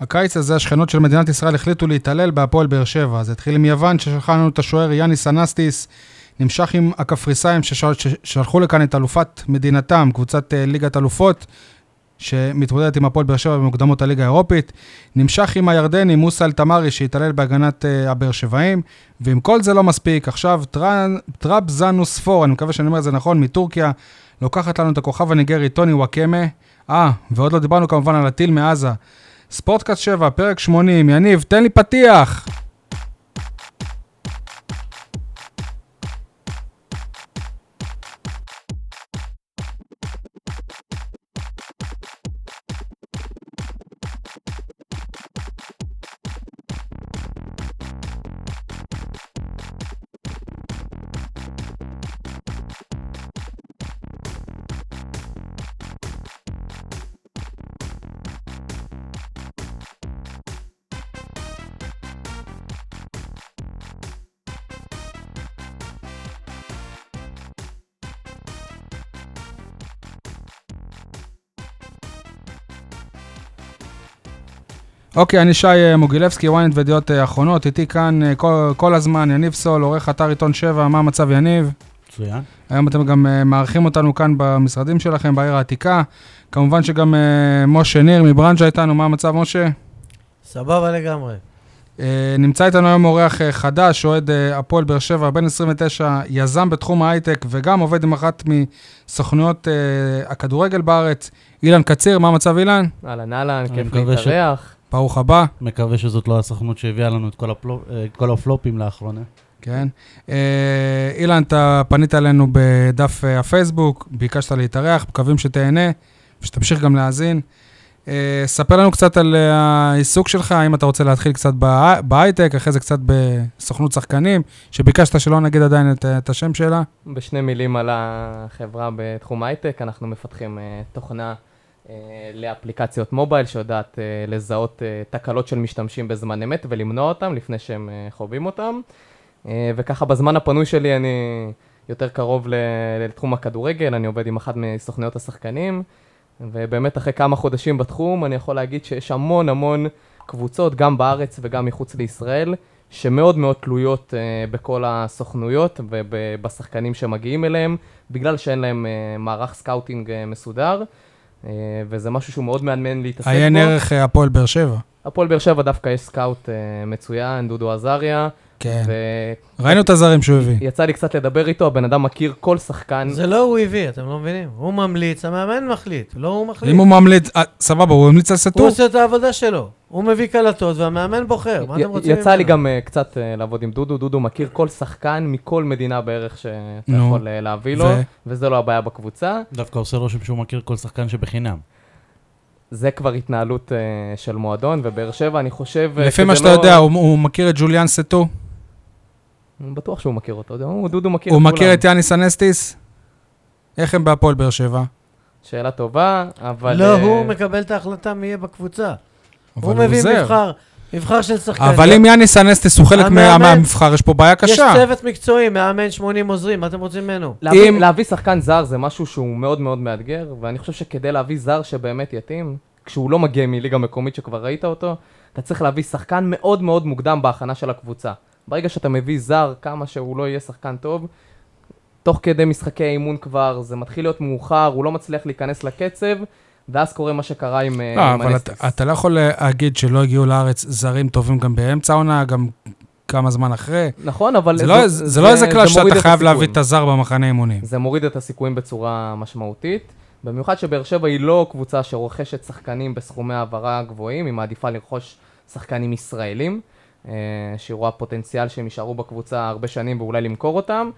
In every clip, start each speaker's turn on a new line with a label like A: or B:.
A: הקיץ הזה השכנות של מדינת ישראל החליטו להתעלל בהפועל באר שבע. זה התחיל עם יוון ששלחה לנו את השוער יאניס אנסטיס, נמשך עם הקפריסאים ששל- ששלחו לכאן את אלופת מדינתם, קבוצת אה, ליגת אלופות, שמתמודדת עם הפועל באר שבע במוקדמות הליגה האירופית, נמשך עם הירדני מוסא אל-תמרי שהתעלל בהגנת אה, הבאר שבעים, ואם כל זה לא מספיק, עכשיו טרן- טראבזנוס פור, אני מקווה שאני אומר את זה נכון, מטורקיה, לוקחת לנו את הכוכב הניגרי טוני וואקמה. אה, ועוד לא דיברנו כמובן על הטיל מעזה. ספורטקאסט 7, פרק 80, יניב, תן לי פתיח! אוקיי, אני שי אה, מוגילבסקי, ynet וידיעות אה, אחרונות, איתי כאן אה, כל, כל הזמן, יניב סול, עורך אתר עיתון 7, מה המצב יניב?
B: מצוין.
A: היום אתם גם אה, מארחים אותנו כאן במשרדים שלכם, בעיר העתיקה. כמובן שגם אה, משה ניר מברנז'ה איתנו, מה המצב, משה?
C: סבבה לגמרי.
A: אה, נמצא איתנו היום אורח אה, חדש, אוהד אה, הפועל באר שבע, בן 29, יזם בתחום ההייטק וגם עובד עם אחת מסוכנויות אה, הכדורגל בארץ. אילן קציר, מה המצב אילן?
D: אהלן אהלן,
B: אני
D: כיף
B: מקווה ש-
D: להתארח.
A: ברוך הבא.
B: מקווה שזאת לא הסוכנות שהביאה לנו את כל, הפלו, אה, את כל הפלופים לאחרונה.
A: כן. אה, אילן, אתה פנית אלינו בדף אה, הפייסבוק, ביקשת להתארח, מקווים שתהנה ושתמשיך גם להאזין. אה, ספר לנו קצת על אה, העיסוק שלך, אם אתה רוצה להתחיל קצת בהי- בהייטק, אחרי זה קצת בסוכנות שחקנים, שביקשת שלא נגיד עדיין את, את השם שלה.
D: בשני מילים על החברה בתחום הייטק, אנחנו מפתחים אה, תוכנה אה, לאפליקציות מובייל שיודעת אה, לזהות אה, תקלות של משתמשים בזמן אמת ולמנוע אותם לפני שהם אה, חווים אותם. אה, וככה בזמן הפנוי שלי אני יותר קרוב ל- לתחום הכדורגל, אני עובד עם אחת מסוכנויות השחקנים, ובאמת אחרי כמה חודשים בתחום אני יכול להגיד שיש המון המון קבוצות, גם בארץ וגם מחוץ לישראל, שמאוד מאוד תלויות אה, בכל הסוכנויות ובשחקנים שמגיעים אליהם, בגלל שאין להם אה, מערך סקאוטינג אה, מסודר. אה, וזה משהו שהוא מאוד מעניין להתעסק בו.
A: עיין ערך אה, הפועל באר שבע.
D: הפועל באר שבע דווקא יש סקאוט אה, מצוין, דודו עזריה,
A: כן.
D: ויצא
A: ראינו את הזרים שהוא הביא.
D: לי קצת לדבר איתו, הבן אדם מכיר כל שחקן.
C: זה לא הוא הביא, אתם לא מבינים. הוא ממליץ, המאמן מחליט, לא הוא מחליט.
A: אם הוא ממליץ, אה, סבבה, הוא המליץ על
C: הוא
A: סטור.
C: עושה את העבודה שלו. הוא מביא קלטות והמאמן בוחר, מה
D: י-
C: אתם רוצים
D: יצא לי
C: ממנו?
D: גם אה, קצת אה, לעבוד עם דודו, דודו מכיר כל שחקן מכל מדינה בערך שאתה
A: נו.
D: יכול אה, להביא לו,
A: ו-
D: וזה לא הבעיה בקבוצה.
B: דווקא עושה רושם שהוא מכיר כל שחקן שבחינם.
D: זה כבר התנהלות אה, של מועדון, ובאר שבע אני חושב... אה,
A: לפי מה
D: שזה
A: שאתה
D: לא-
A: יודע, הוא- הוא מכיר את ג'וליאן סטו,
D: אני בטוח שהוא מכיר אותו, הוא- דודו מכיר את
A: הוא
D: כולם.
A: מכיר את יאניס אנסטיס. איך הם בהפועל באר שבע?
D: שאלה טובה, אבל...
C: לא,
D: אה,
C: הוא מקבל את ההחלטה מי יהיה בקבוצה.
A: אבל
C: הוא מביא
A: עוזר.
C: מבחר, מבחר של שחקנים.
A: אבל אם יאניס אנסטיס הוא חלק מה-
C: המאמן-
A: מהמבחר, יש פה בעיה
C: יש
A: קשה.
C: צוות מקצועי, מאמן 80 עוזרים, מה אתם רוצים ממנו?
D: להביא,
A: אם-
D: להביא שחקן זר זה משהו שהוא מאוד מאוד מאתגר, ואני חושב שכדי להביא זר שבאמת יתאים, כשהוא לא מגיע מליגה מקומית שכבר ראית אותו, אתה צריך להביא שחקן מאוד מאוד מוקדם בהכנה של הקבוצה. ברגע שאתה מביא זר, כמה שהוא לא יהיה שחקן טוב, תוך כדי משחקי אימון כבר, זה מתחיל להיות מאוחר, הוא לא מצליח להיכנס לקצב, ואז קורה מה שקרה עם... אה,
A: לא,
D: עם
A: אבל
D: אנסטיס.
A: אתה- אתה לא יכול להגיד שלא הגיעו לארץ זרים טובים גם באמצע העונה, גם כמה זמן אחרי.
D: נכון, אבל...
A: זה לא- זה לא איזה
D: זה
A: כלל
D: מוריד
A: שאתה
D: את
A: חייב להביא
D: הסיכון.
A: את הזר במחנה אימונים.
D: זה מוריד את הסיכויים בצורה משמעותית. במיוחד שבאר שבע היא לא קבוצה שרוכשת שחקנים בסכומי העברה גבוהים, היא מעדיפה לרכוש שחקנים ישראלים, אה, שהיא רואה פוטנציאל שהם יישארו בקבוצה הרבה שנים ואולי למכור אותם.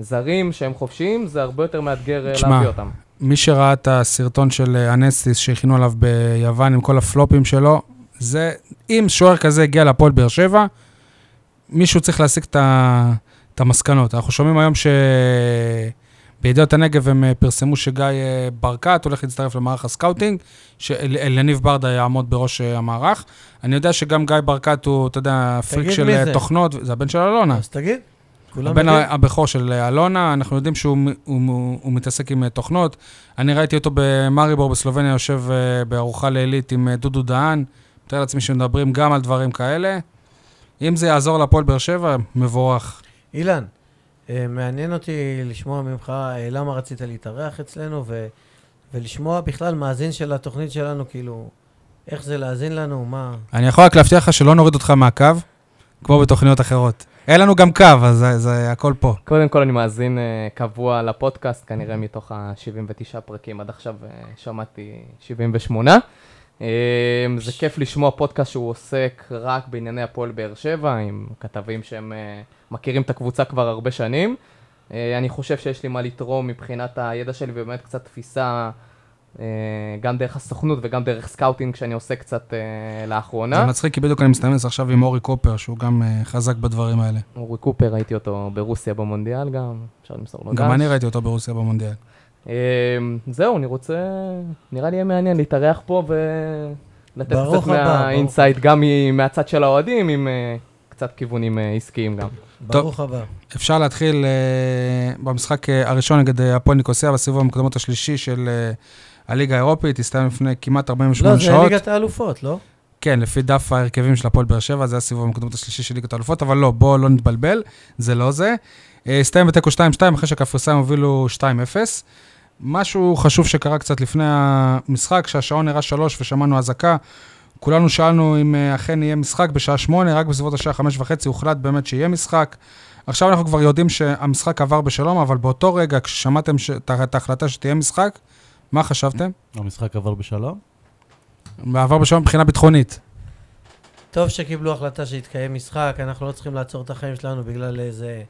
D: זרים שהם חופשיים, זה הרבה יותר מאתגר אה,
A: תשמע,
D: להביא אותם.
A: מי שראה את הסרטון של אה, אנסטיס שהכינו עליו ביוון עם כל הפלופים שלו, זה, אם שוער כזה הגיע להפועל באר שבע, מישהו צריך להסיק את, ה- את המסקנות. אנחנו שומעים היום שבידיעות הנגב הם אה, פרסמו שגיא אה, ברקת הולך להצטרף למערך הסקאוטינג, שאלניב ברדה יעמוד בראש אה, המערך. אני יודע שגם גיא ברקת הוא, אתה יודע, פריק
C: תגיד
A: של
C: מי
A: אה,
C: זה.
A: תוכנות, זה הבן של אלונה.
C: אז תגיד, כולם
A: הבן
C: יודעים.
A: הבכור של אה, אלונה, אנחנו יודעים שהוא מ- הוא, הוא, הוא מתעסק עם אה, תוכנות. אני ראיתי אותו במאריבור בסלובניה, יושב אה, בארוחה לילית עם אה, דודו דהן, מתאר לעצמי שמדברים גם על דברים כאלה. אם זה יעזור להפועל באר שבע, מבורך.
C: אילן, אה, מעניין אותי לשמוע ממך אה, למה רצית להתארח אצלנו, ו, ולשמוע בכלל מאזין של התוכנית שלנו, כאילו, איך זה להאזין לנו, מה...
A: אני יכול רק להבטיח לך שלא נוריד אותך מהקו, כמו בתוכניות אחרות. אין לנו גם קו, אז זה, זה הכל פה.
D: קודם כל אני מאזין אה, קבוע לפודקאסט, כנראה מתוך ה-79 פרקים עד עכשיו אה, שמעתי 78. אה, זה כיף לשמוע פודקאסט שהוא עוסק רק בענייני הפועל באר שבע, עם כתבים שהם אה, מכירים את הקבוצה כבר הרבה שנים. אה, אני חושב שיש לי מה לתרום מבחינת הידע שלי ובאמת קצת תפיסה, אה, גם דרך הסוכנות וגם דרך סקאוטינג שאני עושה קצת אה,
A: זה
D: לאחרונה.
A: מצחיק, כי בדיוק אני מסתמס עכשיו עם אורי קופר, שהוא גם אה, חזק בדברים האלה.
D: אורי קופר, ראיתי אותו ברוסיה במונדיאל גם, אפשר למסור לו
A: גם אני ראיתי אותו ברוסיה במונדיאל.
D: אמ, זהו, אני רוצה... נראה לי יהיה מעניין להתארח פה ולתת
C: ברוך
D: קצת
C: הבא, ברוך
D: מהאינסייט, גם מ- מהצד של האוהדים, עם אה, קצת כיוונים אה, עסקיים גם.
C: ברוך הבא.
A: אפשר להתחיל אה, במשחק אה, הראשון נגד אה, הפועל ניקוסיה בסיבוב המוקדמות השלישי של אה, הליגה האירופית, הסתיים לפני כמעט
C: לא,
A: 48
C: זה
A: שעות.
C: ליגת האלופות, לא?
A: כן, לפי דף ההרכבים של הפועל באר שבע, זה הסיבוב המוקדמות השלישי של ליגת האלופות, אבל לא, בואו לא נתבלבל, זה לא זה. אה, הסתיים בתיקו 2-2, אחרי שהקפריסאים הובילו 2-0. משהו חשוב שקרה קצת לפני המשחק, שהשעון הראה 3 ושמענו אזעקה. כולנו שאלנו אם אה, אכן יהיה משחק בשעה 8, רק בסביבות השעה 5 וחצי הוחלט באמת שיהיה משחק. עכשיו אנחנו כבר יודעים שהמשחק עבר בשלום, אבל באותו רגע, כששמעתם ש- את את ההחלטה שתהיה משחק, מה חשבתם?
B: המשחק עבר בשלום?
A: עבר בשלום מבחינה ביטחונית.
C: טוב שקיבלו החלטה שיתקיים משחק, אנחנו לא צריכים לעצור את החיים שלנו בגלל איזה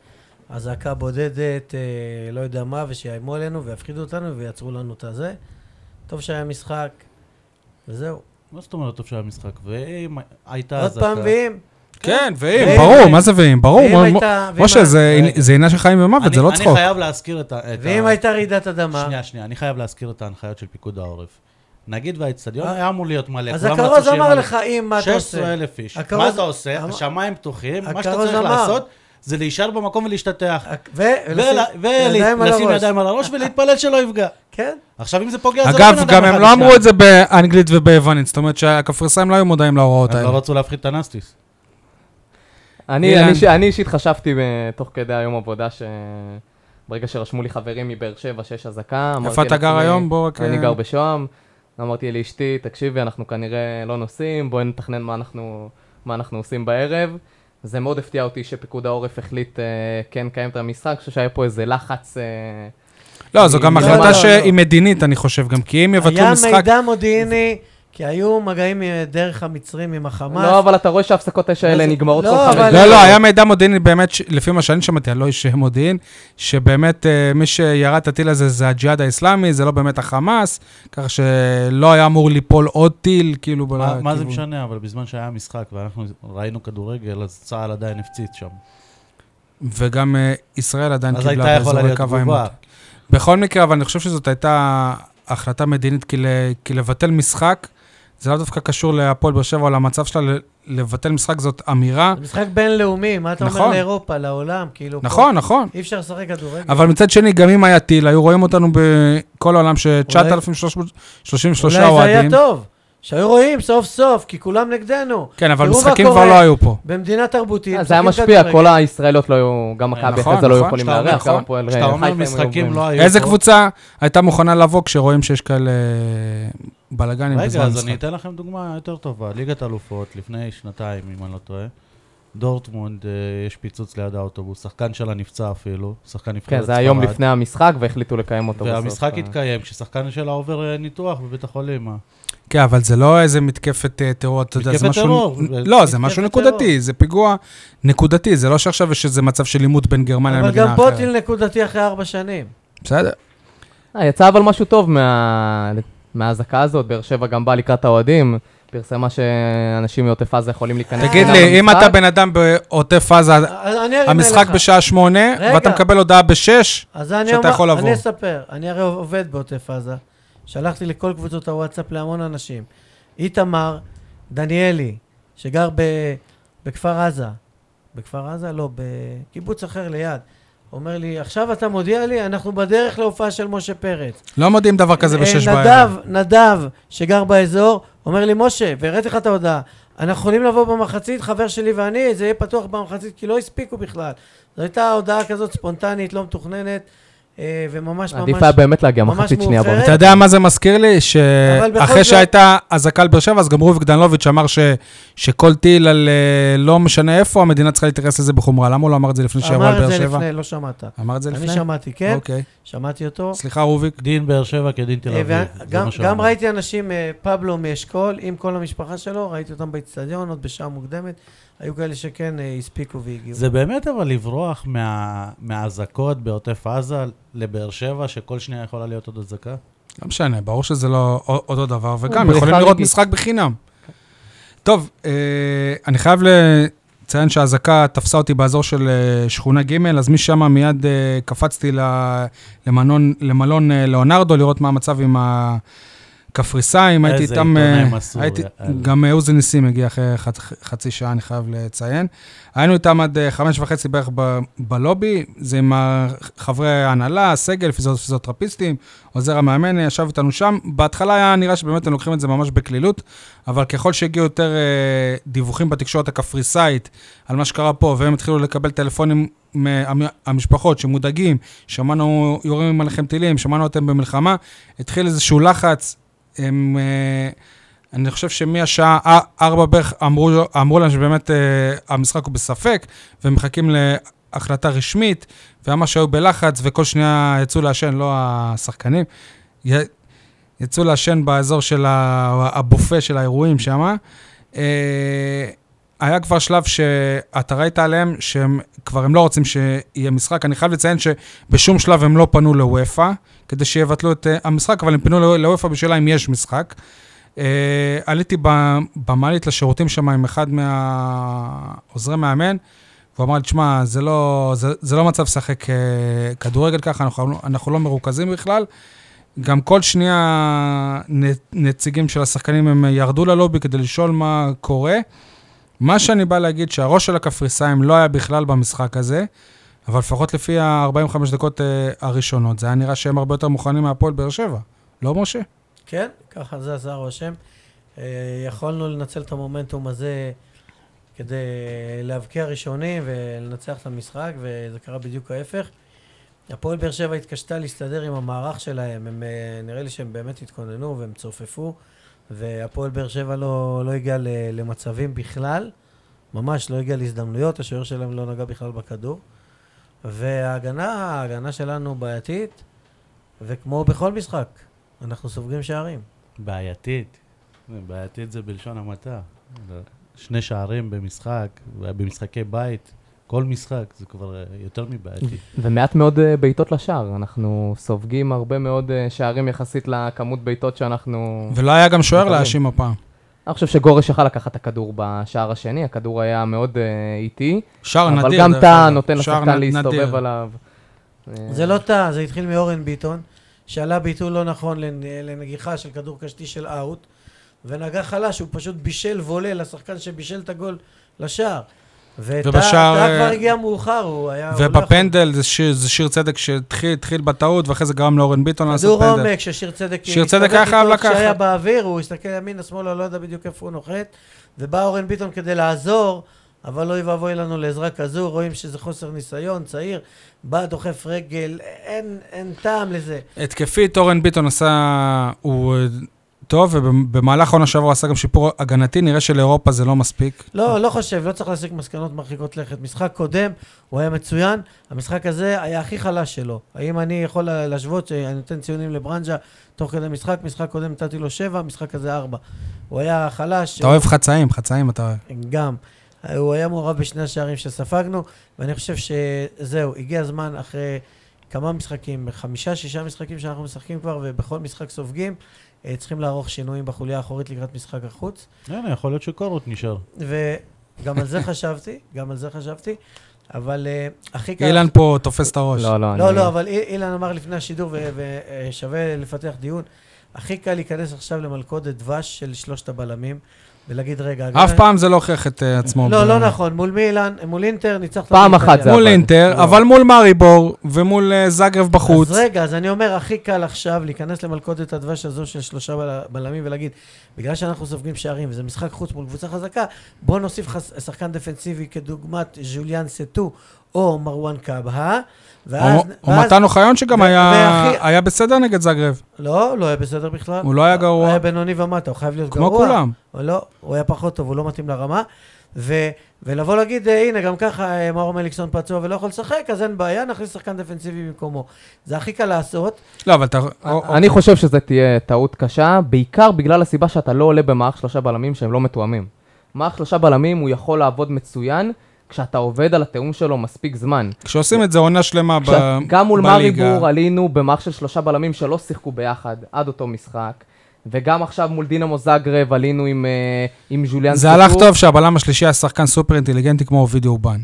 C: אזעקה בודדת, אה, לא יודע מה, ושיאיימו עלינו ויפחידו אותנו ויעצרו לנו את הזה. טוב שהיה משחק, וזהו.
B: מה זאת אומרת טוב שהיה משחק? ואם הייתה
C: עוד פעם ואם,
A: כן, ואם,
C: ואם-
A: ברור, מה זה ואם? ברור,
C: ואם
A: מ-
C: הייתה... ואם
A: משה,
C: ה-
A: זה
B: רגע.
A: זה עניין של חיים ומוות,
B: אני-
A: זה לא
B: אני
A: צחוק.
B: חייב להזכיר את ה... את
C: ואם
B: ה-
C: הייתה רעידת אדמה,
B: שנייה, שנייה, אני חייב להזכיר את ההנחיות של פיקוד העורף. נגיד והאיצטדיון
C: אה.
B: היה אמור להיות מלא.
C: אז
B: כולם רצו
C: הכרוז
B: שיהיה
C: אמר
B: מלא.
C: לך אם מה אתה עושה.
B: 16,000 איש.
C: הכרוז-
B: מה אתה עושה?
C: אמר-
B: השמיים פתוחים, מה שאתה
C: הכרוז
B: צריך
C: אמר.
B: לעשות זה להישאר במקום ולהשתטח.
C: הכ- ו-
B: ול-
C: ולשים- אה, ידיים על
B: ולשים
C: הראש.
B: ידיים על הראש ולהתפלל שלא יפגע.
C: כן,
B: עכשיו אם זה פוגע זה לא
A: אגב,
B: בן אדם
A: גם
B: אחד
A: הם לא אמרו
B: נשאר.
A: את זה באנגלית וביוונית, זאת אומרת שהקפריסאים לא היו מודעים להוראות
B: הם
A: האלה.
B: לא רצו להפחית את הנסטיס.
D: אני,
A: אילן.
D: אני, ש- אני אישית חשבתי אה, תוך כדי היום עבודה ש... ברגע שרשמו לי חברים מבאר שבע שיש אזעקה, אמרתי
A: איפה אתה גר
D: לעצמי-
A: היום? בוא רק...
D: אני
A: אה,
D: גר בשוהם, אמרתי לאשתי, תקשיבי, אנחנו כנראה לא נוסעים, בואי נתכנן מה אנחנו, מה אנחנו עושים בערב. זה מאוד הפתיע אותי שפיקוד העורף החליט אה, כן לקיים את המשחק, אני חושב שהיה פה איזה לחץ... אה,
A: לא, זו גם
D: לא,
A: החלטה
D: לא,
A: שהיא
C: לא.
A: מדינית, אני חושב, גם כי אם יבטלו
C: היה
A: משחק...
C: מידע מודיעיני, כי היו מגעים אה, דרך המצרים עם החמאס.
D: לא, אבל אתה רואה שההפסקות האש האלה
C: אז-
D: נגמרות
C: לא,
D: כל חמש
C: אבל-
A: לא,
D: דקות.
A: לא, היה מידע מודיעיני באמת, ש- לפי מה שאני שמעתי, אני לא איש מודיעין, שבאמת אה, מי שירה את הטיל הזה זה הג'יהאד האסלאמי, זה לא באמת החמאס, כך שלא היה אמור ליפול עוד טיל, כאילו...
B: מה- מה זה
A: בכיוון.
B: משנה, אבל בזמן שהיה משחק ואנחנו ראינו כדורגל, אז צה"ל עדיין הפציץ שם.
A: וגם אה, ישראל עדיין
B: אז הייתה
A: קיבלה
B: יכולה
A: באזורי
B: להיות
A: קו
B: תגובה.
A: העימות.
D: כאילו,
A: בכל מקרה, אבל אני חושב שזאת הייתה החלטה מדינית, כי, ל, כי לבטל משחק, זה לאו דווקא קשור להפועל באר שבע או למצב שלה, ל- לבטל משחק זאת אמירה.
C: זה משחק בינלאומי, מה אתה אומר
A: נכון.
C: לאירופה, לעולם, כאילו... פה
A: נכון, נכון.
C: אי אפשר לשחק כדורגל.
A: אבל מצד שני, גם אם היה טיל, היו רואים אותנו בכל העולם ש-9,333
C: אולי זה
A: אוהדים.
C: היה טוב, שהיו רואים סוף סוף, כי כולם נגדנו.
A: כן, אבל
C: תראו מה
A: משחקים כבר
C: קורה.
A: לא היו פה.
C: במדינה תרבותית.
D: אה, זה היה
C: משחקים
D: משפיע,
C: כדורגל.
D: כל הישראליות לא היו, גם מכבי
A: נכון,
D: אחרי זה לא היו
A: נכון,
D: יכולים
B: כשאתה אומר-
D: לארח, גם הפועל אה,
B: כשאתה אומר
D: חיפה הם היו
B: משחקים
D: עוברים.
B: לא היו
A: איזה
B: פה.
A: קבוצה הייתה מוכנה לבוא כשרואים שיש כאלה בלאגנים
B: רגע,
A: בזמן
B: אז אני
A: המשחק?
B: אתן לכם דוגמה יותר טובה. ליגת אלופות, לפני שנתיים, אם אני לא טועה, דורטמונד, אה, יש פיצוץ ליד האוטובוס, שחקן שלה נפצע אפילו, שחקן נבחרת
D: כן, זה היה יום לפני המשחק והחליטו לקיים אותו בסוף.
B: והמשחק
D: אה.
B: התקיים כששחקן שלה עובר אה, ניתוח בבית החולים. אה.
A: כן, אבל זה לא איזה מתקפת אה, טרור, אתה יודע, זה
B: מתקפת
A: משהו...
B: טרור.
A: לא, זה משהו
B: מתקפת
A: נקודתי, זה פיגוע נקודתי, זה לא שעכשיו יש איזה מצב של עימות בין גרמניה
C: אבל
A: למדינה
C: גם פה
A: אחרת.
C: טיל נקודתי אחרי ארבע שנים.
A: בסדר.
D: אה, יצא אבל משהו טוב מה... מהאזעקה הזאת, באר שבע גם באה לקראת האוהדים, פרסמה שאנשים מעוטף עזה יכולים להיכנס.
C: אה,
A: תגיד
D: אליו
A: לי, אם
D: למשחק.
A: אתה בן אדם בעוטף עזה,
C: אז אה, אני אראה
A: המשחק
C: לך.
A: בשעה שמונה,
C: אה, רגע.
A: ואתה מקבל הודעה בשש,
C: אז אני
A: שאתה
C: אומר-
A: יכול לבוא.
C: אני אספר, אני הרי עובד בעוטף עזה. שלחתי לכל קבוצות הוואטסאפ להמון אנשים. איתמר, דניאלי, שגר ב, בכפר עזה, בכפר עזה? לא, בקיבוץ אחר ליד. אומר לי, עכשיו אתה מודיע לי, אנחנו בדרך להופעה של משה פרץ.
A: לא מודיעים דבר כזה
C: אה,
A: בשש
C: נדב,
A: בערב.
C: נדב, שגר באזור, אומר לי, משה, והראיתי לך את ההודעה, אנחנו יכולים לבוא במחצית, חבר שלי ואני, זה יהיה פתוח במחצית, כי לא הספיקו בכלל. זו הייתה הודעה כזאת ספונטנית, לא מתוכננת, אה, וממש ממש...
D: עדיף היה באמת להגיע
C: ממש
D: מחצית שנייה
C: מאוחרת.
A: אתה יודע מה זה מזכיר לי?
C: אבל בכל
A: שאחרי
C: זאת-
A: שהייתה אזעקה על באר שבע, אז גם רוביק דנלוביץ' אמר ש... שכל טיל על אה, לא משנה איפה, המדינה צריכה להתייחס לזה בחומרה. למה הוא לא אמר את זה לפני שירו על
C: אמר את
A: באר
C: זה
A: שבע?
C: לפני, לא שמעת.
A: אמר את זה לפני?
C: אני שמעתי, כן?
A: אוקיי.
C: שמעתי אותו.
A: סליחה, רוביק.
B: דין באר שבע כדין תל
C: אה,
B: אביב.
C: וה-
B: זה
C: גם-
B: מה שאמרנו.
C: גם ראיתי אנשים, אה, פבלו מאשכול, עם כל המשפחה שלו, ראיתי אותם באצטדיון, עוד בשעה מוקדמת. היו כאלה שכן אה, הספיקו והגיעו.
B: זה באמת אבל לברוח מה- מהאזעקות בעוטף עזה לבאר שבע, שכל שנייה יכולה להיות עוד אזעקה?
A: לא משנה, ברור שזה לא א- אותו דבר, וגם
D: בריחה
A: יכולים לראות
D: רגעית.
A: משחק בחינם. טוב, אה, אני חייב לציין שהאזעקה תפסה אותי באזור של אה, שכונה ג', אז משם מיד אה, קפצתי ל- למלון, למלון אה, לאונרדו, לראות מה המצב עם הקפריסאים, הייתי
B: איזה
A: איתם...
B: עיתונאי
A: אה,
B: מסור,
A: הייתי-
B: יאללה.
A: גם אה, עוזי ניסים הגיע אחרי ח- חצי שעה, אני חייב לציין. היינו איתם עד אה, חמש וחצי בערך ב- בלובי, זה עם ה- חברי ההנהלה, הסגל, פיזיו- פיזיותרפיסטים, עוזר המאמן, אה, ישב איתנו שם. בהתחלה היה נראה שבאמת הם לוקחים את זה ממש בקלילות, אבל ככל שהגיעו יותר אה, דיווחים בתקשורת הקפריסאית על מה שקרה פה, והם התחילו לקבל טלפונים מהמשפחות שמודאגים, שמענו יורים עליכם טילים, שמענו אתם במלחמה, התחיל איזשהו לחץ, הם... אה, אני חושב שמהשעה א- ארבע בערך אמרו, אמרו להם שבאמת אה, המשחק הוא בספק, והם מחכים להחלטה רשמית, וממש היו בלחץ, וכל שנייה יצאו לעשן, לא השחקנים, י- יצאו לעשן באזור של ה- הבופה של האירועים שם. אה, היה כבר שלב שאתה ראית עליהם שהם כבר הם לא רוצים שיהיה משחק. אני חייב לציין שבשום שלב הם לא פנו לוופא כדי שיבטלו את אה, המשחק, אבל הם פנו לו- לוופא בשאלה אם יש משחק. Uh, עליתי ב- במעלית לשירותים שם עם אחד מהעוזרי מאמן, והוא אמר לי, תשמע, זה לא, זה, זה לא מצב לשחק uh, כדורגל ככה, אנחנו, אנחנו לא מרוכזים בכלל. גם כל שנייה נ, נציגים של השחקנים הם ירדו ללובי כדי לשאול מה קורה. מה שאני בא להגיד, שהראש של הקפריסאים לא היה בכלל במשחק הזה, אבל לפחות לפי ה-45 דקות אה, הראשונות, זה היה נראה שהם הרבה יותר מוכנים מהפועל באר שבע. לא, משה?
C: כן, ככה זה עשה רושם. אה, יכולנו לנצל את המומנטום הזה כדי להבקיע ראשונים ולנצח את המשחק, וזה קרה בדיוק ההפך. הפועל באר שבע התקשתה להסתדר עם המערך שלהם, הם, אה, נראה לי שהם באמת התכוננו והם צופפו, והפועל באר שבע לא, לא הגיע ל- למצבים בכלל, ממש לא הגיע להזדמנויות, השוער שלהם לא נגע בכלל בכדור. וההגנה, ההגנה שלנו בעייתית, וכמו בכל משחק, אנחנו סופגים שערים.
B: בעייתית. בעייתית זה בלשון המעטה. שני שערים במשחק, במשחקי בית, כל משחק, זה כבר אה, יותר מבעייתי.
D: ומעט מאוד אה, בעיטות לשער, אנחנו סופגים הרבה מאוד אה, שערים יחסית לכמות בעיטות שאנחנו...
A: ולא היה גם שוער
D: מקווים.
A: להאשים הפעם.
D: אני חושב שגורש יכל לקחת את הכדור בשער השני, הכדור היה מאוד אה, איטי,
A: שער נדיר.
D: אבל גם
A: דרך
D: אתה
A: אגב.
D: נותן
A: שער
D: לשחקן
A: נ-
D: להסתובב
A: נדיר.
D: עליו.
A: כן.
D: אה,
C: זה לא טעה, זה התחיל מאורן ביטון, שעלה ביטול לא נכון לנ- לנגיחה של כדור קשתי של אאוט, ונגע חלש, הוא פשוט בישל וולה לשחקן שבישל את הגול לשער. ואתה
A: ובשער,
C: אתה
A: אה,
C: כבר הגיע מאוחר, הוא היה... הוא לא יכול.
A: ובפנדל זה שיר, זה שיר צדק שהתחיל התחיל בטעות, ואחרי זה גרם לאורן ביטון לעשות
C: כדור
A: פנדל.
C: עומק ששיר צדק...
A: שיר צדק
C: הסתובב
A: היה חייב
C: איתו כשהיה
A: לקחת.
C: באוויר, הוא הסתכל ימינה, שמאלה, לא יודע בדיוק איפה הוא נוחת, ובא אורן ביטון כדי לעזור, אבל אוי ואבוי לנו לעזרה כזו, רואים שזה חוסר ניסיון, צעיר, בא, דוחף רגל, אין, אין טעם לזה.
A: התקפית, אורן ביטון עשה... הוא אה, טוב, ובמהלך העונה שעברה הוא עשה גם שיפור הגנתי, נראה שלאירופה זה לא מספיק.
C: לא, לא חושב, לא צריך להסיק מסקנות מרחיקות לכת. משחק קודם, הוא היה מצוין, המשחק הזה היה הכי חלש שלו. האם אני יכול לה- להשוות, אה, אני נותן ציונים לברנז'ה תוך כדי משחק, משחק קודם נתתי לו שבע, משחק הזה ארבע. הוא היה חלש,
A: אתה אוהב חצאים, חצאים אתה אוהב.
C: גם. אה, הוא היה מעורב בשני השערים שספגנו, ואני חושב שזהו, הגיע הזמן אחרי כמה משחקים, חמישה, שישה משחקים שאנחנו משחקים כבר, ובכל משחק סופגים, אה, צריכים לערוך שינויים בחוליה האחורית לקראת משחק החוץ.
B: הנה, יכול להיות שקורות נשאר.
C: וגם על זה חשבתי, גם על זה חשבתי, אבל אה, הכי קל...
A: אילן פה תופס את הראש.
D: לא, לא,
C: לא,
D: אני-
C: לא, אבל אי- אילן אמר לפני השידור, אה, ושווה לפתח דיון, הכי קל להיכנס עכשיו למלכודת דבש של שלושת הבלמים, ולהגיד, רגע...
A: אף
C: הגנה-
A: פעם זה לא הוכיח את אה, עצמו.
C: לא,
A: ב-
C: לא נכון. מול מילאן, מול אינטר ניצחת...
D: פעם
C: באיטליה.
D: אחת זה
A: מול
D: עבד.
A: אינטר,
D: לא.
A: אבל מול מאריבור ומול אה, זאגרב בחוץ.
C: אז רגע, אז אני אומר, הכי קל עכשיו להיכנס למלכודת הדבש הזו של שלושה בל- בלמים ולהגיד, בגלל שאנחנו סופגים שערים וזה משחק חוץ מול קבוצה חזקה, בואו נוסיף חס- שחקן דפנסיבי כדוגמת ז'וליאן סטו או מרואן קבהה, ואז...
A: או- או
C: ואז-
A: מתן אוחיון שגם
C: ו-
A: היה-
C: והכי-
A: היה בסדר נגד זאגרב,
C: לא, לא היה בסדר בכלל.
A: הוא לא היה גרוע.
C: היה בינוני ומטה, הוא חייב להיות
A: כמו
C: גרוע.
A: כולם.
C: או לא, הוא היה פחות טוב, הוא לא מתאים לרמה. ו, ולבוא להגיד, "אה, הנה, גם ככה אה, מאור מליקסון פצוע ולא יכול לשחק, אז אין בעיה, נכניס שחקן דפנסיבי במקומו. זה הכי קל לעשות.
A: לא, אבל אתה... או- או-
D: אה, אני חושב שזה תהיה טעות קשה, בעיקר בגלל הסיבה שאתה לא עולה במערך שלושה בלמים שהם לא מתואמים. מערך שלושה בלמים הוא יכול לעבוד מצוין כשאתה עובד על התיאום שלו מספיק זמן.
A: כשעושים את זה עונה שלמה ב-
D: כשה- גם מול
A: בליגה.
D: מאריבור עלינו במערך של שלושה בלמים שלא שיחקו ביחד עד אותו משחק, וגם עכשיו מול דינמו זאגרב עלינו עם, אה, עם ז'וליאן
A: זה
D: סטטור.
A: הלך טוב שהבלם השלישי היה שחקן סופר אינטליגנטי כמו אובידיו אובן.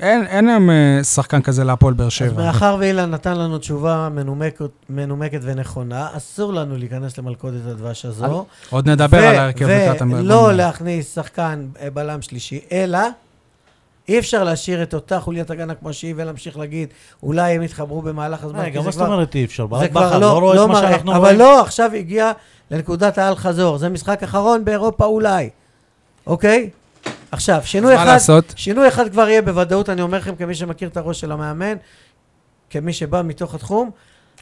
A: אין אין להם אה, שחקן כזה להפועל באר
C: אז
A: שבע.
C: מאחר ואילן נתן לנו תשובה מנומקת, מנומקת ונכונה, אסור לנו להיכנס למלכודת הדבש הזו.
A: עוד נדבר
C: ו- לא,
A: על ההרכב לקראת המ-
C: ולא
A: במ-
C: להכניס שחקן אה, בלם שלישי, אלא אי אפשר להשאיר את אותה חוליית הגנה כמו שהיא ולהמשיך להגיד, אולי הם יתחברו במהלך הזמן,
B: רגע,
C: כי
B: אה, מה
C: זה
B: זאת
C: כבר...
B: אומרת אי אפשר?
C: זה
B: ברק
C: כבר
B: בכר לא
C: לא,
B: רואה
C: לא
B: את מה
C: מראה,
B: שאנחנו
C: אבל
B: רואים?
C: לא, עכשיו הגיע לנקודת האל-חזור, זה משחק אחרון באירופה אולי, אוקיי? עכשיו, שינוי
A: מה
C: אחד,
A: לעשות?
C: שינוי אחד כבר יהיה בוודאות, אני אומר לכם, כמי שמכיר את הראש של המאמן, כמי שבא מתוך התחום,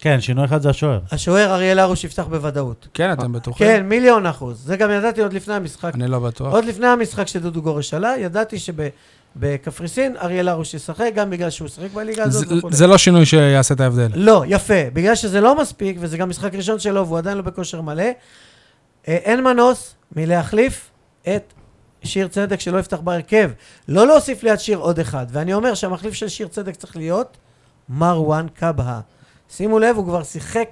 B: כן, שינוי אחד זה השוער.
C: השוער אריאל הרוש יפתח בוודאות.
A: כן, אתם בטוחים?
C: כן, מיליון אחוז. זה גם ידעתי עוד לפני המשחק.
A: אני לא בטוח.
C: עוד לפני המשחק שדודו גורש עלה, ידעתי שבקפריסין אריאל הרוש ישחק, גם בגלל שהוא שיחק בליגה הזאת
A: זה-
C: וכו'.
A: זה לא שינוי שיעשה את ההבדל.
C: לא, יפה. בגלל שזה לא מספיק, וזה גם משחק ראשון שלו, והוא עדיין לא בכושר מלא, אה, אין מנוס מלהחליף את שיר צדק שלא יפתח בהרכב. לא להוסיף ליד שיר עוד אחד. ואני אומר שהמחליף של שיר צדק צריך להיות מרואן קבהה. שימו לב, הוא כבר שיחק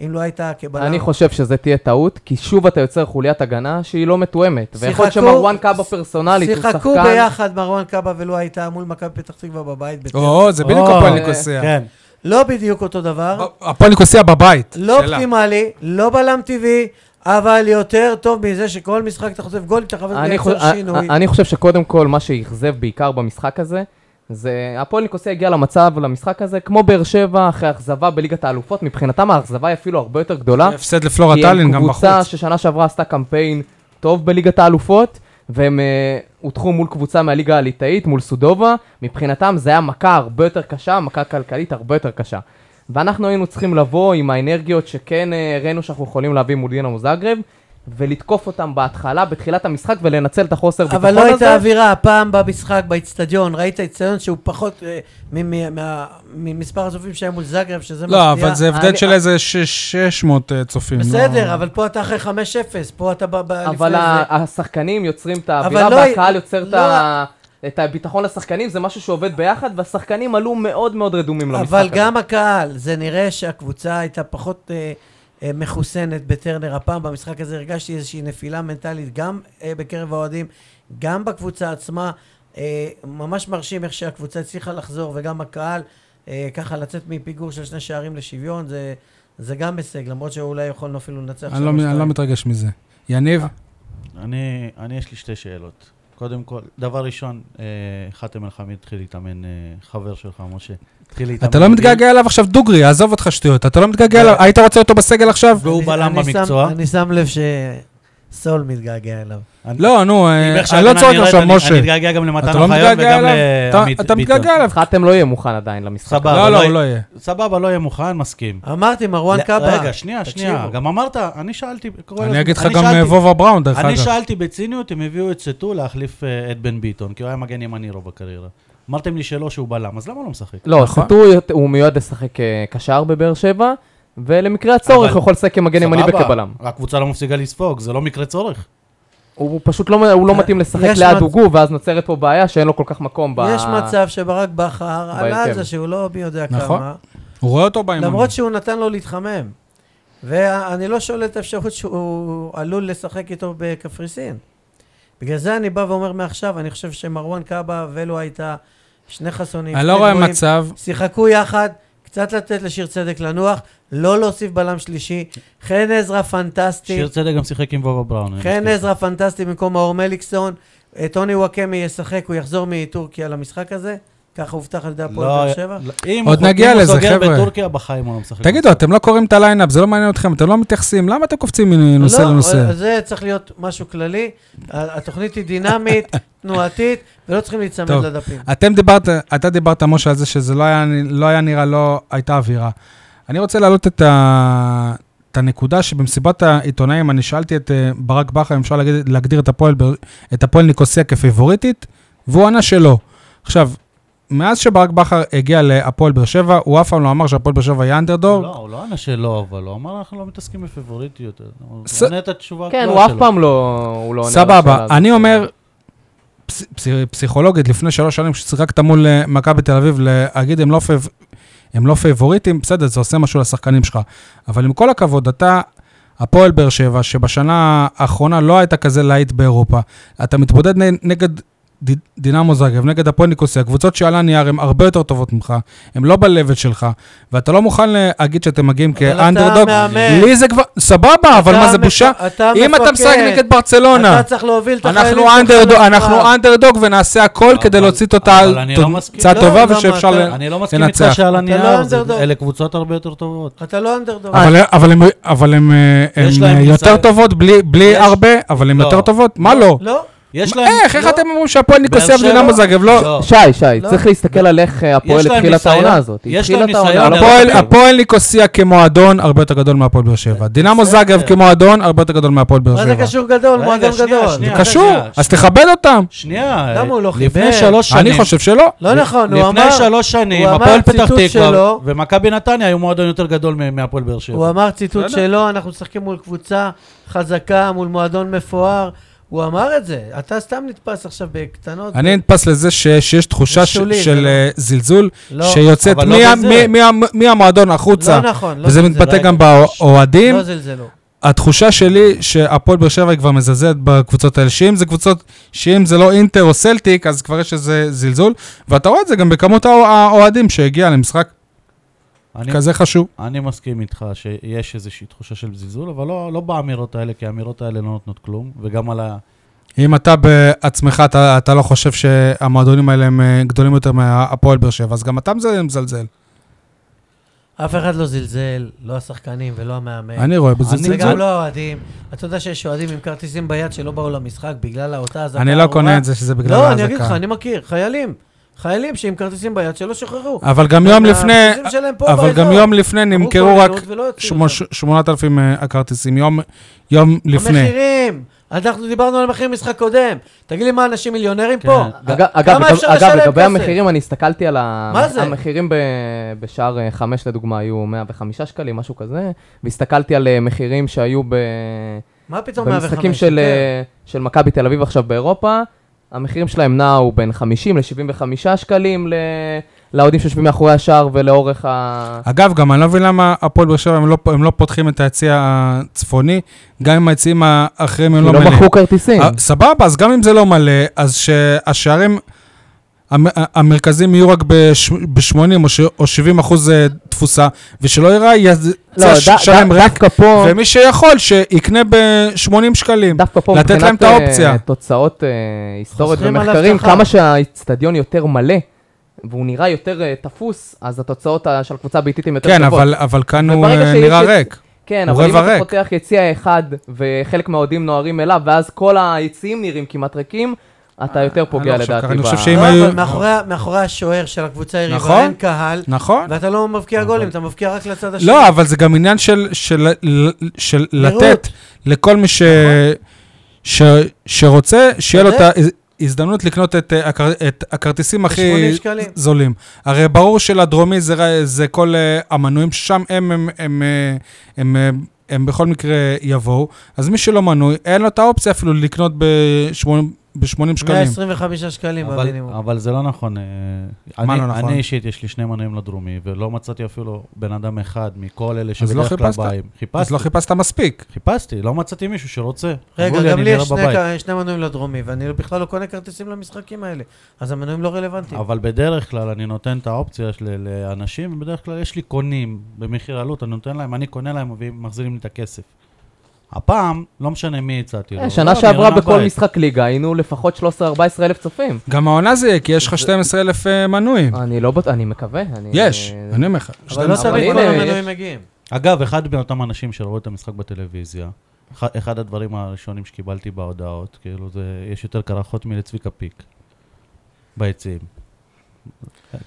C: אם לא הייתה כבלם.
D: אני חושב שזה תהיה טעות, כי שוב אתה יוצר חוליית הגנה שהיא לא מתואמת. ויכול להיות
C: שיחקו-
D: שמרואן קאבה פרסונלית הוא שחקן...
C: שיחקו ביחד מרואן קאבה ולו הייתה מול מכבי פתח תקווה בבית. בטרנר.
A: או, זה בדיוק
B: או,
A: הפועל
D: אה,
A: ניקוסיה.
B: כן.
C: לא בדיוק אותו דבר,
A: הפועל ניקוסיה בבית.
C: לא
A: שאלה.
C: אופטימלי, לא בלם טבעי, אבל יותר טוב מזה שכל משחק אתה חוטף גול, אתה חייב
D: אני
C: לייצר
D: חו- אה,
C: שינוי.
D: אני חושב שקודם כל, מה שאכזב בעיקר במשחק הזה, זה הפועל ניקוסיה הגיע למצב, למשחק הזה, כמו באר שבע, אחרי אכזבה בליגת האלופות, מבחינתם האכזבה היא אפילו הרבה יותר גדולה.
A: הפסד לפלורה
D: כי הם
A: טאלין גם בחוץ.
D: קבוצה ששנה שעברה עשתה קמפיין טוב בליגת האלופות, והם אה, הודחו מול קבוצה מהליגה הליטאית, מול סודובה. מבחינתם זה היה מכה הרבה יותר קשה, מכה כלכלית הרבה יותר קשה. ואנחנו היינו צריכים לבוא עם האנרגיות שכן אה, הראינו שאנחנו יכולים להביא מול דינמו זאגרב, ולתקוף אותם בהתחלה, בתחילת המשחק, ולנצל את החוסר ביטחון הזה.
C: אבל לא הייתה אווירה הפעם במשחק, באיצטדיון, ראית איצטדיון שהוא פחות אה, מ- מ- מה- ממספר הצופים שהיה מול זאגרב, שזה מפתיע.
A: לא, אבל זה הבדל
D: אני-
A: של איזה שש- 600 אה, צופים. לא-
C: בסדר, אבל פה אתה אחרי 5-0, פה אתה ב- ב- לפני
D: אבל
C: זה.
D: ה- השחקנים יוצרים את
C: אבל
D: האווירה,
C: לא-
D: והקהל יוצר את
C: לא-
D: ה- את הביטחון לשחקנים, זה משהו שעובד ביחד, והשחקנים עלו מאוד מאוד רדומים למשחק הזה.
C: אבל גם הקהל, זה נראה שהקבוצה הייתה פחות אה, אה, מחוסנת בטרנר הפעם. במשחק הזה הרגשתי איזושהי נפילה מנטלית, גם אה, בקרב האוהדים, גם בקבוצה עצמה. אה, ממש מרשים איך שהקבוצה הצליחה לחזור, וגם הקהל, אה, ככה לצאת מפיגור של שני שערים לשוויון, זה, זה גם הישג, למרות שאולי יכולנו אפילו לנצח
A: אני לא- אני לא מתרגש מזה. יניב?
B: אני, אני יש לי שתי שאלות. קודם כל, דבר ראשון, אה, חתם אלחמיד התחיל להתאמן, אה, חבר שלך, משה. התחיל להתאמן.
A: אתה לא
B: איתי,
A: מתגעגע אליו עכשיו דוגרי, עזוב אותך שטויות. אתה לא מתגעגע אליו, היית רוצה אותו בסגל עכשיו?
B: אה. והוא
C: אני-
B: בלם
C: אני שם-
B: במקצוע.
C: אני שם לב שסול מתגעגע אליו.
B: אני-
A: לא, נו,
B: אם
A: אה, אני
B: איך
A: לא
B: שההגנה
A: צועק
B: נראית,
A: עכשיו,
B: אני-
A: משה.
B: אני מתגעגע גם למתן
A: אתה לא
B: אוחיון
A: מתגעגע
B: וגם
A: אליו?
B: לעמית
A: אתה-
B: ביטון.
A: אתה מתגעגע אליו.
D: חתם לא יהיה מוכן עדיין למשחק.
B: סבבה,
A: לא,
B: אבל
A: לא, הוא לא יהיה.
B: סבבה, לא יהיה מוכן, מסכים.
C: אמרתי, מרואן
B: לא,
C: קאבה.
B: רגע, שנייה,
C: תקשיבו.
B: שנייה. גם אמרת, אני שאלתי... כל הזמן-
A: אני אגיד לך
B: אני
A: גם
B: שאלתי-
A: אה, וובה בראון, דרך
B: אני
A: אגב.
B: שאלתי בציניות אם הביאו את סטו להחליף אה, את בן ביטון, כי הוא היה מגן ימני לו בקריירה. אמרתם לי שלא, שהוא בלם, אז למה הוא לא משחק?
D: לא,
A: נכון.
D: סטור הוא מיועד לשחק אה, קשר בבאר שבע, ולמקרה הצורך
B: אבל-
D: הוא יכול לשחק כמגן ימני
B: סבבה,
D: וכבלם.
B: הקבוצה לא מפסיקה לספוג, זה לא מקרה צורך.
D: הוא פשוט לא הוא לא
C: אה,
D: מתאים לשחק
C: יש
D: ליד
C: מצ-
D: הוגו, ואז נוצרת פה בעיה שאין לו כל כך מקום ב...
C: יש מצב שברק בכר עלה על
D: בהרכב.
C: זה שהוא לא מי יודע
A: נכון.
C: כמה.
A: הוא רואה אותו באימון.
C: למרות שהוא נתן לו להתחמם. ואני לא שולל את האפשרות שהוא עלול לשחק איתו בקפריסין. בגלל זה אני בא ואומר מעכשיו, אני חושב שמרואן קאבה ולו הייתה שני חסונים.
A: אני
C: שני
A: לא רואה
C: גבוהים.
A: מצב,
C: שיחקו יחד, קצת לתת לשיר צדק לנוח, לא להוסיף בלם שלישי. חן עזרא פנטסטי.
B: שיר צדק גם שיחק עם בובה בראון. אני
C: חן
B: מזכיר.
C: עזרא פנטסטי במקום מאור מליקסון. אה, טוני וואקמה ישחק, הוא יחזור מטורקיה למשחק הזה. ככה הובטח על ידי הפועל
B: לא,
C: באר שבע.
B: לא, אם
A: עוד
B: הוא-
A: נגיע
B: אם
A: לזה,
B: הוא סוגר
A: חבר'ה.
B: בטורקיה, בחיים הוא לא משחק.
A: תגידו, אתם לא קוראים את הליינאפ, זה לא מעניין אתכם, אתם לא מתייחסים, למה אתם קופצים מנושא
C: לא,
B: אה,
A: לנושא?
C: זה צריך להיות משהו כללי. ה- התוכנית היא דינמית, תנועתית, ולא צריכים להיצמד
A: טוב.
C: לדפים.
A: אתם דיברת, אתה דיברת, משה, על זה שזה לא היה, לא היה נראה, לא הייתה אווירה. אני רוצה להעלות את, ה, את הנקודה שבמסיבת העיתונאים, אני שאלתי את אה, ברק בכר אם אפשר להגיד, להגדיר את הפועל, בר- את הפועל ניקוסיה כפייבוריטית, והוא ענה שלא. עכשיו, מאז שברק בכר הגיע להפועל באר שבע, הוא אף פעם לא אמר שהפועל באר שבע היא אנדרדור.
B: לא, הוא לא ענה שלא, אבל הוא אמר, אנחנו לא מתעסקים בפבוריטיות. הוא לא
A: ס-
B: עונה את התשובה
D: כן,
B: הקבועה
D: הוא אף
B: שלו.
D: פעם לא הוא לא עונה על השאלה
A: סבבה,
D: הזאת.
A: אני אומר, פס- פס- פסיכולוגית, לפני שלוש שנים כששיחקת מול אה, מכבי תל אביב, להגיד הם לא, פי... הם לא פייבוריטים, בסדר, זה עושה משהו לשחקנים שלך. אבל עם כל הכבוד, אתה הפועל באר שבע, שבשנה האחרונה לא הייתה כזה להיט באירופה, אתה מתמודד נ- נגד... ד- דינמו זאגב, נגד הפועל ניקוסיה, קבוצות שעל הנייר הן הרבה יותר טובות ממך, הן לא ב-level שלך, ואתה לא מוכן להגיד שאתם מגיעים
C: אתה
A: כאנדרדוג.
C: מאמן.
A: לי זה כבר, סבבה, אבל
C: אתה
A: מה זה
C: מפ-
A: בושה? אם אתה
C: מפקד.
A: משחק נגד ברצלונה,
C: אתה צריך להוביל את החיילים
A: אנחנו
C: שלך אה,
A: אנדרדוג,
C: לקרב.
A: אנחנו אנדרדוג ונעשה הכל
B: אבל-
A: כדי להוציא אותה
B: אבל
A: על
B: אני לא מסכים.
A: תוצאה
C: לא,
A: טובה
C: למה
A: ושאפשר
C: אתה-
A: ל...
B: אני לא מסכים
A: לנצח.
B: איתך שעל
C: אתה
B: הנייר,
C: לא
B: זה-
C: אנדרדוג.
B: אלה קבוצות הרבה יותר טובות.
C: אתה לא אנדרדוג.
A: אבל- אבל הם- אבל הם אה, הם,
B: יש
A: אה,
B: להם
A: יותר
B: ניסיון.
A: טובות, בלי- בלי
B: יש-
A: הרבה, אבל הם
B: לא.
A: יותר טובות? מה לא?
C: לא,
B: יש
A: מה-
B: להם...
A: איך, איך
C: לא.
A: אתם אומרים שהפועל ניקוסיה
B: באר שבע-
A: ודינמו זאגב? לא.
B: לא.
D: שי, שי,
C: לא.
D: צריך להסתכל על איך אה, הפועל
B: יש להם
D: התחילה את
B: ניסיון.
D: העונה הזאת.
B: יש
D: התחילה
B: להם
D: את העונה,
B: ניסיון,
D: לא
A: הפועל-
D: פחות.
A: הפועל ניקוסיה כמועדון הרבה יותר גדול מהפועל באר שבע. דינמו
B: בסדר.
A: זאגב כמועדון הרבה יותר גדול מהפועל באר
C: מה זה
A: שבע.
C: קשור גדול?
B: רגע,
C: מועדון
B: שנייה,
C: גדול.
B: שנייה.
A: קשור,
B: רגע,
A: אז תכבד אותם.
B: שנייה,
C: למה הוא לא חיבר?
B: לפני שלוש שנים...
A: אני חושב שלא.
C: לא נכון, הוא
B: לפני
C: אמר...
B: שלוש שנים,
C: הוא אמר
B: הפועל פתח
C: ציטוט
B: תקווה
C: שלו.
B: ומכבי נתניה היו מועדון יותר גדול מ- מהפועל באר
C: הוא
B: שבע.
C: אמר ציטוט
A: בסדר.
C: שלו, אנחנו משחקים מול קבוצה חזקה, מול מועדון מפואר. הוא אמר את זה. אתה סתם נתפס עכשיו בקטנות.
A: אני נתפס לזה ש- שיש תחושה ש-
C: אוקיי. שולי,
A: של
C: זה
A: אה, זלזול,
C: לא,
A: שיוצאת
B: אבל לא
A: מי ה-
B: בזה.
A: מי- מי ה- מי המועדון החוצה.
C: לא נכון, לא
A: וזה
C: זלזלו.
A: מתבטא
B: רגע.
A: גם באוהדים.
C: לא זלזלו.
A: התחושה שלי שהפועל באר שבע היא כבר מזלזלת בקבוצות האלה, שאם זה קבוצות, שאם זה לא אינטר או סלטיק, אז כבר יש איזה זלזול, ואתה רואה את זה גם בכמות האוה- האוהדים שהגיעה למשחק
B: אני-
A: כזה חשוב.
B: אני מסכים איתך שיש איזושהי תחושה של זלזול, אבל לא- לא באמירות האלה, כי האמירות האלה לא נותנות כלום, וגם על ה...
A: אם אתה בעצמך, אתה, אתה לא חושב שהמועדונים האלה הם אה, גדולים יותר מהפועל באר שבע, אז גם אתה מזל- מזלזל.
C: אף אחד לא זלזל, לא השחקנים ולא המאמן.
A: אני רואה בזה
B: אני
C: וגם
A: זלזול.
C: אה, לא האוהדים. אתה יודע שיש אוהדים עם כרטיסים ביד שלא באו למשחק בגלל אותה אזעקה.
A: אני לא קונה
C: ארורה.
A: את זה שזה בגלל
C: לא,
A: האזעקה.
C: אני אגיד לך, אני מכיר, חיילים. חיילים שעם כרטיסים ביד שלא שוחררו.
A: אוקיי. אבל גם יום לפני,
C: הכרטיסים שלהם פה
A: אבל גם
C: באזור.
A: יום לפני
C: עברו
A: נמכרו רק
C: כוננות ולא הוציאו
A: שמונה-
C: אותם.
A: 8,000 אה, הכרטיסים, יום- יום לפני.
C: המחירים, אנחנו דיברנו על מחיר משחק קודם. תגיד לי, מה, אנשים מיליונרים
B: כן.
C: פה?
D: אג- אגב,
C: כמה
D: לגב-
C: אפשר
D: אגב,
C: לשלם
D: לגבי
C: כסף?
D: המחירים, אני הסתכלתי על ה-
C: מה זה?
D: המחירים ב- בשער אה, חמש לדוגמה היו 105 שקלים, משהו כזה, והסתכלתי על אה, מחירים שהיו ב-
C: מה פתאום 105?
D: במשחקים של,
C: יותר.
D: אה, של מכבי תל אביב עכשיו באירופה, המחירים שלהם נעו בין 50 ל-75 שקלים ל- לאוהדים שיושבים מאחורי השער ולאורך ה...
A: אגב, גם אני לא מבין למה הפועל באר שבע, הם לא, הם לא פותחים את היציע הצפוני, גם אם היציעים האחרים הם
D: כי
A: לא
D: לא
A: מלאים.
D: מכרו כרטיסים.
A: אה, סבבה, אז גם אם זה לא מלא, אז שהשערים המ- המרכזיים יהיו רק ב-80 או, ש- או 70 אחוז אה, תפוסה, שלא ייראה,
D: לא,
A: יצא ש-
D: ד-
A: שערים
D: ד-
A: ריק,
D: דווקא פה...
A: ומי שיכול, שיקנה ב-80 שקלים.
D: דווקא פה,
A: לתת להם את
D: מבחינת,
A: האופציה.
D: אה, תוצאות אה, היסטוריות
C: חוזרים על
D: ומחקרים,
C: ההבטחה.
D: כמה שהאיצטדיון יותר מלא, והוא נראה יותר אה, תפוס, אז התוצאות אה, של הקבוצה הביתית הן יותר
A: כן,
D: טובות.
A: אבל, אבל כאן הוא
D: וברגע
A: אה,
D: שיש
A: נראה
D: את-
A: ריק.
D: כן,
A: הוא
D: אבל אם
A: רבע
D: אתה
A: ריק.
D: פותח יציע אחד, וחלק מהאוהדים נוהרים אליו, ואז כל היציעים נראים כמעט ריקים, אתה יותר פוגע
A: לא חושב
D: לדעתי.
A: ככה, אני
D: ב-
A: חושב שאם-
C: לא,
A: היו-
C: אבל מאחורי- מאחורי השוער של הקבוצה
A: נכון.
C: היריבה אין קהל,
A: נכון.
C: ואתה לא מבקיע גולים, אתה מבקיע רק לצד
D: נכון.
C: השני.
A: לא, אבל זה גם עניין של, של, של
C: נראות.
A: לתת לכל מי ש,
D: נכון.
A: ש, שרוצה, שיהיה לו את
C: צודק.
A: ההזדמנות לקנות את, אה, הכר, את הכרטיסים הכי
C: 80 שקלים.
A: זולים. הרי ברור שלדרומי זה, ר- זה כל אה, המנויים ששם הם, הם, הם, אה, הם, אה, הם בכל מקרה יבואו, אז מי שלא מנוי, אין לו את האופציה אפילו לקנות ב-80 ב-80 שקלים.
C: 125 שקלים
B: אבל-
C: במינימום.
B: אבל זה לא נכון. אה,
A: כן, מה
B: אני-
A: לא נכון?
B: אני אישית, יש לי שני מנויים לדרומי, ולא מצאתי אפילו בן אדם אחד מכל אלה
A: אז לא
B: שבדרך כלל
A: חיפשת.
B: באים.
A: אז
B: חיפשתי,
A: לא חיפשת מספיק.
B: חיפשתי, לא מצאתי מישהו שרוצה.
C: רגע,
B: אמרו לי,
C: גם
B: "אני
C: לי יש
B: נראה
C: שני
B: בבית".
C: ק- שני מנויים לדרומי, ואני בכלל לא קונה כרטיסים למשחקים האלה, אז המנויים לא רלוונטיים.
B: אבל בדרך כלל אני נותן את האופציה של, אה, לאנשים, ובדרך כלל יש לי קונים במחיר עלות, אני נותן להם, אני קונה להם ומחזירים לי את הכסף. הפעם, לא משנה מי הצעתי לו.
D: אה,
B: לא,
D: שנה שעברה
B: מרן
D: בכל
B: הבית.
D: משחק ליגה היינו לפחות 13-14 אלף צופים.
A: גם העונה זה יהיה, כי יש לך 12,000 אה, מנויים.
D: אני לא בטוח, אני מקווה. אני-
A: יש,
D: אה,
A: אני אומר לך.
C: אבל לא
D: אבל
C: תמיד כל
D: הנה, יש-
C: המנויים מגיעים.
B: אגב, אחד מאותם אנשים שראו את המשחק בטלוויזיה, אחד, אחד הדברים הראשונים שקיבלתי בהודעות, כאילו זה, יש יותר קרחות מלצביקה פיק ביציעים.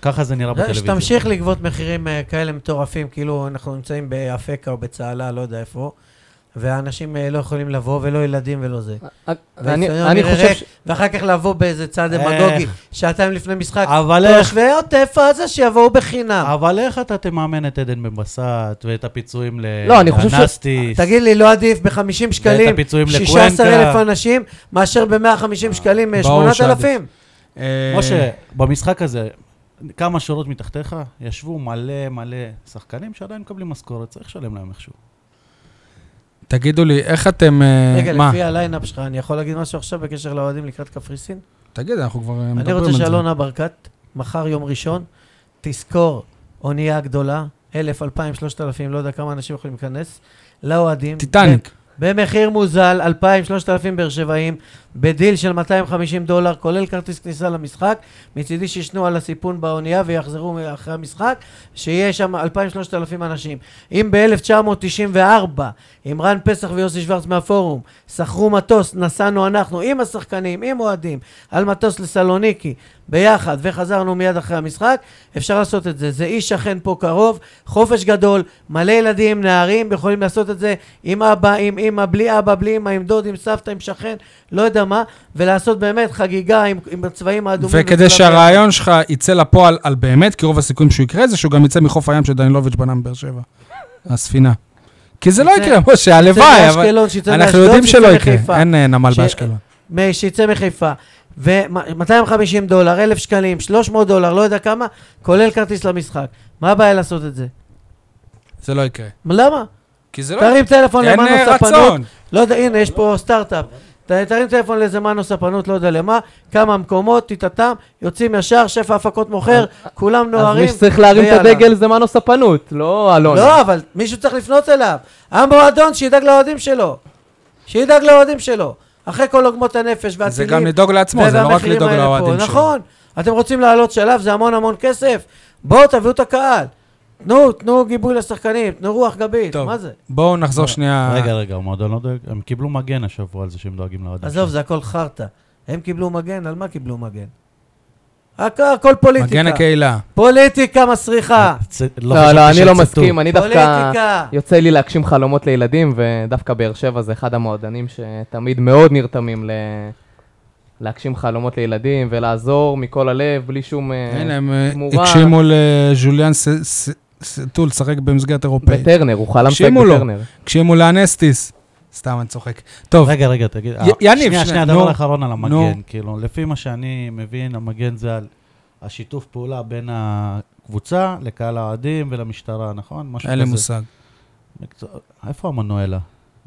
B: ככה זה
D: אה,
B: נראה בטלוויזיה.
C: לא, שתמשיך לגבות מחירים אה, כאלה מטורפים, כאילו אנחנו נמצאים באפקה או בצהלה, לא יודע איפה, והאנשים אה, לא יכולים לבוא, ולא ילדים ולא זה.
D: אה,
C: והאיצטדיון
D: אני אני
C: נראה
D: חושב...
C: ריק,
D: ש-
C: ואחר כך לבוא באיזה צעד דמגוגי, שעתיים לפני משחק.
B: אה.
D: אה,
B: אבל
D: לא
B: איך,
C: תושבי עוטף עזה שיבואו בחינם.
B: אבל איך אתה תממן את עדן בבסט ואת הפיצויים ל-
D: לא, אני חושב ש-
B: לאנסטיס?
C: תגיד לי, לא עדיף ב-50
B: ואת
C: שקלים
B: הפיצויים
C: 16,000
B: לקוונקה.
C: אנשים, מאשר ב-150 שקלים אה,
A: ברור
C: 8,000?
A: אה,
B: משה, במשחק הזה, כמה שורות מתחתיך, ישבו מלא מלא שחקנים שעדיין מקבלים משכורת, צריך לשלם להם איכשהו.
A: תגידו לי, איך אתם... אה,
C: רגע,
A: מה?
C: לפי הליינאפ שלך, אני יכול להגיד משהו עכשיו בקשר לאוהדים לקראת קפריסין?
A: תגיד, אנחנו כבר אה,
C: אני
A: מדברים
C: רוצה
A: על זה.
C: שאלונה ברקת, מחר יום ראשון, תזכור אונייה גדולה, אלף, אלפיים, שלושת אלפים, לא יודע כמה אנשים יכולים להיכנס, לאוהדים. כן,
A: טיטניק.
C: במחיר מוזל, 2,000-3,000 באר שבעים, בדיל של 250 דולר, כולל כרטיס כניסה למשחק. מצידי שישנו על הסיפון באונייה ויחזרו אחרי המשחק, שיהיה שם 2,000-3,000 אנשים. אם ב-1994, עם רן פסח ויוסי שוורץ מהפורום, שכרו מטוס, נסענו אנחנו עם השחקנים, עם אוהדים, על מטוס לסלוניקי, ביחד, וחזרנו מיד אחרי המשחק, אפשר לעשות את זה. זה איש שכן פה קרוב, חופש גדול, מלא ילדים, נערים, יכולים לעשות את זה עם אבא, עם אמא, בלי אבא, בלי אמא, עם דוד, עם סבתא, עם שכן, לא יודע מה, ולעשות באמת חגיגה עם, עם הצבעים האדומים.
A: וכדי
C: וכולם ביחד.
A: שהרעיון שלך יצא לפועל על באמת, כי רוב הסיכויים שהוא יקרה, זה שהוא גם יצא מחוף הים שדנילוביץ' בנה מבאר שבע. הספינה. כי זה לא
C: יצא-
A: יקרה, משה, הלוואי,
C: שיצא
A: אבל
C: מאשקלון, שיצא
A: אנחנו
C: מאשדוד,
A: יודעים שלא
C: שיצא
A: יקרה.
C: מחיפה.
A: אין אה, נמל
C: ש-
A: באשקלון.
C: מ- שיצא מחיפה. ו-250 דולר, 1,000 שקלים, 300 דולר, לא יודע כמה, כולל כרטיס למשחק. מה הבעיה לעשות את זה?
A: זה לא יקרה.
C: למה?
A: כי זה לא יקרה.
C: תרים טלפון
A: אין
C: למנו
A: אה,
C: ספנות,
A: רצון.
C: לא יודע, הנה, יש פה סטארט-אפ. ת- תרים טלפון לאיזה מנו ספנות, לא יודע למה, כמה מקומות, תתעתם, יוצאים ישר, שפע הפקות מוכר, כולם
D: אז
C: נוהרים.
D: מי שצריך להרים את
C: ויאללה.
D: הדגל זה מנו ספנות, לא אלון.
C: לא, אבל מישהו צריך לפנות אליו. המועדון שידאג לאוהדים שלו. שידאג לאוהדים שלו. אחרי כל עוגמות הנפש והטילים.
A: זה גם לדאוג לעצמו, זה לא רק
C: והמחירים
A: לדאוג
C: האלה פה.
A: לאוהדים שלו.
C: נכון. אתם רוצים לעלות שלב, זה המון המון כסף. בואו, תביאו את הקהל. תנו, תנו גיבוי לשחקנים, תנו רוח גבית.
A: טוב.
C: מה זה?
A: בואו נחזור
D: אה.
A: שנייה.
B: רגע, רגע, המועדון לא דואג, הם קיבלו מגן השבוע על זה שהם דואגים לאוהדים.
C: עזוב, זה הכל חרטא. הם קיבלו מגן, על מה קיבלו מגן? הכ- הכל פוליטיקה.
A: מגן הקהילה.
C: פוליטיקה מסריחה.
B: צ-
D: לא, לא,
B: חשבתי
D: אני לא
B: שציטוט.
D: מסכים, אני דווקא...
C: פוליטיקה.
D: יוצא לי להגשים חלומות לילדים, ודווקא באר שבע זה אחד המועדונים שתמיד מאוד נרתמים ל... להגשים חלומות לילדים ולעזור מכל הלב, בלי שום... אה,
B: כן.
A: הנה, הם אה,
D: תמורה.
A: הגשימו לז'וליאן ס- ס- סטול לשחק במסגרת אירופאית.
D: בטרנר, הוא חלם פייק
A: הגשימו לו.
D: בטרנר.
A: הגשימו לאנסטיס. סתם, אני צוחק. טוב,
B: רגע, רגע, תגיד.
A: י-
B: אה,
A: יניב,
B: שנייה,
A: שנייה,
B: שנייה,
A: נו.
B: דבר אחרון על
A: נו.
B: המגן. כאילו, לפי מה שאני מבין, המגן זה על השיתוף פעולה בין הקבוצה לקהל האוהדים ולמשטרה, נכון? משהו
A: אין לי
B: כזה.
A: מושג.
B: מקצוע- איפה המנואלה?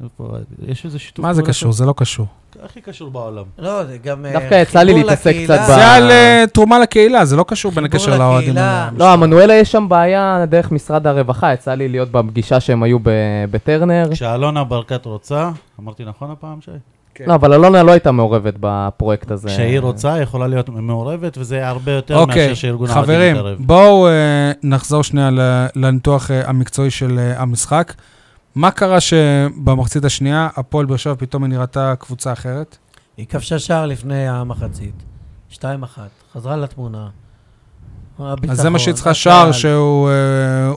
B: איפה- יש איזה שיתוף
A: מה זה
B: פעולה
A: קשור? זה לא קשור.
B: ש- הכי קשור בעולם.
C: לא, זה גם... אה,
D: דווקא יצא לי
C: חיבור
D: להתעסק
C: לקהילה.
D: קצת ב-
A: זה
D: ב-
A: על אה, תרומה לקהילה, זה לא קשור בין
C: חיבור
A: הקשר לאוהדים.
C: לקהילה.
A: ל-
D: לא, עמנואלה יש שם בעיה דרך משרד הרווחה, יצא לי להיות בפגישה שהם היו ב- בטרנר.
B: כשאלונה ברקת רוצה, אמרתי נכון הפעם שי?
D: לא, אבל אלונה לא הייתה מעורבת בפרויקט הזה.
B: כשהיא רוצה, היא יכולה להיות מעורבת, וזה הרבה יותר מאשר
A: אוקיי,
B: שארגון האוהדים
A: חברים,
B: מתערב.
A: בואו אה, נחזור שנייה ל- לניתוח אה, המקצועי של אה, המשחק. מה קרה שבמחצית השנייה הפועל באר שבע פתאום היא נראתה קבוצה אחרת?
C: היא כבשה שער לפני המחצית. 2-1. חזרה לתמונה.
A: אז זה
C: הביטחון,
A: מה שהיא צריכה,
C: הקהל.
A: שער שהוא אה,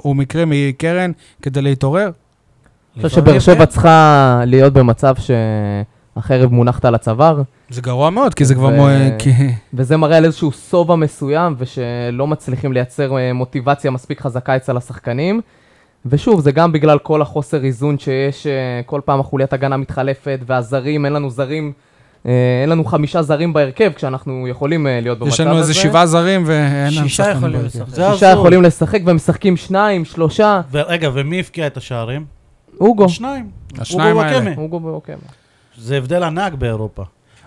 A: הוא מקרי מקרן כדי להתעורר?
D: אני חושב
C: לפעמים
D: שבאר שבע
C: כן.
D: צריכה להיות במצב שהחרב מונחת על הצוואר,
A: זה גרוע מאוד, כי זה כבר...
D: ו-
A: מו- אה, כי-
D: וזה מראה על איזשהו שובע מסוים, ושלא מצליחים לייצר אה, מוטיבציה מספיק חזקה אצל השחקנים. ושוב, זה גם בגלל כל החוסר איזון שיש, אה, כל פעם החוליית הגנה מתחלפת, והזרים, אין לנו זרים אה, אין לנו חמישה זרים בהרכב, כשאנחנו יכולים אה, להיות במצב
A: יש
D: הזה.
A: לנו איזה שבעה זרים ואין לנו
C: שישה
A: שחקנים
C: יכולים
A: בהרכב.
C: לשחק.
B: זה
D: שישה
B: הזוי.
D: יכולים לשחק ומשחקים שניים, שלושה.
B: ורגע, ומי הבקיע את השערים?
D: אוגו.
B: השניים.
A: השניים
B: אוגו
A: האלה.
B: וואקמה.
D: אוגו ואוקמה.
B: זה הבדל ענק באירופה.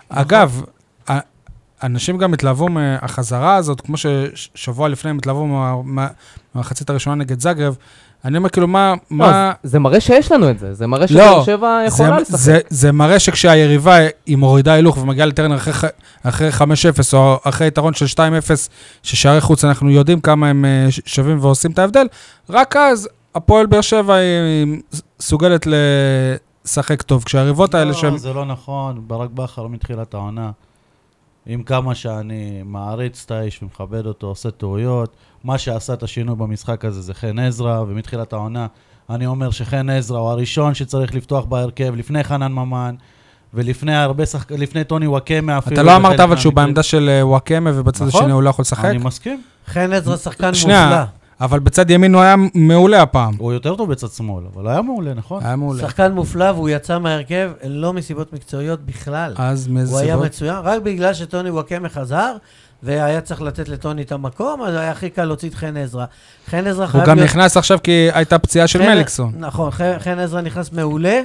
A: אגב, ה- אנשים גם התלהבו מהחזרה הזאת, כמו ששבוע לפני הם התלהבו מה- מה- מהמחצית הראשונה נגד זאגרב. אני אומר, כאילו, מה...
D: לא,
A: מה...
D: זה- זה מראה שיש לנו את זה, זה מראה
A: לא,
D: שבאר שבע
A: זה,
D: יכולה לשחק.
A: זה, זה מראה שכשהיריבה היא מורידה הילוך ומגיעה לטרנר אחרי, ח- אחרי 5-0 או אחרי יתרון של 2-0, ששערי חוץ אנחנו יודעים כמה הם אה, ש- שווים ועושים את ההבדל, רק אז הפועל באר שבע היא היא מסוגלת לשחק טוב. כשהיריבות האלה שהם...
B: לא, זה לא נכון, ברק בכר מתחילת העונה. עם כמה שאני מעריץ את האיש ומכבד אותו, עושה טעויות. מה שעשה את השינוי במשחק הזה זה חן עזרא, ומתחילת העונה אני אומר שחן עזרא הוא הראשון שצריך לפתוח בהרכב, לפני חנן ממן, ולפני הרבה שחק... לפני טוני וואקמה אפילו.
A: אתה לא אמרת
B: בחלק
A: אבל שהוא
B: מהמקרים.
A: בעמדה של אה, וואקמה ובצד
B: נכון.
A: השני הוא לא יכול לשחק,
B: אני מסכים.
C: חן עזרא שחקן
A: שנייה.
C: מופלא.
A: אבל בצד ימין הוא היה מעולה הפעם.
B: הוא יותר טוב בצד שמאל, אבל היה מעולה, נכון?
A: היה מעולה.
C: שחקן מופלא והוא יצא מההרכב לא מסיבות מקצועיות בכלל.
A: אז מאיזה
C: הוא היה
A: סיבות?
C: מצוין, רק בגלל שטוני וואקמה חזר, והיה צריך לתת לטוני את המקום, אז היה הכי קל להוציא את חן עזרא. חן עזרא
A: הוא
C: חייב
A: גם
C: להיות...
A: נכנס עכשיו כי הייתה פציעה של
B: כן.
C: חן-
A: מליקסון.
C: נכון, חן- חן עזרא נכנס מעולה,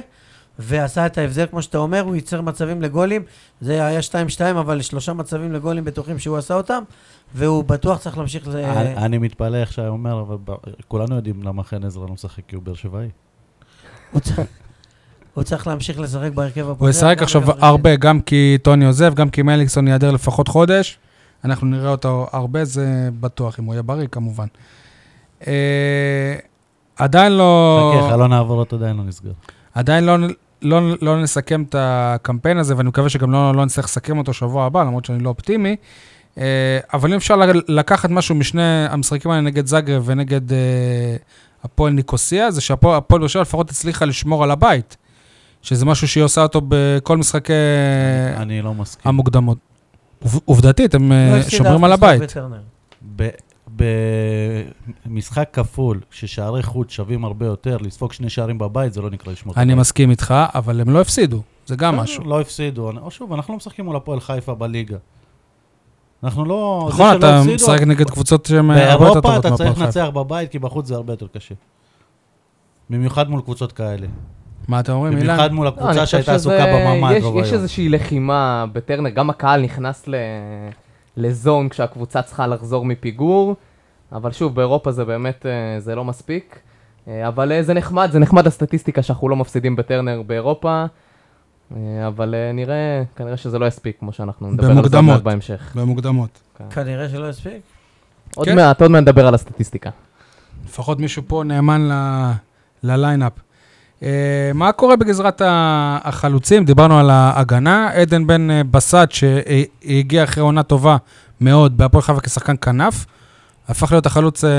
C: ועשה את ההבדל, כמו שאתה אומר, הוא ייצר מצבים לגולים. זה היה 2-2, אבל שלושה מצבים לגולים בטוחים שהוא עשה אותם, והוא בטוח צריך להמשיך ל...
A: אה,
B: אני- אני מתפלא איך שי אומר, אבל ב- כולנו יודעים למה חן עזרא לא משחק, כי הוא באר שבעי.
C: הוא צריך- הוא צריך להמשיך לשחק בהרכב הפותח.
A: הוא ישחק
C: גם
A: עכשיו
C: לגמרי.
A: הרבה, גם כי טוני עוזב, גם כי מליקסון ייעדר לפחות חודש. אנחנו נראה אותו הרבה, זה בטוח, אם הוא יהיה בריא כמובן. אה, עדיין לא...
B: חכה, אוקיי, חלון העברות עדיין לא נסגר.
A: עדיין לא, לא, לא נסכם את הקמפיין הזה, ואני מקווה שגם לא, לא נצטרך לסכם אותו שבוע הבא, למרות שאני לא אופטימי. אה, אבל אם אפשר ל- לקחת משהו משני המשחקים האלה נגד זאגרב ונגד אה, הפועל ניקוסיה, זה שהפועל הפועל באר שבע לפחות הצליחה לשמור על הבית, שזה משהו שהיא עושה אותו בכל משחקי כן.
B: אני לא מסכים.
A: המוקדמות. עוב- עובדתית, הם אה,
C: לא הפסיד
A: שומרים
C: אף
A: על
C: משחק
A: הבית.
C: בטרנר.
B: ב- במשחק כפול, ששערי חוץ שווים הרבה יותר, לספוג שני שערים בבית, זה לא נקרא לשמור. את
A: אני
B: הבית.
A: מסכים איתך, אבל הם לא הפסידו, זה גם משהו.
B: לא הפסידו. אני- שוב, אנחנו לא משחקים מול הפועל חיפה בליגה. אנחנו לא... זה
A: נכון,
B: שלא
A: אתה
B: הפסידו,
A: משחק נגד קבוצות שהן אה, הרבה יותר
B: באירופה
A: טובות
B: אתה
A: מהפועל
B: צריך
A: חיפה.
B: לנצח בבית, כי בחוץ זה הרבה יותר קשה. במיוחד מול קבוצות כאלה.
A: מה אתם אומרים, אילן?
B: במיוחד מול
D: לא, אני
B: הקבוצה
D: חושב
B: שהייתה
D: שזה-
B: עסוקה בממ"ד
D: יש-
B: רוב
D: יש
B: היום.
D: איזושהי לחימה בטרנר, גם הקהל נכנס ל- לזון כשהקבוצה צריכה לחזור מפיגור, אבל שוב, באירופה זה באמת, אה, זה לא מספיק. אה, אבל אה, זה נחמד, זה נחמד הסטטיסטיקה שאנחנו לא מפסידים בטרנר באירופה, אה, אבל אה, נראה, כנראה שזה לא יספיק, כמו שאנחנו נדבר על זה עוד
A: במוקדמות.
D: מעט בהמשך.
A: במוקדמות.
C: כנראה שלא יספיק.
D: עוד
A: כן.
D: מעט, עוד מעט נדבר על הסטטיסטיקה.
A: לפחות מישהו פה נאמן ל- לליינאפ. אה, מה קורה בגזרת ה- החלוצים? דיברנו על ההגנה. עדן בן אה, בסט, שהגיע אחרי עונה טובה מאוד בהפועל חיפה כשחקן כנף, הפך להיות החלוץ אה,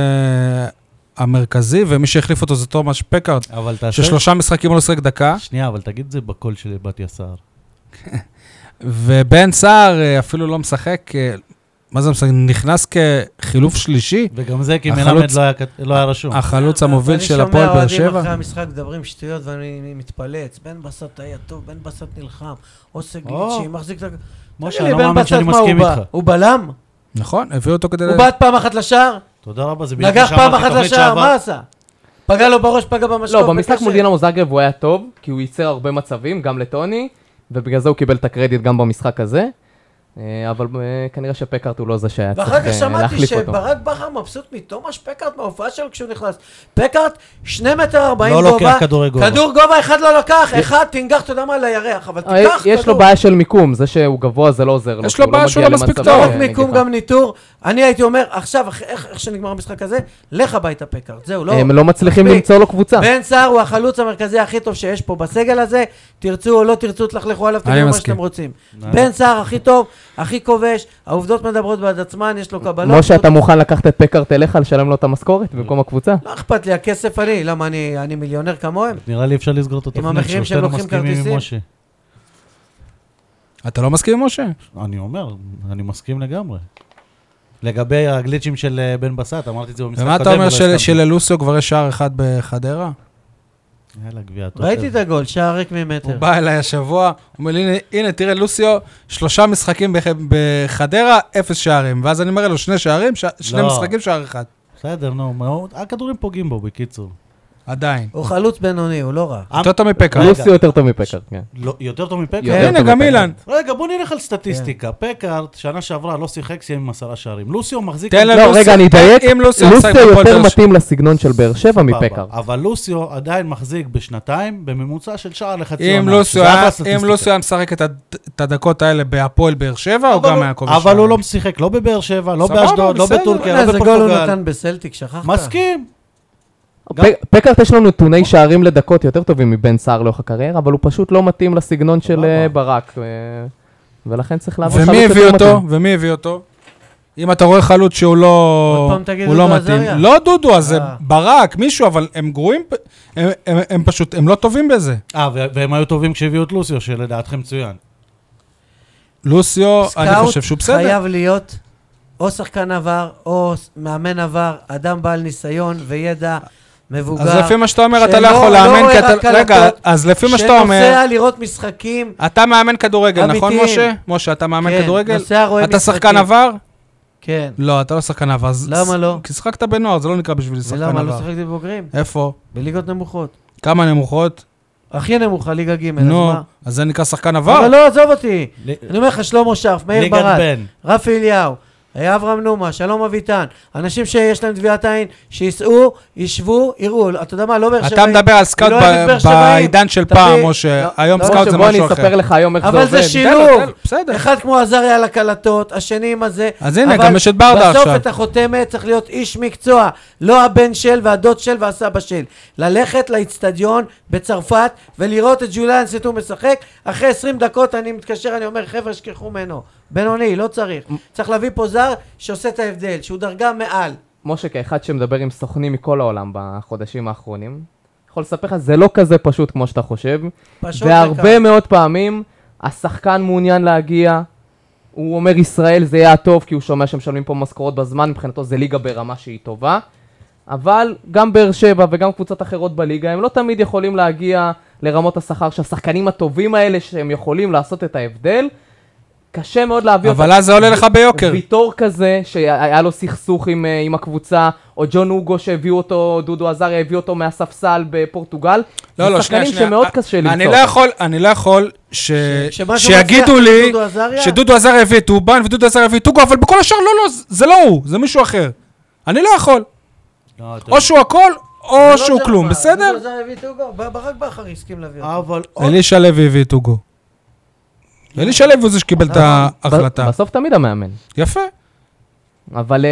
A: המרכזי, ומי שהחליף אותו זה תומש פקארד,
B: אבל תעשה...
A: ששלושה משחקים הוא לא שיחק דקה,
B: שנייה, אבל תגיד את זה בקול של בתיה סער.
A: ובן סער אה, אפילו לא משחק. אה, מה זה משחק? נכנס כחילוף שלישי?
B: וגם זה כי
A: החלוץ-
B: מלמד לא היה כת- לא היה רשום.
A: החלוץ המוביל של הפועל באר
C: אני שומע אוהדים אחרי
A: שבע?
C: המשחק מדברים שטויות ואני מתפלץ. בן בסט היה טוב, בן בסט נלחם. עושה גליצ'י,
B: או.
C: מחזיק את ה...
B: משה,
C: תגיד לי,
B: אני לא
C: בן
B: מאמין
C: בסט,
B: שאני
C: מה, הוא
B: מסכים
C: בא-
B: איתך.
C: הוא בלם?
A: נכון, הביאו אותו כדי...
C: הוא בעט פעם אחת לשער?
B: תודה רבה, זה בדיוק
C: נגח פעם אחת
B: תוכנית
C: לשער, מה עשה? פגע לו בראש, פגע במשקוף.
D: לא, במשחק
C: בקשה.
D: מול דינמו זאגרב הוא היה טוב, כי הוא ייצר הרבה מצבים, גם לטוני, ובגלל זה הוא קיבל את הקרדיט גם במשחק הזה. אה, אבל אה, כנראה שפקארט הוא לא זה שהיה צריך
C: ואחר כך
D: אה,
C: שמעתי
D: להחליף אותו.
C: שברק בכר מבסוט מתומש פקארט מההופעה שלו כשהוא נכנס. פקארט, שני מטר ארבעים
B: לא
C: גובה.
B: לוקח כדורי גובה.
C: כדור גובה אחד לא לקח, אחד תנגח, אתה יודע מה, לירח, אבל
D: אה,
C: תיקח
D: יש לו
C: כדור.
D: בעיה של מיקום, זה שהוא גבוה זה לא עוזר לו.
A: יש
D: כי
A: לו
D: הוא
A: בעיה
D: מגיע
A: שהוא לא
D: למצב
A: מספיק
D: של
A: טוב.
C: לא
A: אה,
C: רק
D: נגיחה.
C: מיקום, גם ניטור. אני הייתי אומר, עכשיו, אח- איך איך שנגמר המשחק הזה, לך הביתה פקארט, זהו, לא.
D: הם לא מצליחים
C: מספיק.
D: למצוא לו קבוצה.
C: בן סער הוא החלוץ המרכזי הכי טוב שיש פה בסגל הזה, תרצו או לא תרצו, תלכלכו עליו,
A: אני
C: תגידו מה
A: מסכים.
C: שאתם רוצים. בן סער הכי טוב, הכי כובש, העובדות מדברות בעד עצמן, יש לו קבלות.
D: משה, אתה מוכן לקחת את פקארט אליך, לשלם לו את המשכורת במקום הקבוצה?
C: לא אכפת לי, הכסף אני, למה אני, אני מיליונר כמוהם?
B: נראה לי אפשר לסגור את התוכנית
C: המחירים שהם
B: ששתינו
C: לוקחים
B: מסכימים
C: כרטיסים?
B: עם משה.
A: אתה לא מסכים עם משה?
B: אני אומר, אני מסכים לגמרי. לגבי הגליצ'ים של אה, בן בסט, אמרתי את זה במשחק
A: ומה
B: הקודם.
A: אתה אומר
B: ולא
A: של-
B: הסכמתי.
A: שללוסו כבר יש שער אחד בחדרה?
B: יאללה, גביע
D: אוקיי.
B: הטוטו.
C: ראיתי את הגול, שער ריק ממטר.
B: כן.
A: הוא בא אליי השבוע, הוא אומר לי, "הנה- הנה, תראה, לוסיו, שלושה משחקים בח- בחדרה, אפס שערים. ואז אני מראה לו שני שערים, ש- שני
B: לא.
A: משחקים, שער אחד.
B: בסדר, נו, מאוד- הכדורים פוגעים בו, בקיצור.
A: עדיין.
C: הוא חלוץ בינוני, הוא לא רע.
A: יותר טוב מפקע.
B: רגע.
D: לוסיו יותר טוב מפקר, כן.
B: לא, יותר טוב מפקארט?
D: יותר
A: כן, הנה, כן.
D: טוב
A: גם
D: מפקר.
A: אילן.
B: רגע, בוא נלך על סטטיסטיקה. פקארט, שנה שעברה, לא שיחק, סיים עם עשרה שערים. לוסיו מחזיק...
A: תן
B: עם-
A: לנו-
B: סבבה,
D: לא,
A: לוסיו-
D: רגע, אני אדייק.
A: אם לוסיו משחק
D: לוסיו
A: בהפועל
D: יותר
A: באר שבע.
D: מתאים לסגנון של באר שבע מפקר.
B: אבל לוסיו עדיין מחזיק בשנתיים בממוצע של שער לחצי
A: אם
B: עונה.
A: לוסיו
B: שזה
A: היה-
B: אחלה
A: אם
B: סטטיסטיקה.
A: לוסיו היה משחק את הד- את הדקות האלה בהפועל באר שבע, הוא
B: אבל
A: גם
B: הוא-
A: היה כובש
B: אבל הוא לא משחק, לא בבאר שבע, לא
A: סבבה,
B: באשדוד, לא
A: בסדר.
B: בטורקיה,
C: בוא'נה,
B: לא
C: איזה גול הוא
B: בפורטוגל.
C: נתן בסלטיק, שכחת?
B: מסכים. גם-
D: פ- פקארט יש לנו נתוני שערים לדקות יותר טובים מבן סער לאורך הקריירה, אבל הוא פשוט לא מתאים לסגנון של אה, ברק, אה, ולכן צריך לעבור
A: ומי
D: חלוץ
A: הביא
D: יותר
A: אותו?
D: מתאים.
A: ומי הביא אותו? אם אתה רואה חלוץ שהוא לא...
C: עוד פעם תגיד
A: הוא לא
C: דודו
A: מתאים.
C: עזריה?
A: לא דודו, אז זה
C: אה.
A: ברק, מישהו, אבל הם גרועים, פ- הם- הם הם פשוט, הם לא טובים בזה.
B: אה, ו- והם היו טובים כשהביאו את לוסיו, שלדעתכם מצוין.
A: לוסיו,
C: סקאוט
A: אני חושב שהוא בסדר.
C: חייב להיות או שחקן עבר, או ס- מאמן עבר, אדם בעל ניסיון וידע, מבוגר.
A: אז לפי מה שאתה אומר, אתה לא
C: שלא-
A: יכול
C: לא
A: לאמן, כי
C: רואה
A: אתה...
C: רק
A: רגע,
C: קלטות,
A: אז לפי מה שאתה אומר,
C: שנוסע לראות משחקים.
A: אתה מאמן כדורגל, נכון,
C: אמיתיים.
A: משה? משה, אתה מאמן
C: כן,
A: כדורגל?
C: נוסע, רואה
A: אתה
C: משחקים.
A: שחקן עבר?
C: כן.
A: לא, אתה לא שחקן עבר. אז-
C: למה לא?
A: כי שחקת בנוער, זה לא נקרא בשבילי שחקן
C: ולמה לא
A: עבר.
C: שיחקתי בבוגרים?
A: איפה?
C: בליגות נמוכות.
A: כמה נמוכות?
C: הכי נמוכה, ליגה ג', אז
A: נו,
C: מה?
A: אז זה נקרא שחקן
C: אבל
A: עבר?
C: לא, עזוב אותי.
B: ל-
C: אני אומר לך, שלמה שרף, מאיר
B: ליגת
C: ברק,
B: בן.
C: רפי אליהו, היה אברהם נומה, שלום אביטן, אנשים שיש להם טביעת עין, שייסעו, ישבו, יראו, אתה יודע מה, לא באר שבע...
A: אתה מדבר על סקאוט
C: לא אוהבת באר
A: ב-
C: שבעים.
A: בעידן של
C: תביא-
A: פעם, משה. היום
D: לא,
A: סקאוט זה
D: שבוא אני
A: משהו
D: אספר
A: אחר.
D: לך היום איך זה
C: אבל
D: עובד.
C: זה
A: תן לו,
C: שילוב.
A: תן לו, בסדר.
C: אחד כמו עזריה על הקלטות, השני עם הזה.
A: אז הנה,
C: אבל
A: גם יש את ברדה
C: בסוף
A: עכשיו.
C: את החותמת צריך להיות איש מקצוע, לא הבן של והדוד של והסבא של. ללכת לאיצטדיון בצרפת ולראות את ג'וליאן סטום משחק, אחרי 20 דקות אני מתקשר, אני אומר, חבר'ה, שכחו ממנו. בינוני, לא צריך. צריך להביא פה זר שעושה את ההבדל, שהוא דרגה מעל.
D: משה, כאחד שמדבר עם סוכנים מכל העולם בחודשים האחרונים, יכול לספר לך, זה לא כזה פשוט כמו שאתה חושב.
C: פשוט
D: והרבה
C: וכך.
D: מאוד פעמים השחקן מעוניין להגיע, הוא אומר ישראל זה יהיה הטוב כי הוא שומע שמשלמים פה משכורות בזמן, מבחינתו זה ליגה ברמה שהיא טובה. אבל גם באר שבע וגם קבוצות אחרות בליגה, הם לא תמיד יכולים להגיע לרמות השכר שהשחקנים הטובים האלה שהם יכולים לעשות את ההבדל. קשה מאוד להביא אותם.
A: אבל אז זה עולה לך ביוקר.
D: ויטור כזה, שהיה לו סכסוך עם, אה, עם הקבוצה, או ג'ון אוגו שהביאו אותו, דודו עזריה הביא אותו מהספסל בפורטוגל.
A: לא, לא, שנייה,
D: זה
A: שנייה.
D: שחקנים שמאוד קשה למצוא.
A: אני לא יכול, אני לא יכול ש-
C: כשמשהו
A: שיגידו
C: מצליח,
A: לי
C: דודו עזריה?
A: שדודו עזריה הביא את אובן ודודו עזריה הביא את טוגו, אבל בכל השאר לא, לא, זה- זה לא הוא, זה מישהו אחר. אני לא יכול.
B: לא, אתה-
A: או שהוא הכל,
C: לא
A: או שהוא
C: יודע
A: כלום,
C: מה,
A: בסדר?
C: דודו זר הביא את אוגו, ב- ברק בכר הסכים להביא אותו.
B: אבל עוד
A: אלישע לוי הביא את טוגו. אלישע לוי הוא זה שקיבל את ההחלטה.
D: ב- בסוף תמיד המאמן.
A: יפה.
D: אבל אה,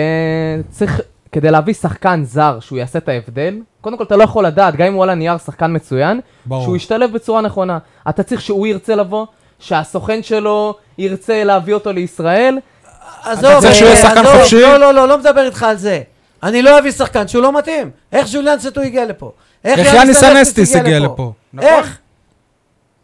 D: צריך, כדי להביא שחקן זר שהוא יעשה את ההבדל, קודם כל אתה לא יכול לדעת, גם אם הוא על הנייר שחקן מצוין,
A: ברור.
D: שהוא ישתלב בצורה נכונה. אתה צריך שהוא ירצה לבוא, שהסוכן שלו ירצה להביא אותו לישראל.
C: עזוב,
A: אתה צריך שהוא יהיה
C: אה,
A: שחקן
C: עזוב,
A: חופשי?
C: לא, לא, לא, לא מדבר איתך על זה. אני לא אביא שחקן שהוא לא מתאים. איך ז'וליאן סטו הגיע לפה?
A: איך יאניס אנסטיס הגיע לפה? נכון.
C: איך?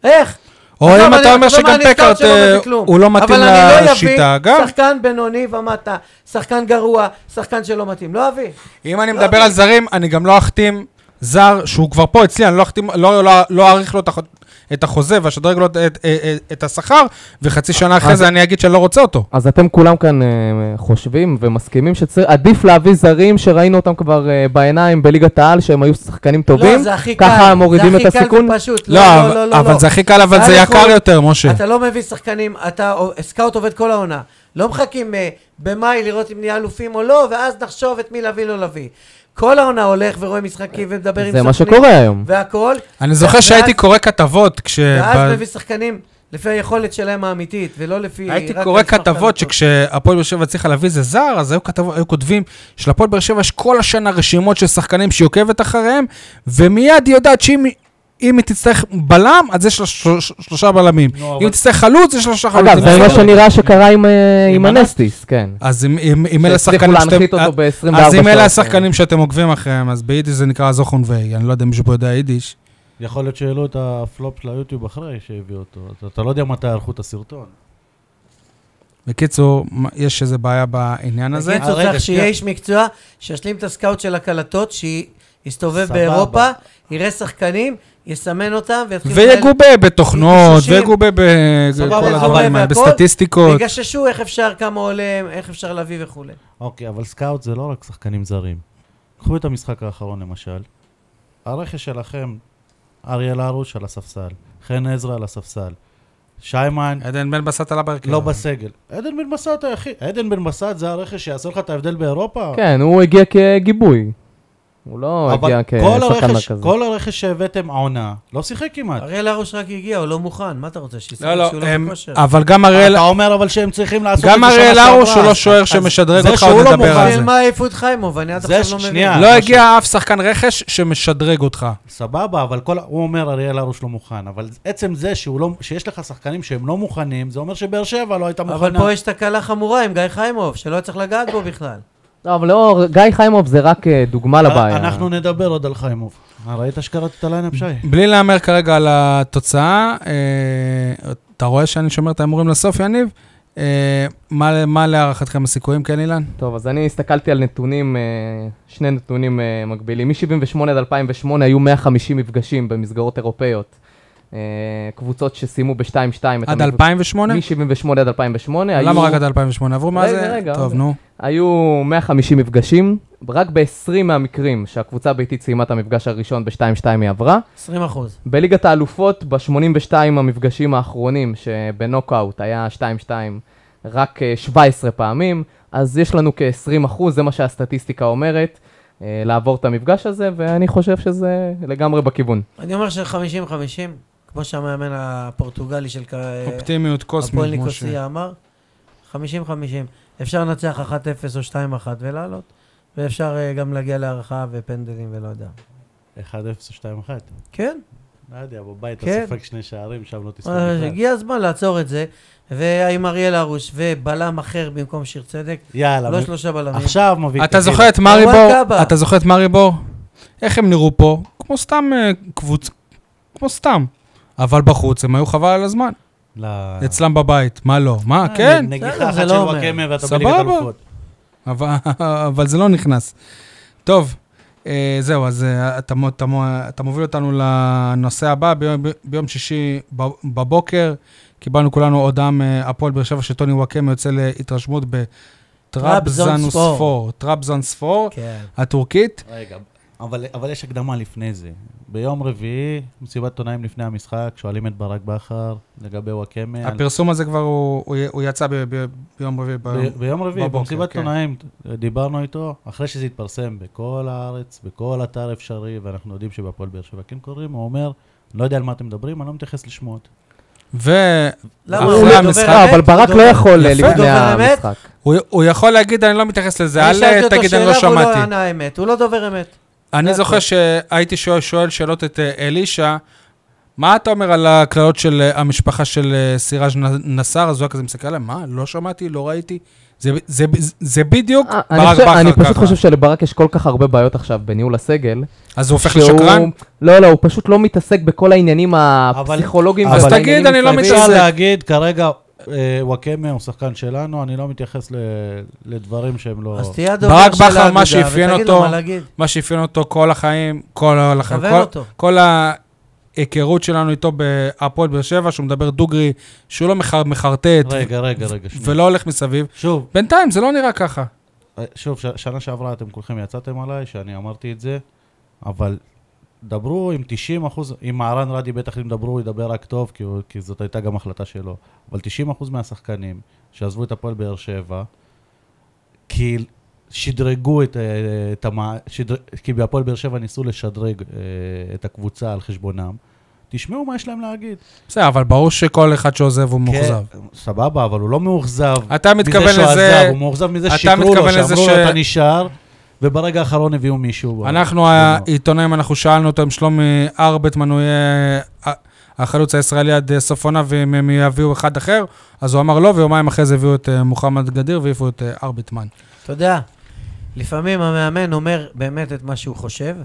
C: איך?
A: או
C: עזוב,
A: אם
C: אני- לא
A: אתה אומר
C: עזוב,
A: שגם
C: אני סקאוט
A: פקארט
C: שלא
A: אה,
C: מביא כלום.
A: הוא לא מתאים
C: אבל אני
A: לשיטה,
C: לא
A: גם.
C: אביא שחקן בינוני ומטה, שחקן גרוע, שחקן שלא מתאים. לא אביא.
A: אם אני מדבר על זרים, אני גם לא אחתים זר שהוא כבר פה אצלי, אני לא אחתים, לא- לא- לא אאריך לו את הח- את החוזה ואשדרג לו את- את- את- את השכר, וחצי שנה אחרי
D: אז-
A: זה אני אגיד שאני לא רוצה אותו.
D: אז אתם כולם כאן אה, חושבים ומסכימים שעדיף להביא זרים שראינו אותם כבר אה, בעיניים בליגת העל, שהם היו שחקנים טובים,
C: לא, זה הכי קל.
D: ככה הם מורידים את
C: זה הכי
D: הסיכון.
C: קל ופשוט.
A: לא,
C: לא, לא,
A: אבל-
C: לא.
A: אבל
C: לא.
A: זה הכי קל, אבל
C: קל
A: זה יקר
C: יכול-
A: יותר, משה.
C: אתה לא מביא שחקנים, אתה, סקאוט עובד כל העונה. לא מחכים אה, במאי לראות אם נהיה אלופים או לא, ואז נחשוב את מי להביא לא להביא. כל העונה הולך ורואה משחקים ומדבר עם
D: זה מה
C: סוכנים
D: שקורה היום.
C: והכל.
A: אני זוכר
C: ואז-
A: שהייתי קורא כתבות כש... ב-
C: ואז מביא שחקנים לפי היכולת שלהם האמיתית, ולא לפי...
A: הייתי
C: רק
A: קורא
C: על סמך
A: כתבות
C: כמות.
A: שכשהפועל באר שבע הצליחה להביא איזה זר, אז היו, כתב... היו כותבים שלפועל באר שבע יש כל השנה רשימות של שחקנים שהיא עוקבת אחריהם, ומיד היא יודעת שאם היא- אם היא תצטרך בלם, אז יש לה שלוש, שלושה בלמים.
B: נו,
A: אם
B: אבל-
A: היא תצטרך חלוץ, יש לה שלושה חלוצים.
D: אגב, זה לא מה
A: בסדר.
D: שנראה שקרה עם, אה, עם
B: עם
D: הנסטיס, כן.
A: אז אם, אם, אם אלה
D: שהצליחו
A: השחקנים שאתם...
D: להנחית אותו ב-24
A: אז אם
D: שעות.
A: אלה השחקנים שאתם עוקבים אחריהם, אז ביידיש זה נקרא זוכון ויי, אני לא יודע אם מישהו פה יודע יידיש.
B: יכול להיות שהעלו את הפלופ של היוטיוב אחרי שהביאו אותו. אתה- אתה לא יודע מתי יערכו את הסרטון.
A: בקיצור, מה- יש איזו בעיה בעניין הזה.
C: בקיצור,
B: אה, רגע,
C: צריך שיהיה
B: שנייה.
C: איש מקצוע שישלים את הסקאוט של הקלטות, שהיא יסתובב
B: סבבה.
C: באירופה, יראה שחקנים, יסמן אותם ויתחיל...
A: ויגובה בתוכנות,
C: כאילו, שישים.
A: ויגובה
C: סבבה,
A: בכל
C: סבבה,
A: הדברים האלה,
C: והכל?
A: בסטטיסטיקות.
C: יגששו איך אפשר, כמה עולה, איך אפשר להביא וכולי.
B: אוקיי, אבל סקאוט זה לא רק שחקנים זרים. קחו את המשחק האחרון למשל. הרכש שלכם, אריאל הרוש על הספסל, חן עזרא על הספסל, שיימן
A: עדן בן בסט עלה
C: כן.
A: בהרכב.
B: לא בסגל. עדן בן בסט היחיד, עדן בן בסט זה הרכש שיעשה לך את ההבדל באירופה?
D: כן, הוא הגיע כגיבוי. הוא לא הגיע
B: אבל כל
D: כשחקן
B: הרכש-
D: מרכזי.
B: כל הרכש שהבאתם העונה, לא שיחק כמעט.
C: אריאל הרוש רק הגיע, הוא לא מוכן, מה אתה רוצה, שיסמן
A: לא, לא,
C: שהוא לא
A: הם-
C: בכושר?
A: אבל גם לא- אריאל...
B: אתה אומר אבל שהם צריכים לעשות את זה
A: גם
B: שנה
A: אריאל
B: שעברה.
A: הרוש הוא לא
B: אז-
A: שוער
B: אז
A: שמשדרג
B: זה
A: אותך,
B: שהוא
A: עוד
B: לא
A: נדבר על
B: מוכן-
A: זה.
C: בשביל מה העיפו את חיימוב? אני עד
B: זה
C: עכשיו לא מבין.
B: שנייה.
A: לא
B: מה
A: הגיע אף שחקן רכש שמשדרג אותך.
B: סבבה, אבל כל... הוא אומר אריאל הרוש לא מוכן, אבל עצם זה שהוא לא... שיש לך שחקנים שהם לא מוכנים, זה אומר שבאר שבע לא הייתה מוכנה.
C: אבל פה יש תקלה חמורה עם גיא חיימוב, שלא היה צריך לגעת בו בכלל.
D: לא, אבל לא, גיא חיימוב זה רק אה, דוגמה לבעיה.
B: אנחנו נדבר עוד על חיימוב. אה, ראית שקראת את הליינאפ שי?
A: בלי להמר כרגע על התוצאה, אה, אתה רואה שאני שומר את ההימורים לסוף, יניב? אה, מה מה להערכתכם הסיכויים, כן, אילן?
D: טוב, אז אני הסתכלתי על נתונים, אה, שני נתונים אה, מקבילים. מ-78 עד 2008 היו 150 מפגשים במסגרות אירופאיות. אה, קבוצות שסיימו ב-2-2 את
A: עד
D: המפגש-
A: 2008?
D: מ-78 עד 2008.
A: למה
D: היו-
A: רק עד 2008? עברו מה
D: רגע,
A: זה?
D: רגע,
C: אוקיי.
A: טוב,
D: רגע.
A: נו.
D: היו 150 מפגשים, רק ב-20 מהמקרים שהקבוצה הביתית סיימה את המפגש הראשון ב-2-2 היא עברה.
C: 20 אחוז.
D: בליגת האלופות, ב-82 המפגשים האחרונים, שבנוקאוט היה 2-2 רק אה, 17 פעמים, אז יש לנו כ-20 אחוז, זה מה שהסטטיסטיקה אומרת, אה, לעבור את המפגש הזה, ואני חושב שזה לגמרי בכיוון.
C: אני אומר ש-50-50, כמו שהמאמן הפורטוגלי של ק-
A: אופטימיות
C: אה, הפועל
A: קוסמית, משה.
C: ניקוסיה אמר, 50-50. אפשר לנצח 1-0 או 2-1 ולעלות, ואפשר אה, גם להגיע להערכה ופנדלים ולא יודע.
B: 1-0 2-1.
C: כן,
B: לא יודע, בבית
C: כן.
B: אתה ספק שני שערים, שם לא תספק
C: אה,
B: בכלל.
C: הגיע הזמן לעצור את זה, ועם אריאל הרוש ובלם אחר במקום שיר צדק,
B: יאללה,
C: לא
B: מ-
C: שלושה בלמים.
B: עכשיו מביא...
A: אתה זוכר את
C: וואל
A: מאריבור?
C: קאבה.
A: אתה זוכר את מאריבור? איך הם נראו פה? כמו סתם אה, קבוצ... כמו סתם. אבל בחוץ הם היו חבל על הזמן.
B: לא. אצלך,
A: אצלם בבית, מה לא? מה, כן?
C: בסדר,
B: נגיחה
C: זה
B: אחת
C: לא
B: של
C: אומר.
B: וואקמה ואתה
A: סבבה.
B: בליגת אלופות.
A: אבל, אבל זה לא נכנס. טוב, אה, זהו, אז אה, אתה, מו- אתה, מו- אתה מוביל אותנו לנושא הבא. ביום, ביום שישי בב- בבוקר קיבלנו כולנו הודעה מהפועל באר שבע שטוני וואקמה יוצא להתרשמות בטראבזנספור.
C: טראבזונספור.
A: טראבזנספור,
C: כן.
A: הטורקית.
B: רגע, אבל, אבל יש הקדמה לפני זה. ביום רביעי, מסיבת עיתונאים לפני המשחק, שואלים את ברק בכר לגבי
C: כן.
B: וואקמה. על-
A: הפרסום הזה כבר, הוא, הוא, הוא יצא ב, ב, ביום רביעי. ב-
B: ב- ביום רביעי,
A: בבוקר,
B: במסיבת
A: כן.
B: עיתונאים, דיברנו איתו, אחרי שזה התפרסם בכל הארץ, בכל אתר אפשרי, ואנחנו יודעים שבהפועל באר שבע כן קוראים, הוא אומר, לא יודע על מה אתם מדברים, אני לא מתייחס לשמועות.
A: והוא
C: למה?
A: אחרי
C: הוא דובר
A: המשחק.
C: אמת?
D: לא, אבל
C: הוא
D: ברק
C: דובר-
D: לא יכול אה,
A: יפה.
D: לפני
C: דובר אמת?
D: המשחק.
A: הוא יכול להגיד, אני לא מתייחס לזה,
C: אני שאלתי
A: אל
C: אותו
A: תגיד, אני
C: שאלה
A: לא
C: והוא
A: שמעתי.
C: לא ענה אה, כן. אמת, הוא לא דובר אמת.
A: אני
C: זה
A: זוכר
C: הכל.
A: שהייתי שואל, שואל שאלות את אה, אלישע, מה אתה אומר על הקללות של אה, המשפחה של אה, סיראז' נ- נסאר? אז הוא היה כזה מסתכל עליהם, מה, לא שמעתי, לא ראיתי? זה, זה, זה, זה בדיוק
D: אה, אני
A: ברק
D: חושב- אני
A: בכר
D: פשוט
A: ככה.
D: חושב שלברק יש כל כך הרבה בעיות עכשיו בניהול הסגל.
A: אז הוא הופך
D: שהוא-
A: לשקרן?
D: לא, לא, הוא פשוט לא מתעסק בכל העניינים הפסיכולוגיים.
B: אז
D: ועל
A: תגיד,
D: העניינים
A: אני לא
D: מסביב.
A: מתעסק.
B: אפשר להגיד, כרגע, אה, וואקמה הוא שחקן שלנו, אני לא מתייחס ל- לדברים שהם לא...
C: אז תהיה הדובר
A: ברק
C: של
A: בכר, מה
C: האגודה,
A: שאפיין
C: ותגיד לו
A: אותו-
C: מה להגיד.
A: מה שאפיין אותו כל החיים, כל, החיים,
C: כוון
A: כל,
C: אותו.
A: כל ההיכרות שלנו איתו בהפועל באר שבע, שהוא מדבר דוגרי, שהוא לא מחר- מחרטט
B: רגע, רגע, רגע, שנייה.
A: ולא הולך מסביב.
B: שוב,
A: בינתיים זה לא נראה ככה.
B: שוב, ש- שנה שעברה אתם כולכם יצאתם עליי, שאני אמרתי את זה, אבל דברו עם 90 אחוז, עם מהרן רדי בטח אם דברו, הוא ידבר רק טוב, כי, הוא, כי זאת הייתה גם החלטה שלו, אבל 90 אחוז מהשחקנים שעזבו את הפועל באר שבע, כי שדרגו את, אה, את המ... שדר... כי בהפועל באר שבע ניסו לשדרג אה, את הקבוצה על חשבונם, תשמעו מה יש להם להגיד.
A: בסדר, אבל ברור שכל אחד שעוזב הוא מאוכזב.
B: כן, סבבה, אבל הוא לא מאוכזב.
A: אתה מתכוון
B: מזה שהוא
A: לזה-
B: עזב, הוא מאוכזב מזה
A: אתה
B: ששיקרו לו,
A: מתכוון לזה
B: שאמרו לו
A: ש-
B: אתה נשאר, וברגע האחרון הביאו מישהו.
A: אנחנו העיתונאים, אנחנו שאלנו אותו אם שלומי ארבטמן הוא יהיה ה- החלוץ הישראלי עד אה, סוף עונה, ואם הם יביאו אחד אחר, אז הוא אמר לא, ויומיים אחרי זה הביאו את אה, מוחמד גדיר והעיפו את אה, ארבטמן.
C: אתה יודע, לפעמים המאמן אומר באמת את מה שהוא חושב,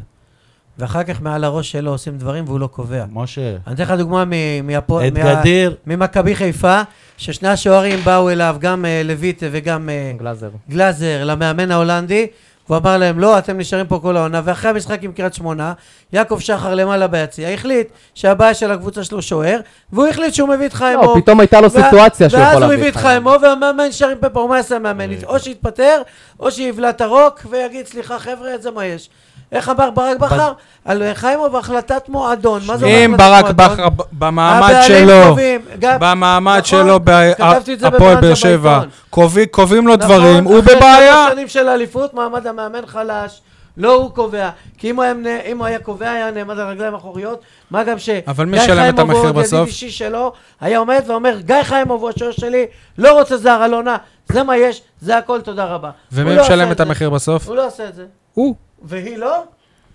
C: ואחר כך מעל הראש שלו עושים דברים והוא לא קובע.
B: משה,
C: אני אתן לך דוגמה מ- מהפועל...
B: את
C: מה-
B: גדיר,
C: ממכבי חיפה, ששני השוערים באו אליו, גם אה, לויטה וגם אה,
D: גלאזר.
C: גלאזר, למאמן ההולנדי, והוא אמר להם, לא, אתם נשארים פה כל העונה, ואחרי המשחק עם קריית שמונה, יעקב שחר למעלה ביציע, החליט שהבעיה של הקבוצה שלו שוער, והוא החליט שהוא מביא את חיים
D: לא,
C: אור.
D: פתאום הייתה לו
C: אה, וה-
D: סיטואציה שהוא יכול
C: ואז הוא
D: להביא
C: הביא את חיים אור, והמאמן נשאר עם פפר, מה יעשה המאמן?
B: אה,
C: או שיתפטר, או שיבלע את הרוק, ויגיד, סליחה חבר'ה, זה מה יש. איך אמר ברק בכר? על חיים אור והחלטת מועדון. מה זה אומר
A: אם
C: החלטת
A: ברק
C: מועדון?
A: בכר ב- במעמד
C: לא? הבעלים
A: שלו,
C: טובים, גם-
A: במעמד
C: נכון,
A: שלו
C: כתבתי את זה
A: בהפועל
C: בברנז'ה
A: באר שבע,
C: בעיתון.
A: קובעים- קובעים לו
C: נכון,
A: דברים, הוא בבעיה.
C: אחרי כמה שנים של אליפות, מעמד המאמן חלש. לא הוא קובע, כי אם הוא היה, מנה- אם הוא היה קובע, היה נעמד על הרגליים האחוריות, מה גם ש...
A: אבל מי
C: גיא
A: ישלם את
C: חיימוב הוא
A: המחיר
C: עוד ידיד
A: בסוף?
C: אישי שלו, היה עומד ואומר, גיא חיימוב הוא השוער שלי, לא רוצה זר אלונה, זה מה יש, זה הכל, תודה רבה.
A: ומי
C: הוא לא
A: משלם
C: עשה
A: את
C: זה.
A: המחיר בסוף?
C: הוא לא עושה את זה.
A: הוא.
C: והיא לא?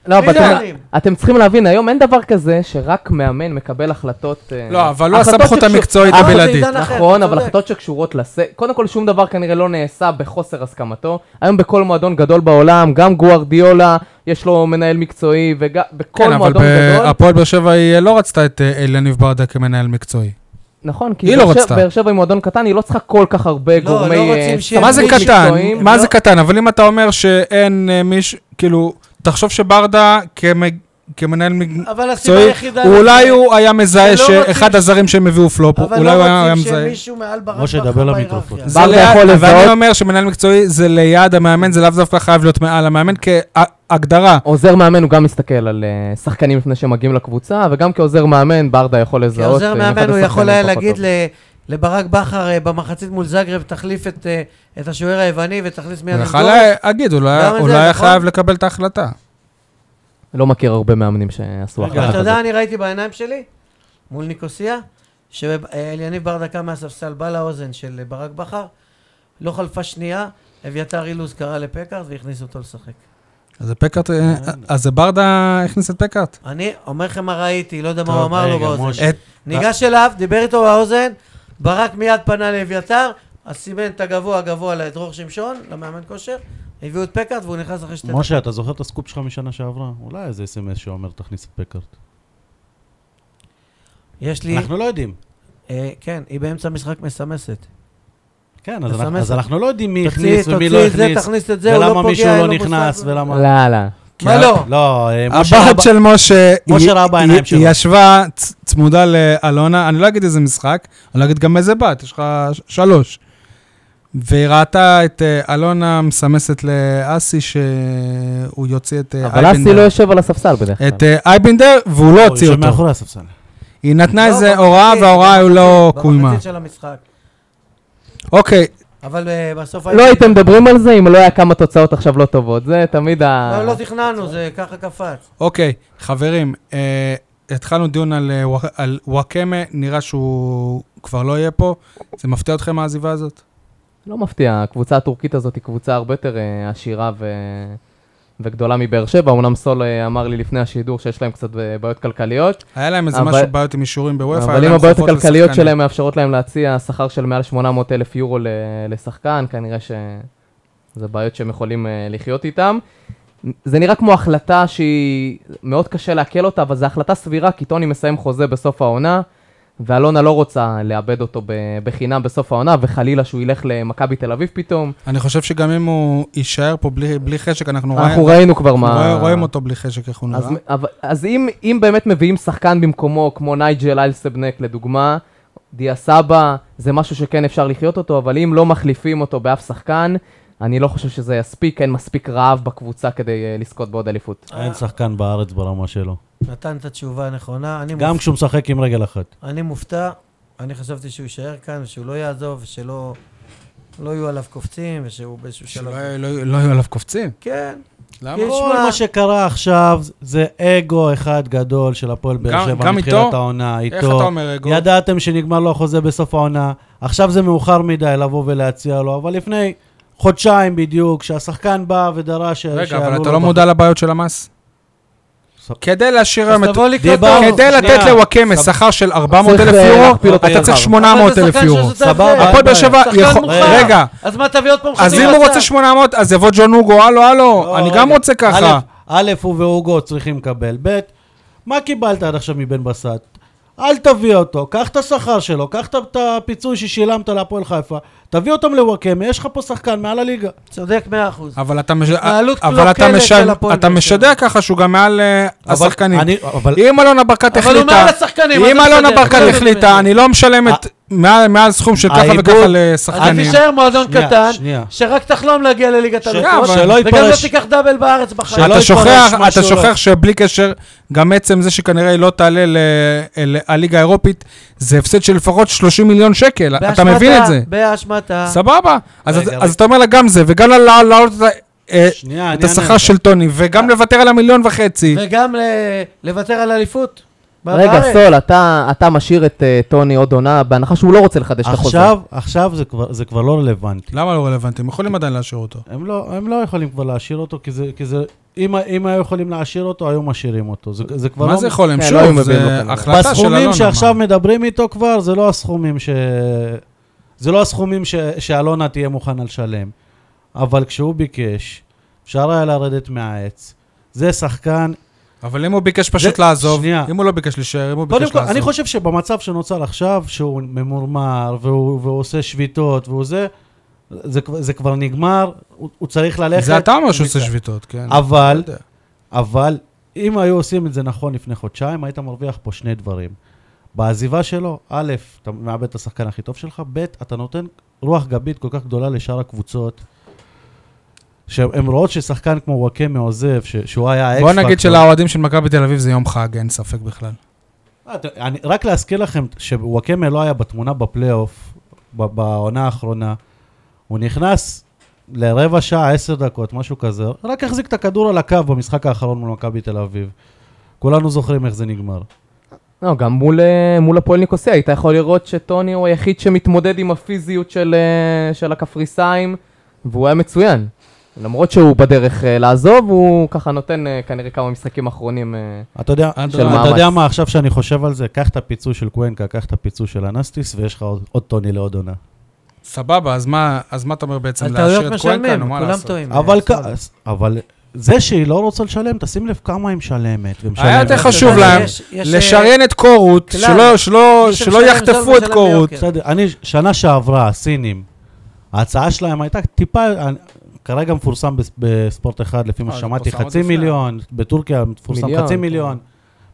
D: לא, אבל אתם-
C: מיליונים.
D: אתם צריכים להבין, היום אין דבר כזה שרק מאמן מקבל החלטות... אה,
A: לא, אבל לא
D: החלטות
A: הסמכות
D: שקשור-
A: המקצועית
C: אבל זה
A: הבלעדית.
C: עידן אחר,
D: נכון,
C: אתה
D: אבל
C: צודק.
D: החלטות שקשורות לס... קודם כל, שום דבר כנראה לא נעשה בחוסר הסכמתו. היום בכל מועדון גדול בעולם, גם גוארדיולה, יש לו מנהל מקצועי, ובכל
A: כן, אבל
D: מועדון גדול...
A: הפועל באר שבע היא לא רצתה את אה, אליניב ברדה כמנהל מקצועי.
D: נכון, כי
A: היא
D: באר
A: לא
D: שבע-
A: רצתה.
D: באר שבע היא מועדון קטן, היא לא צריכה כל כך הרבה
C: לא, לא
D: גורמי... אה,
C: רוצים שיהיה
A: מה זה
D: סמכות
A: קטן?
D: מקצועיים.
A: מה
C: לא-
A: זה קטן? אבל אם אתה אומר שאין אה, מישהו, כאילו, תחשוב שברדה כמג- כמנהל מג-
C: אבל הסיבה
A: מקצועי,
C: היחידה... לא
A: אולי
C: לזה-
A: הוא היה מזהה
C: שלא רוצים
A: שאחד הזרים שהם הביאו פלופ,
C: אבל
A: אולי הוא
C: לא
A: היה
C: רוצים
A: מזהה.
C: שמישהו מעל ברק לא
B: משה,
C: בכר
B: דבר
C: בהיררכיה.
B: למיקרופון.
A: זה
D: ברדה
A: ליד-
D: יכול
A: ואני
D: לזהות-
A: אומר שמנהל מקצועי זה ליד המאמן, זה לאו דווקא חייב להיות מעל המאמן כהגדרה.
D: עוזר מאמן הוא גם מסתכל על אה, שחקנים לפני שהם מגיעים לקבוצה, וגם כעוזר מאמן ברדה יכול לזהות.
C: כי עוזר
D: אה, אם אחד
C: מאמן הוא יכול
D: השחקנים
C: היה
D: פחות
C: להגיד
D: טוב.
C: ל- לברק בכר אה, במחצית מול זגרב, תחליף את, אה, את השוער היווני ותכניס מיד
A: הוא
C: עם
A: יכול
C: גורש."
A: היה- אגיד, הוא לא היה-
C: גם את
A: הוא
C: זה,
A: לא היה
C: נכון?
A: חייב לקבל את ההחלטה.
D: לא מכיר הרבה מאמנים שעשו
B: רגע,
D: החלטה
C: אתה
D: כזאת.
C: יודע, אני ראיתי בעיניים שלי, מול ניקוסיה, שאליניב בר דקה מהספסל בא לאוזן של אה, ברק בכר, לא חלפה שנייה, אביתר אילוז קרא לפקארט והכניס אותו לשחק.
A: אז זה פקארט, אה, אז זה ברדה הכניס את פקארט.
C: אני אומר לכם מה ראיתי, לא יודע מה
B: טוב,
C: הוא אמר לו
B: רגע,
C: באוזן.
B: משה.
A: את-
C: ניגש אליו, דיבר איתו באוזן, ברק מיד פנה לאביתר, אז סימן את הגבוה גבוה לדרור שמשון, למאמן כושר, הביאו את פקארט והוא נכנס אחרי שתי דקות.
B: משה, אתה זוכר את הסקופ שלך משנה שעברה? אולי איזה אס.אם.אס שאומר תכניס את פקארט.
C: יש לי,
B: אנחנו לא יודעים.
C: אה, כן, היא באמצע המשחק מסמסת.
B: כן, אז אנחנו-
C: SMS.
B: אז אנחנו לא יודעים מי
C: תוציא,
B: הכניס ומי לא
C: תוציא את זה,
B: הכניס.
C: תכניס את זה, הוא לא פוגע,
B: ולמה מישהו
C: אין
B: לא
C: לו
B: נכנס,
C: מושג.
B: ולמה...
D: לא, לא.
A: כי ה-
C: מה לא?
B: לא, אה, משה
A: הבת
B: רבא-
A: של משה,
B: משה
A: היא-
B: ראה בעיניים
A: היא-
B: שלו.
A: היא ישבה צ- צמודה לאלונה, אני לא אגיד איזה משחק, אני לא אגיד גם איזה בת, יש לך ש- שלוש. והיא ראתה את אה, אלונה מסמסת לאסי שהוא יוציא את אה,
D: אבל אסי לא יושב על הספסל בדרך כלל.
A: את אה, אייבינדר, והוא לא
B: הוא
A: הוציא
B: יושב
A: אותו.
B: מאחורי הספסל.
A: היא נתנה
C: לא, אוקיי,
A: איזה
C: במחצית,
A: הוראה, וההוראה
C: במחצית,
A: לא קוימה.
C: במחצית של המשחק.
A: אוקיי,
C: אבל אה, בסוף...
D: לא
C: היה-
D: הייתם מדברים על זה אם לא היה כמה תוצאות עכשיו לא טובות. זה תמיד ה...
C: לא, לא תכננו, זה ככה קפץ.
A: אוקיי, חברים, אה, התחלנו דיון על, אה, וואק- על וואקמה, נראה שהוא כבר לא יהיה פה. זה מפתיע אתכם העזיבה הזאת?
D: לא מפתיע, הקבוצה הטורקית הזאת היא קבוצה הרבה יותר אה, עשירה ו... וגדולה מבאר שבע. אמנם סול אה, אמר לי לפני השידור שיש להם קצת אה, בעיות כלכליות,
A: היה להם איזה
D: אבל-
A: משהו, בעיות עם אישורים בוופא, היה
D: אבל אם
A: להם
D: הבעיות
A: חובות
D: הכלכליות
A: לשחקנים.
D: שלהם מאפשרות להם להציע שכר של מעל 800 אלף יורו ל- לשחקן, כנראה שזה בעיות שהם יכולים אה, לחיות איתם. זה נראה כמו החלטה שהיא מאוד קשה לעכל אותה, אבל זו החלטה סבירה, כי טוני מסיים חוזה בסוף העונה, ואלונה לא רוצה לאבד אותו ב- בחינם בסוף העונה, וחלילה שהוא ילך למכבי תל אביב פתאום.
A: אני חושב שגם אם הוא יישאר פה בלי, בלי חשק, אנחנו,
D: אנחנו
A: רואים,
D: ראינו כבר
A: אנחנו
D: מה...
A: רואים, רואים אותו בלי חשק, איך הוא נראה.
D: אז, אבל, אז אם, אם באמת מביאים שחקן במקומו, כמו נייג'ל אלסבנק לדוגמה, דיה סבא, זה משהו שכן אפשר לחיות אותו, אבל אם לא מחליפים אותו באף שחקן, אני לא חושב שזה יספיק, אין מספיק רעב בקבוצה כדי uh, לזכות בעוד אליפות.
B: אין שחקן בארץ ברמה שלו.
C: נתן את התשובה הנכונה. אני
B: גם
C: מופתע.
B: כשהוא משחק עם רגל אחת.
C: אני מופתע, אני חשבתי שהוא יישאר כאן, שהוא לא יעזוב, שלא לא יהיו עליו קופצים, ושהוא באיזשהו
A: שלא
C: שלב...
A: לא, לא יהיו עליו קופצים.
C: כן,
A: למה?
C: כן.
B: כל
C: תשמע-
B: מה שקרה עכשיו זה אגו אחד גדול של הפועל באר
A: גם-
B: שבע
A: גם איתו?
B: מתחילת העונה,
A: איך אתה
B: איתו.
A: אומר אגו?
B: ידעתם שנגמר לו החוזה בסוף העונה, עכשיו זה מאוחר מדי לבוא ולהציע לו, אבל לפני חודשיים בדיוק, שהשחקן בא ודרש...
A: רגע,
B: שיעלו
A: אבל אתה לא
B: לו בחוזה.
A: מודע לבעיות של המס?
B: ס-
A: כדי להשאיר היום
C: אז
A: את...
C: תבוא לקראת
B: דיברנו.
C: אותו.
A: כדי לתת
B: שנייה.
A: לוואקמה
B: סב-
A: שכר של 400 אלף
D: צריך, אה,
A: יורו,
D: להכפיל אותו
A: אתה
D: ישר.
A: צריך
D: אבל זה
A: 800 אלף יורו.
C: אבל זה שחקן שזה
B: סבבה.
C: זה.
A: הפועל באר שבע
C: שחקן
A: יכול...
C: מוכר.
A: רגע,
C: אז מה, תביא עוד פעם
A: אז
C: חתול
A: אם הוא
C: בצד.
A: רוצה 800, אז יבוא ג'ון אוגו, הלו, הלו,
B: לא,
A: אני
B: רגע.
A: גם רוצה ככה.
B: א', א', הוא והוגו צריכים לקבל, ב', מה קיבלת עד עכשיו מבן בסט?
E: אל תביא אותו, קח את השכר שלו, קח את- את הפיצוי ששילמת להפועל חיפה, תביא אותם לוואקמה, יש לך פה שחקן מעל הליגה.
C: צודק מאה אחוז.
A: אבל אתה, מש...
C: התנהלות
A: אבל אתה,
C: קלוקלת
A: מש...
C: של הפועל
A: אתה
C: באר שבע.
A: משדר ככה שהוא גם מעל אה,
E: אבל
A: השחקנים.
E: אני- אבל
A: אם אלונה ברקת
C: אבל הוא
A: החליטה,
C: מעל השחקנים,
A: אם
C: אז זה
A: אלונה
C: בסדר.
A: ברקת
C: בסדר.
A: החליטה, אני לא משלמת
C: אה,
A: מעל מעל סכום של ככה
E: העיבוד-
A: וככה
C: אז
A: לשחקנים.
C: תישאר מועדון
E: שנייה,
C: קטן,
E: שנייה.
C: שרק תחלום להגיע לליגת
E: ש-
C: הלוחות,
A: אבל-
E: שלא
C: וגם לא
E: יתפרש.
C: תיקח דאבל בארץ בחיים.
E: שלא
A: אתה
E: יתפרש
A: שוכח,
E: מה
A: אתה
E: שהוא
A: שוכח
E: לא.
A: שבלי קשר, גם עצם זה שכנראה היא לא תעלה ל- אל הליגה האירופית, זה הפסד של לפחות 30 מיליון שקל, אתה
C: באשמתה,
A: מבין את זה.
C: באשמתה.
A: סבבה. אז
E: רגע,
A: אז
E: רגע.
A: אתה אומר לה גם זה, וגם לה- להעלות את ה- אה,
E: שנייה,
A: את
E: אני אענה
A: השכר
E: לך.
A: של טוני, וגם לוותר על המיליון וחצי.
C: וגם ל- לוותר על אליפות.
D: רגע,
C: בארץ.
D: סול, אתה אתה משאיר את אה, טוני עוד עונה, בהנחה שהוא לא רוצה לחדש את החוזה.
B: עכשיו, עכשיו זה כבר- זה כבר לא רלוונטי.
A: למה לא רלוונטי? הם יכולים עדיין להשאיר אותו.
B: הם לא, הם לא יכולים כבר להשאיר אותו, כי זה... כי זה אם, ה- אם היו יכולים להשאיר אותו, היו משאירים אותו. זה, זה כבר
A: מה
B: לא...
A: זה יכולים?
D: כן, לא היו
A: שוב,
D: מביאים לו
A: זה
D: כנראה.
A: החלטה של אלונה.
B: בסכומים שעכשיו
A: מה?
B: מדברים איתו כבר, זה לא הסכומים ש... זה לא הסכומים ש... שאלונה תהיה מוכנה לשלם. אבל כשהוא ביקש, אפשר היה לרדת מהעץ. זה שחקן...
A: אבל אם הוא ביקש פשוט
B: זה-
A: לעזוב,
B: שנייה.
A: אם הוא לא ביקש להישאר, אם הוא
B: קודם
A: ביקש
B: כל, אני
A: לעזוב.
B: חושב שבמצב שנוצר עכשיו, שהוא ממורמר, והוא, והוא עושה שביתות, והוא זה, זה, כבר- זה כבר נגמר, הוא, הוא צריך ללכת.
A: זה אתה אומר שהוא
B: וזה-
A: עושה שביתות, כן.
B: אבל,
A: לא יודע.
B: אבל אם היו עושים את זה נכון לפני חודשיים, היית מרוויח פה שני דברים. בעזיבה שלו, א', אתה מאבד את השחקן הכי טוב שלך, ב', אתה נותן רוח גבית כל כך גדולה לשאר הקבוצות, שהן רואות ששחקן כמו וואקמה עוזב, ש- שהוא היה האקס
A: בוא נגיד שלאוהדים של מכבי תל אביב זה יום חג, אין ספק בכלל.
B: אה, ת- אני, רק להזכיר לכם שוואקמה לא היה בתמונה בפלייאוף, ב- בעונה האחרונה. הוא נכנס לרבע שעה, עשר דקות, משהו כזה, רק החזיק את הכדור על הקו במשחק האחרון מול מכבי תל אביב. כולנו זוכרים איך זה נגמר.
D: לא, גם מול, אה, מול הפועל ניקוסיה, היית יכול לראות שטוני הוא היחיד שמתמודד עם הפיזיות של, אה, של הקפריסאים, והוא היה מצוין. למרות שהוא בדרך אה, לעזוב, הוא ככה נותן אה, כנראה כמה משחקים אחרונים. אה,
B: אתה יודע,
D: של
B: אתה, אתה
D: מאמץ.
B: יודע מה, עכשיו שאני חושב על זה, קח את הפיצוי של קוונקה, קח את הפיצוי של אנסטיס, ויש לך עוד, עוד טוני לעוד עונה.
A: סבבה, אז מה אז מה אתה אומר בעצם?
C: על
A: להשאיר
C: טעויות
A: את כהן כאן,
C: משלמים,
A: או מה
C: כולם
A: לעשות?
C: טועים. כן,
B: אבל,
C: סול.
B: כ- אבל זה שהיא לא רוצה לשלם, תשים לב כמה היא משלמת. ומשלמת.
A: היה יותר חשוב
C: אתה יודע,
A: להם
C: יש- יש, אה,
A: לשריין את קורות,
C: כלל.
A: שלא- שלא שלא
C: מי שמשלם זול
A: יחטפו את
C: משלם אוקיי.
A: קורות.
C: ביוקר.
B: בסדר, אני, שנה שעברה, הסינים, ההצעה שלהם הייתה טיפה, אני- כרגע מפורסם בס- בספורט אחד, לפי מה
A: אה, זה
B: ששמעתי,
A: פורסם עוד
B: חצי
A: לפני.
B: מיליון, בטורקיה מפורסם
D: מיליון,
B: חצי
D: כן.
B: מיליון,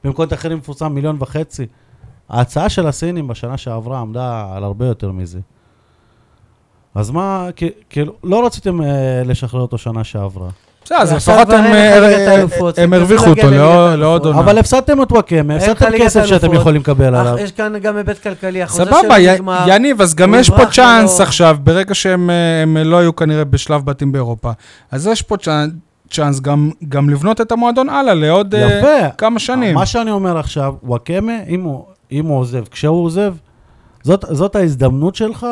B: במקומות אחרים מפורסם מיליון וחצי. ההצעה של הסינים בשנה שעברה עמדה על הרבה יותר מזה. אז מה, כ- כאילו, לא רציתם אה, לשחרר אותו שנה שעברה.
A: בסדר, אז
C: ועכשיו
A: לפחות
C: כבר
A: הם,
C: אין לך
A: אה,
C: ליגת
A: אה,
C: האלופות,
A: הם
C: זה
A: הרוויחו
C: מתגלגל
A: אותו לא-
C: לליגת האלופות.
A: לעוד עונה.
B: אבל הפסדתם את וואקמה, הפסדתם
C: ליגת
B: כסף שאתם
C: אלופות.
B: יכולים לקבל עליו.
C: אך, יש כאן גם היבט כלכלי, החוזה
A: כן, סבבה, י-
C: שלו נגמר.
A: יניב, אז גם
C: הוא
A: יש פה
C: יברח
A: צ'אנס
C: לו.
A: עכשיו, ברגע שהם אה, הם לא היו כנראה בשלב בתים באירופה. אז יש פה צ'אנ- צ'אנס גם- גם לבנות את המועדון הלאה לעוד אה,
B: יפה.
A: כמה שנים.
B: מה שאני אומר עכשיו, וואקמה, אם הוא, אם הוא עוזב, כשהוא עוזב, זאת, זאת ההזדמנות שלך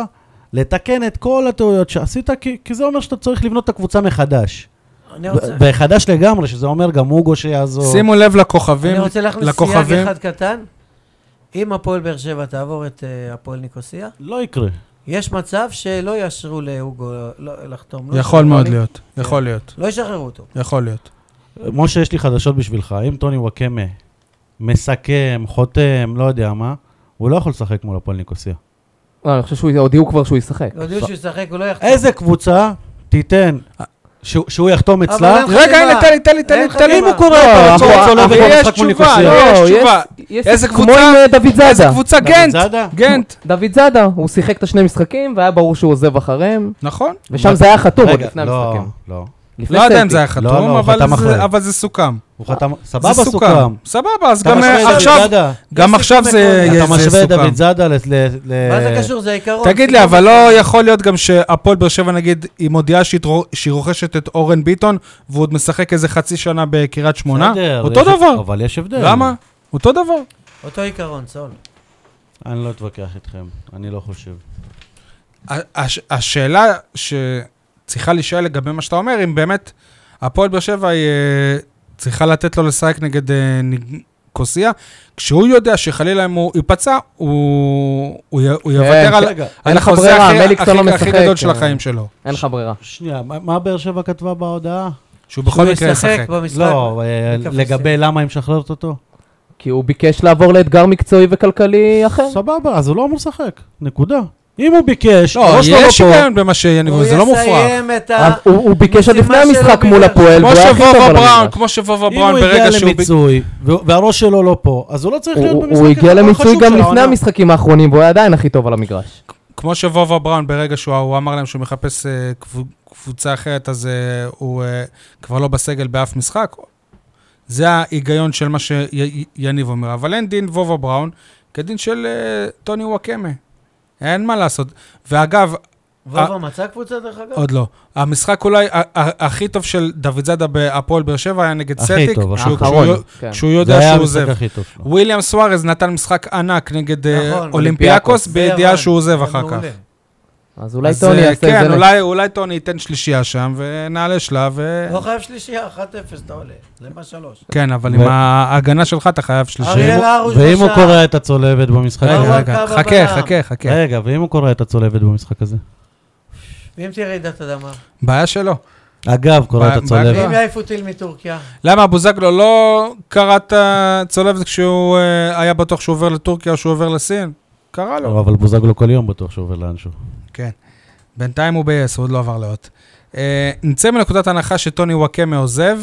B: לתקן את כל הטעויות שעשית, כי, כי זה אומר שאתה צריך לבנות את הקבוצה מחדש.
C: אני רוצה-
B: ו- וחדש לגמרי, שזה אומר גם הוגו שיעזור.
A: שימו לב לכוכבים,
C: לא. אני רוצה להכניס סייג
A: לכוכבים.
C: אחד קטן. אם הפועל באר שבע תעבור את אה, הפועל ניקוסיה,
B: לא יקרה.
C: יש מצב שלא יאשרו להוגו לא- לחתום. לא
A: יכול
C: ישחררו
A: מאוד
C: לי-
A: להיות, יכול להיות,
C: לא ישחררו אותו.
A: יכול להיות.
B: משה, יש לי חדשות בשבילך. אם טוני וואקמה מסכם, חותם, לא יודע מה, הוא לא יכול לשחק מול הפועל ניקוסיה.
D: לא, אני חושב שהודיעו כבר שהוא ישחק.
C: לא יודעים שהוא ישחק, הוא לא יחתום.
B: איזה קבוצה תיתן שהוא שהוא יחתום
C: אבל
B: אצלה?
C: אין לך
A: רגע, הנה,
C: חתימה.
A: תן לי, תן לי, תן לי,
C: אין
A: תן לי,
C: חתימה.
A: הוא קורא
B: לא,
A: אותו,
B: אבל-
A: הצורה שלו,
B: אבל
A: ויש
B: יש לא,
A: תשובה,
B: תשובה,
A: לא,
D: לא,
A: יש תשובה.
D: יש-
A: איזה
D: כמו
A: קבוצה-
D: עם אה, דוד
A: איזה
D: זאדה.
A: קבוצה,
B: דוד
A: גנט,
B: זאדה?
A: גנט.
D: דוד זאדה, הוא שיחק את השני משחקים, והיה ברור שהוא עוזב אחריהם,
A: נכון.
D: ושם זה היה חתום עוד
B: רגע,
D: לפני
B: לא,
D: המשחקים.
B: לא.
D: לפני
A: לא יודע אם
D: סלטיק.
A: זה היה
B: לא, לא,
A: חתום,
B: הוא
A: אבל
B: חתם
A: זה-
B: אחרי.
A: אבל זה סוכם.
B: הוא חתם, סבבה
A: זה
B: סוכם.
A: סבבה, אז
B: אתה
A: גם
B: משווה
A: אה,
B: את
A: עכשיו,
B: דוד זאדה.
A: גם
C: יש
A: עכשיו
C: סיכום
A: זה
C: עקרוני.
A: יהיה-
B: אתה משווה
A: זה
B: את דוד
A: סוכם.
B: זאדה ל... ל- ל-
C: מה זה קשור? זה העיקרון.
A: תגיד לי, אבל לא יכול להיות גם שהפועל באר שבע, נגיד, היא מודיעה שהיא תרו- שהיא רוכשת את אורן ביטון, והוא עוד משחק איזה חצי שנה בקריית שמונה?
B: בסדר,
A: אותו
B: יש-
A: דבר.
B: אבל יש הבדל.
A: למה? אותו דבר.
C: אותו עיקרון, סול.
B: אני לא אתווכח איתכם, אני לא חושב.
A: הש, השאלה שצריכה להישאל לגבי מה שאתה אומר, אם באמת הפועל באר שבע היא אה, צריכה לתת לו לשחק נגד אה, ניקוסיה, כשהוא יודע שחלילה אם הוא ייפצע, הוא, הוא, י- הוא יוותר על,
B: רגע,
A: על
D: כן, אין לך
A: החוזה
D: ברירה,
A: הכי,
D: מליקסון
A: הכי,
D: לא
A: הכי
D: משחק,
A: גדול של
D: אה.
A: החיים שלו,
D: אין לך ברירה.
B: שנייה, מה- מה באר שבע כתבה בהודעה?
A: שהוא בכל
C: שהוא
A: מקרה ישחק.
C: במשחק.
B: לא, אה,
C: בקפריסין.
B: לגבי למה היא משחררת אותו?
D: כי הוא ביקש לעבור לאתגר מקצועי וכלכלי
A: כן.
D: אחר.
E: סבבה, אז הוא לא אמור לשחק, נקודה. אם הוא ביקש,
A: לא,
E: הראש שלו לא
A: יש
E: פה,
A: היגיון במה שיניב, זה לא
C: הוא
A: מופרך.
C: יסיים את
E: אה,
D: אז
C: ה...
D: אה, הוא- הוא ביקש עוד לפני
C: המשימה
D: המשחק
C: שלו
D: מול
C: בגלל-
D: הפועל,
A: כמו
D: והוא היה הכי טוב
A: שוובה
D: על
A: בראון,
D: המגרש.
A: כמו שוובה
E: אם הוא
A: בראון,
E: הגיע
A: ברגע שהוא... ב-
E: למיצוי, ו- והראש שלו לא פה, אז הוא לא צריך
D: הוא-
E: להיות
D: הוא-
E: במשחק
D: הוא הגיע
E: הכי
D: למיצוי
E: חשוב
D: גם
E: של
D: לפני
E: העונה.
D: המשחקים האחרונים, והוא היה עדיין הכי טוב על המגרש.
A: כמו שוובה בראון, ברגע שהוא הוא אמר להם שהוא מחפש אה, קבו- קבוצה אחרת, אז אה, הוא אה, כבר לא בסגל באף משחק. זה ההיגיון של מה שיניב אומר. אבל אין דין וובה בראון כדין של אה, טוני וואקמה. אין מה לעשות. ואגב,
C: וובה מצא קבוצה דרך אגב?
A: אה, עוד לא. המשחק אולי ה- ה- הכי טוב של דוד זאדה בהפועל באר שבע היה נגד
B: הכי
A: סלטיק,
B: טוב,
A: שהוא-
D: האחרון.
A: כשהוא-
D: כן.
A: כשהוא
B: זה
A: יודע
B: היה
A: שהוא
B: המשחק
A: עוזב.
B: הכי טוב שלו.
A: וויליאם סוארז נתן משחק ענק נגד אה,
C: נכון,
A: אולימפיאקוס,
C: זה
A: בידיעה
C: יוון,
A: שהוא עוזב
C: זה
A: אחר כך.
C: מעולה.
D: אז אולי
A: אז,
D: טוני
A: אה,
D: יעשה את זה.
A: כן,
D: ל-
A: אולי, אולי טוני ייתן שלישייה שם, ונעלה שלב, ו...
C: לא חייב שלישייה, 1-0 אתה עולה. זה מה שלוש.
A: כן, אבל
B: ו-
A: עם ההגנה שלך אתה חייב שלישייה.
C: אריאל לא הרוש
B: ואם הוא
C: בשער.
B: קורע את הצולבת במשחק
A: רגע,
C: אריאל
B: הזה?
A: רגע,
C: הרוש
A: חכה,
C: בבלם.
A: חכה,
E: כן.
A: חכה.
B: רגע, ואם הוא קורע את הצולבת במשחק הזה?
C: ואם תהיה רעידת אדמה?
A: בעיה שלו.
B: אגב, קורע
A: מה-
B: את
A: מה
B: הצולבת.
A: קרה?
C: ואם יעיפו טיל מטורקיה?
A: למה בוזגלו לא קרא את הצולבת כשהוא אה, היה בטוח שהוא עובר לטורקיה או שהוא עובר לסין? קרא לו.
B: לא, אבל בוזגלו כל יום בטוח שהוא עובר לאנשהו.
A: כן. בינתיים הוא ב-yes, הוא עוד לא עבר לאות. אה, נצא מנקודת הנחה שטוני וואקמה עוזב.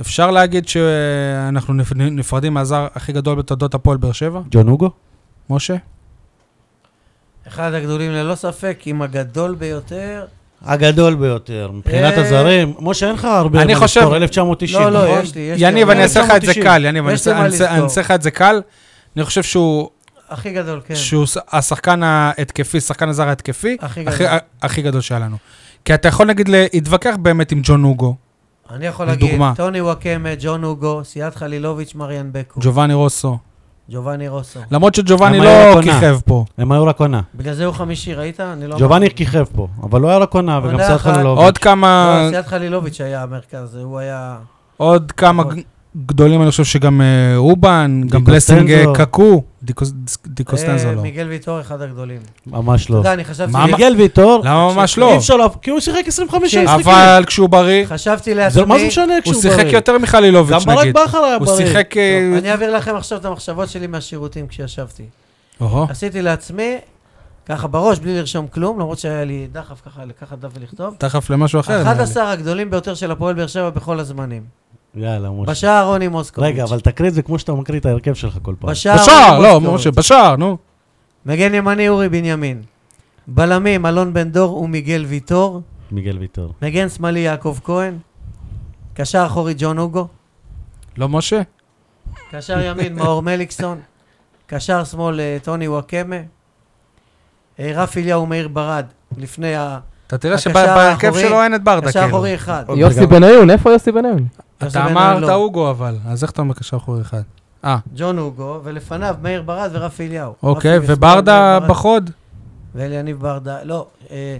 A: אפשר להגיד שאנחנו נפ- נפרדים מהזר הכי גדול בתולדות הפועל באר שבע?
B: ג'ון אוגו?
A: משה?
C: אחד הגדולים ללא ספק, עם הגדול ביותר.
E: הגדול ביותר, מבחינת
C: אה,
E: הזרים. משה, אין לך הרבה
A: אני
E: מה
A: חושב-
E: לזכור, 1990,
C: לא,
E: נכון?
C: לא, יש לי, יש לי.
A: יניב,
C: אבל
A: אני אעשה לך את זה
E: 1990.
A: קל, יניב, אני
C: יש לי
A: אעשה-
C: מה
A: אני אעשה- אני
C: לזכור.
A: אעשה לך את זה קל. אני חושב שהוא
C: הכי גדול, כן.
A: שהוא ש- השחקן ההתקפי, שחקן הזר ההתקפי,
C: הכי
A: הכי-
C: גדול.
A: הכי גדול שהיה לנו. כי אתה יכול נגיד להתווכח באמת עם ג'ון אוגו,
C: אני יכול
A: לדוגמה.
C: להגיד, טוני וואקמה, ג'ון אוגו, סיעת חלילוביץ', מריאן בקו,
A: ג'ובאני רוסו.
C: ג'ובאני רוסו.
A: למרות שג'ובאני
B: למה היה
A: לא
B: לקונה?
A: כיכב פה.
B: הם היו רק עונה.
C: בגלל זה הוא חמישי, ראית? אני לא...
B: ג'ובאני כיכב פה, אבל לא היה רק עונה, וגם
C: עונה
B: סייד
C: אחת.
B: חנלוביץ'.
A: עוד כמה...
C: לא, סיעת חלילוביץ' היה המרכז, הוא היה...
A: עוד כמה
C: נכון.
A: ג- גדולים, אני חושב שגם אה, אובן, גם בלסינג אה,
B: קוסטנזו.
A: קקו, דיקוס- דיקוסטנזו
C: אה,
A: לא.
C: מיגל ויטור, אחד הגדולים. אתה
B: ממש לא.
C: יודע, אני חשבתי...
A: מה-
E: מיגל ויטור,
C: אה,
A: למה ממש לא?
E: אי אפשר לעב- כי הוא שיחק 25
C: כן.
E: שנה.
A: אבל כשהוא בריא,
C: חשבתי
B: לא-
E: זה מה זה
C: לעצמי...
E: משנה
A: הוא
E: כשהוא בריא?
A: שיחק יותר
E: גם
A: מחלילוביץ'
E: ברק
A: נגיד.
E: בכר היה
A: הוא
E: בריא.
A: שיחק... אה,
C: טוב, אני אעביר לכם עכשיו את המחשבות שלי מהשירותים כשישבתי.
A: אוהו.
C: עשיתי לעצמי, ככה בראש, בלי לרשום כלום, למרות שהיה לי דחף ככה לקחת דף ולכתוב.
A: תכף למשהו אחר. נראה לי.
C: 11 הגדולים ביותר של הפועל באר שבע בכל הזמנים.
B: יאללה, משה.
C: בשער רוני מוסקוביץ'.
B: רגע, אבל תקריא את זה כמו שאתה מקריא את ההרכב שלך כל פעם.
C: בשער
A: בשער,
C: רוני
A: לא,
C: מוסקוביץ'.
A: משה, בשער, נו.
C: מגן ימני אורי בנימין. בלמים אלון בן דור ומיגל ויטור.
B: מיגל ויטור.
C: מגן שמאלי יעקב כהן. קשר אחורי ג'ון אוגו.
A: לא משה?
C: קשר ימין מאור מליקסון. קשר שמאל אה, טוני וואקמה. אה, רף אליהו מאיר ברד. לפני ה...
A: אתה תראה
C: הקשר
A: שבהרכב
C: האחורי- לא.
A: שלו אין את ברדה,
C: קשר
A: כאילו.
C: אחורי אחד.
B: אוקיי.
D: יוסי
B: וגם-
D: בניון, איפה יוסי בניון?
C: יוסי
A: אתה
C: בן
A: אמרת
C: אלון.
A: אוגו אבל, אז איך אתה אומר קשר אחורי אחד? אה,
C: ג'ון אוגו, ולפניו מאיר ברד ורף אליהו.
A: אוקיי,
C: רפי ושמאל,
A: וברדה
C: מאיר ברד.
A: בחוד?
C: ואליניב ברדה, לא, אה,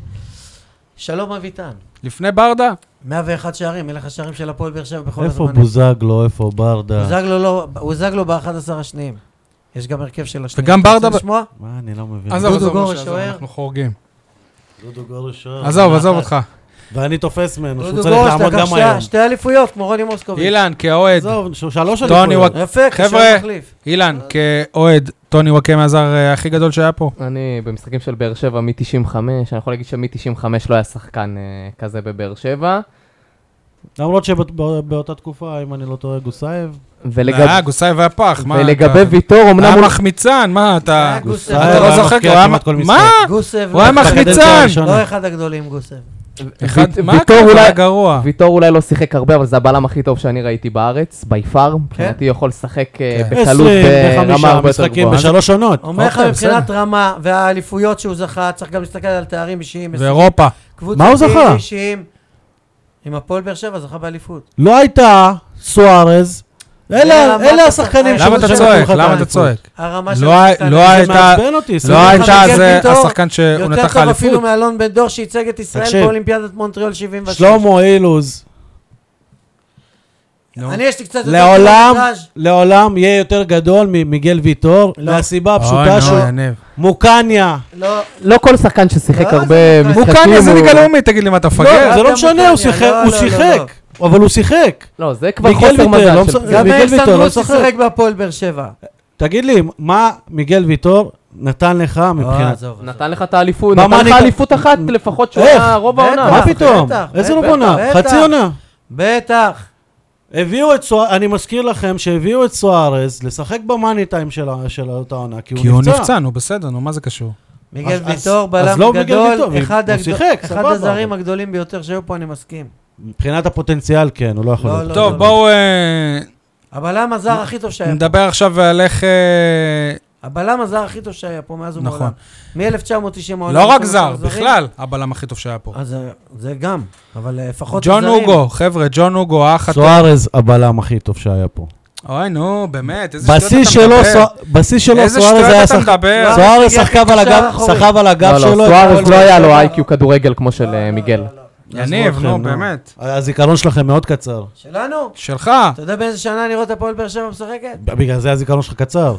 C: שלום אביטן.
A: לפני ברדה?
C: 101 שערים, מלך השערים של הפועל באר שבע בכל
B: איפה
C: הזמנים.
B: בוזגלו, איפה ברדה?
C: בוזגלו לא, בוזגלו ב-11 השניים. יש גם הרכב של השניים.
A: וגם
C: אתה רוצה
A: ברדה ב-
C: לשמוע?
B: מה, אני לא מבין.
A: עזוב,
C: דודו
A: עזוב,
C: גורש,
A: משה, עזוב,
C: שוער. לא,
A: אנחנו חורגים.
E: דודו גורש שוער.
A: עזוב, עזוב אותך.
E: ואני תופס ממנו שהוא
C: דודו
E: צריך
C: גורש
E: לעמוד
C: לקח
E: גם היום.
C: שתי- שתי אליפויות, כמו רוני מוסקוביץ'.
A: אילן, כאוהד,
E: עזוב, ש- שלוש
A: טוני
E: אליפויות.
A: וואק-
C: יפה, קשר
A: חבר'ה.
C: מחליף.
A: אילן, כאוהד, טוני וואקמה הזר אה, הכי גדול שהיה פה.
D: אני במשחקים של באר שבע מ-95, אני יכול להגיד שמ-95 לא היה שחקן אה, כזה בבאר שבע.
E: למרות שבאותה תקופה, אם אני לא טועה, גוסאייב.
D: ולגב-
A: אה, גוסאייב היה פח, מה?
D: ולגבי
A: אתה-
D: ויטור, אמנם
A: היה
D: הוא...
A: מחמיצן, מה אתה...
C: היה אה, גוסב.
A: אתה
E: הוא
A: לא
E: היה
A: זוכר,
E: מפקיע
A: הוא היה...
E: כמעט כל משחק.
A: מה?
C: גוסב,
A: הוא היה
C: לא-
A: מחמיצן.
E: בקדנציה הראשונה.
C: לא אחד הגדולים, גוסב.
A: אחד-
D: ויט-
A: מה
D: ויטור
A: הקטע
D: אולי-
A: היה גרוע?
D: ויטור אולי לא שיחק הרבה, אבל זה הבלם הכי טוב שאני ראיתי בארץ, בי פאר. מבחינתי הוא יכול לשחק אה,
A: כן.
D: בקלות ברמה
E: 25
D: הרבה יותר
E: משחקים
D: גבוהה.
E: בשלוש עונות.
C: אומר לך
A: אוקיי,
C: מבחינת
A: בסדר.
C: רמה והאליפויות שהוא זכה, צריך גם להסתכל על תארים אישיים.
A: ואירופה.
C: קבוצתיים,
E: מה הוא זכה?
C: אישיים. עם הפועל באר שבע זכה באליפות.
E: לא הייתה סוארז.
C: למה
E: אלה
C: אתה
E: אלה
C: צוחק?
E: השחקנים
A: למה אתה
E: שנותנים
A: צועק?
E: לך את
A: למה אתה
E: האליפות.
A: צועק?
C: הרמה של
A: לא היה-
C: השחקן.
A: לא היה-
E: זה
A: הייתה-
E: מעצבן אותי.
A: לא
E: סליחה.
A: הייתה
C: מיגל
A: זה
C: ויטור
A: השחקן שהוא נתן
C: יותר
A: לך
C: טוב אפילו
A: אליפות?
C: מאלון בן דור שייצג את ישראל
E: תקשיב.
C: באולימפיאדת מונטריאול 76.
E: שלמה אילוז.
B: לא.
A: נו.
C: אני יש לי קצת יותר
E: לעולם,
C: קילומטראז'.
E: לעולם יהיה יותר גדול ממיגל ויטור,
C: לא.
E: מהסיבה
A: אוי,
E: הפשוטה
A: נו,
E: שהוא
A: יניב.
E: מוקניה.
C: לא,
D: לא כל שחקן ששיחק
C: לא,
D: הרבה
C: זה-
D: משחקים
A: מוקניה זה
D: הוא-
A: ליגה לאומית, תגיד לי מה אתה
E: לא,
A: מפגר?
E: זה לא
C: אתה
E: משנה, הוא
C: מוקניה,
E: שיחק-
C: לא,
E: הוא
C: לא, לא,
E: שיחק.
B: אבל הוא שיחק.
D: לא, זה כבר
B: מיגל
D: חוסר
B: ויטל, לא
D: מזל. של-
B: מס-
D: זה-
C: גם
B: מיגל
C: מאיר
B: ויטור, לא
C: סנדרוסי
B: משחק.
C: שיחק בהפועל באר שבע.
B: תגיד לי, מה מיגל ויטור נתן לך
C: אה,
B: מבחינת...
C: עזוב, עזוב.
D: נתן לך את האליפות,
B: מה,
D: נתן
B: אני-
D: לך אליפות אחת לפחות שהוא היה
B: איך?
D: רוב
C: בטח.
D: העונה.
B: מה
C: בטח,
B: פתאום?
C: בטח,
B: איזה
C: בטח,
B: רוב עונה?
C: בטח.
B: חצי עונה.
C: בטח.
B: הביאו את סוארז, אני מזכיר לכם שהביאו את סוארז לשחק במאני טיים של ה- של אותה עונה, כי
A: כי הוא
B: הוא נפצע.
A: נפצע, נו בסדר, נו מה זה קשור?
C: מיגל
B: אז- אז-
C: ויטור,
B: אז לא
C: בלם
B: מיגל ויטור,
C: גדול, אחד
B: הוא
C: הגדול-
B: שיחק,
C: אחד
B: סבבה,
C: הזרים
B: אבל-
C: הגדולים ביותר שהיו פה, אני מסכים.
B: מבחינת הפוטנציאל כן, הוא לא יכול
C: לא,
B: להיות.
C: לא, כן.
A: טוב, בואו אה,
C: הבלם הזר הכי טוב שהיה פה.
A: נדבר עכשיו על איך... אה,
C: הבלם הזר הכי טוב שהיה פה מאז
A: נכון.
C: ומעולם. מ-1990
A: לא רק זר, בכלל, הבלם הכי טוב שהיה פה.
C: אז אה, זה גם, אבל אה, לפחות
A: ג'ון
C: הזרים.
A: אוגו, חבר'ה, ג'ון אוגו, האח הטוב.
B: סוארז הבלם הכי טוב שהיה פה.
A: אוי, נו, באמת, איזה שטויות אתה
B: בשיא שלו,
A: מדבר.
B: סוא- בשיא שלו
A: איזה
B: סוארז
A: שטויות
B: היה
A: אתה
B: שחק...
A: מדבר.
B: סוארז
C: הגיע
B: שחקב על
C: כקשר
B: הגב,
C: אחורי.
B: סחב על הגב
D: לא,
B: שלו.
D: לא,
B: את
D: סוארז
B: הגול
D: לא
B: ב-
D: היה לו איי-קיו כדורגל כמו של אה, מיגל.
A: יניב,
B: עזבו
A: נו,
B: אתכם,
A: באמת.
B: אה, הזיכרון שלכם מאוד קצר.
C: שלנו?
A: שלך.
C: אתה יודע באיזה שנה אני רואה את הפועל באר שבע משחקת?
B: בגלל זה הזיכרון שלך קצר.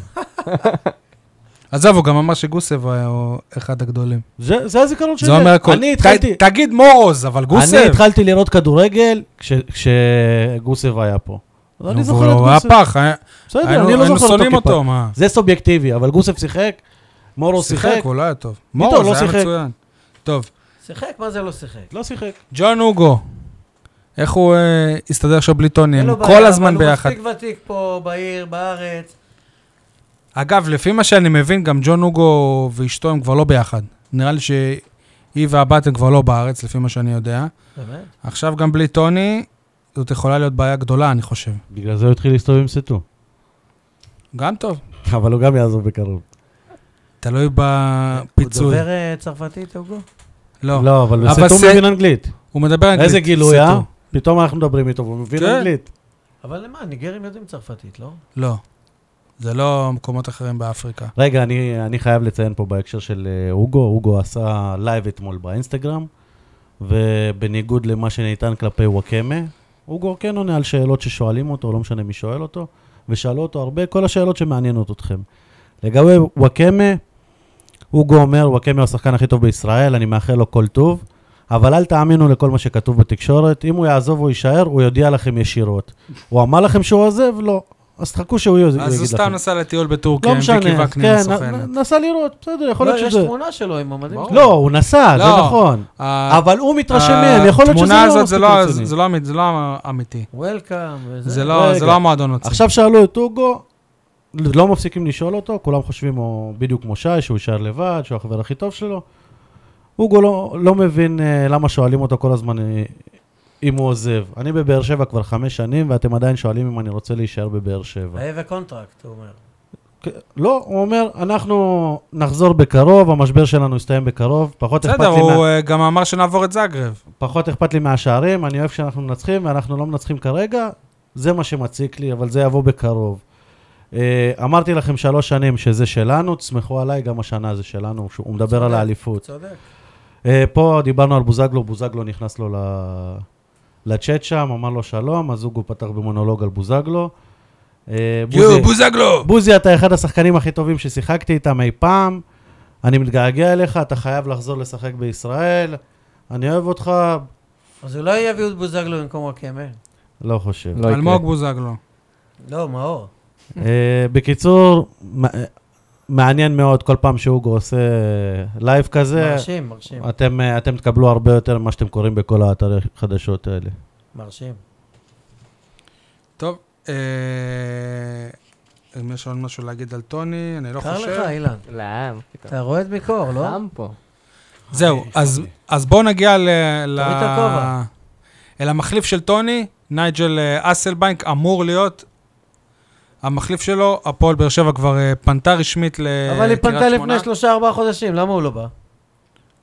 A: עזוב, הוא גם אמר שגוסב היה הוא אחד הגדולים.
B: זה זה הזיכרון שלי.
A: זה אומר הכל.
B: אני
A: ת-
B: התחלתי...
A: תגיד מורוז, אבל גוסב.
B: אני התחלתי לראות כדורגל כש- כשגוסב היה פה. אז אני
A: נו,
B: זוכר את
A: הוא היה
B: גוסב.
A: פח, אה. היה-
B: בסדר, אני
A: היינו
B: לא
A: היינו
B: זוכר
A: שונאים
B: אותו
A: אותו,
B: כפה.
A: מה.
B: זה סובייקטיבי, אבל גוסב שיחק, מורו שיחק.
A: הוא לא היה טוב. מורוז
B: לא
A: היה
B: שיחק.
A: מצוין. טוב,
C: שיחק? מה זה לא שיחק?
B: לא שיחק.
A: ג'ון אוגו. איך הוא אה, הסתדר עכשיו בלי טוני?
C: אין
A: הם
C: לו בעיה,
A: כל
C: אבל
A: הזמן ביחד.
C: הוא מספיק ותיק פה, בעיר, בארץ.
A: אגב, לפי מה שאני מבין, גם ג'ון אוגו ואשתו הם כבר לא ביחד. נראה לי שהיא והבת הם כבר לא בארץ, לפי מה שאני יודע.
C: באמת?
A: עכשיו גם בלי טוני, זאת יכולה להיות בעיה גדולה, אני חושב.
B: בגלל זה הוא התחיל להסתובב עם סטו.
A: גם טוב.
B: אבל הוא גם יעזוב בקרוב.
A: תלוי
C: הוא
A: בפיצוי.
C: דובר אה, צרפתית, אוגו?
A: לא.
B: לא, אבל
A: אבל
B: סטו
A: זה-
B: מבין אנגלית.
A: הוא מדבר אנגלית.
B: איזה גילוי,
A: זה
B: אה?
A: טוב.
B: פתאום אנחנו מדברים איתו, והוא מבין
A: כן.
B: אנגלית.
C: אבל מה, ניגרים יודעים צרפתית, לא?
A: לא. זה לא מקומות אחרים באפריקה.
B: רגע, אני, אני חייב לציין פה בהקשר של אה, אוגו, אוגו עשה לייב אתמול באינסטגרם, ובניגוד למה שניתן כלפי וואקמה, אוגו כן עונה על שאלות ששואלים אותו, לא משנה מי שואל אותו, ושאלו אותו הרבה, כל השאלות שמעניינות אתכם. לגבי וואקמה, אוגו אומר, וואקמה הוא השחקן הכי טוב בישראל, אני מאחל לו כל טוב, אבל אל תאמינו לכל מה שכתוב בתקשורת, אם הוא יעזוב או יישאר, הוא יודיע לכם ישירות. הוא אמר לכם שהוא עוזב? לא. אז תחכו שהוא יגיד לכם.
A: אז הוא סתם נסע לטיול בטורקיה
B: לא
A: עם ויקי
B: משנה,
A: וקנין
B: כן,
A: הסוכנת.
B: נ- נסע לראות, בסדר, יכול
C: לא,
B: להיות
C: יש
B: שזה...
C: תמונה שלו עם המדים
A: ברור.
C: שלו.
B: לא, הוא נסע, זה
A: לא.
B: נכון.
A: ה-
B: אבל הוא מתרשם
A: ה-
B: מהם, יכול להיות שזה
A: התמונה
B: לא
A: הזאת זה
B: מספיק
A: לא-
B: רציני.
A: זה לא אמית- זה לא אמיתי.
C: וולקאם וזה.
A: זה לא
B: רגע.
A: זה לא המועדון עצמו.
B: עכשיו שאלו את אוגו, לא מפסיקים לשאול אותו, כולם חושבים הוא בדיוק כמו שי, שהוא יישאר לבד, שהוא החבר הכי טוב שלו. אוגו לא, לא מבין אה, למה שואלים אותו כל הזמן אה, אם הוא עוזב. אני בבאר שבע כבר חמש שנים, ואתם עדיין שואלים אם אני רוצה להישאר בבאר שבע.
A: אה?
C: היה וקונטרקט, הוא אומר.
B: כן, לא, הוא אומר, אנחנו נחזור בקרוב, המשבר שלנו יסתיים בקרוב, פחות אכפת לי
A: בסדר,
B: מה...
A: הוא אה, גם אמר שנעבור את זאגרב.
B: פחות אכפת לי מהשערים, אני אוהב שאנחנו מנצחים ואנחנו לא מנצחים כרגע, זה מה שמציק לי, אבל זה יבוא בקרוב. אה, אמרתי לכם שלוש שנים שזה שלנו, תסמכו עליי, גם השנה זה שלנו, שהוא- הוא מדבר על
C: צודק.
B: האליפות.
C: צודק.
B: אה, פה דיברנו על בוזגלו, בוזגלו נכנס לו ל- לצ'אט שם, אמר לו שלום, אז אוגו פתח במונולוג על בוזגלו. אה, בוזי-
A: יואו, בוזגלו!
B: בוזי, אתה אחד השחקנים הכי טובים ששיחקתי איתם אי פעם. אני מתגעגע אליך, אתה חייב לחזור לשחק בישראל. אני אוהב אותך,
C: אז אולי יביאו את בוזגלו במקום וואקמה.
B: לא חושב.
D: לא יקרה.
A: אלמוג בוזגלו.
C: לא, מאור.
B: אה, בקיצור, מע- מעניין מאוד כל פעם שהוגו עושה לייב כזה.
C: מרשים, מרשים.
B: אתם, אה, אתם תקבלו הרבה יותר ממה שאתם קוראים בכל האתרי חדשות האלה.
C: מרשים.
A: טוב, אה, אם יש עוד משהו להגיד על טוני, אני לא
C: קר לך,
A: חושב.
C: אילן.
D: לא, פתאום.
C: אתה רואה את מקור, לא?
B: אה,
D: חם פה.
A: זהו, אז- אז בואו נגיע ל... ל-
C: אה, תוריד את הכובע.
A: אל המחליף של טוני, נייג'ל אה, אסלבנק אמור להיות המחליף שלו. הפועל באר שבע כבר אה, פנתה רשמית לקריית שמונה.
C: אבל היא פנתה לפני שלושה, ארבעה חודשים, למה הוא לא בא?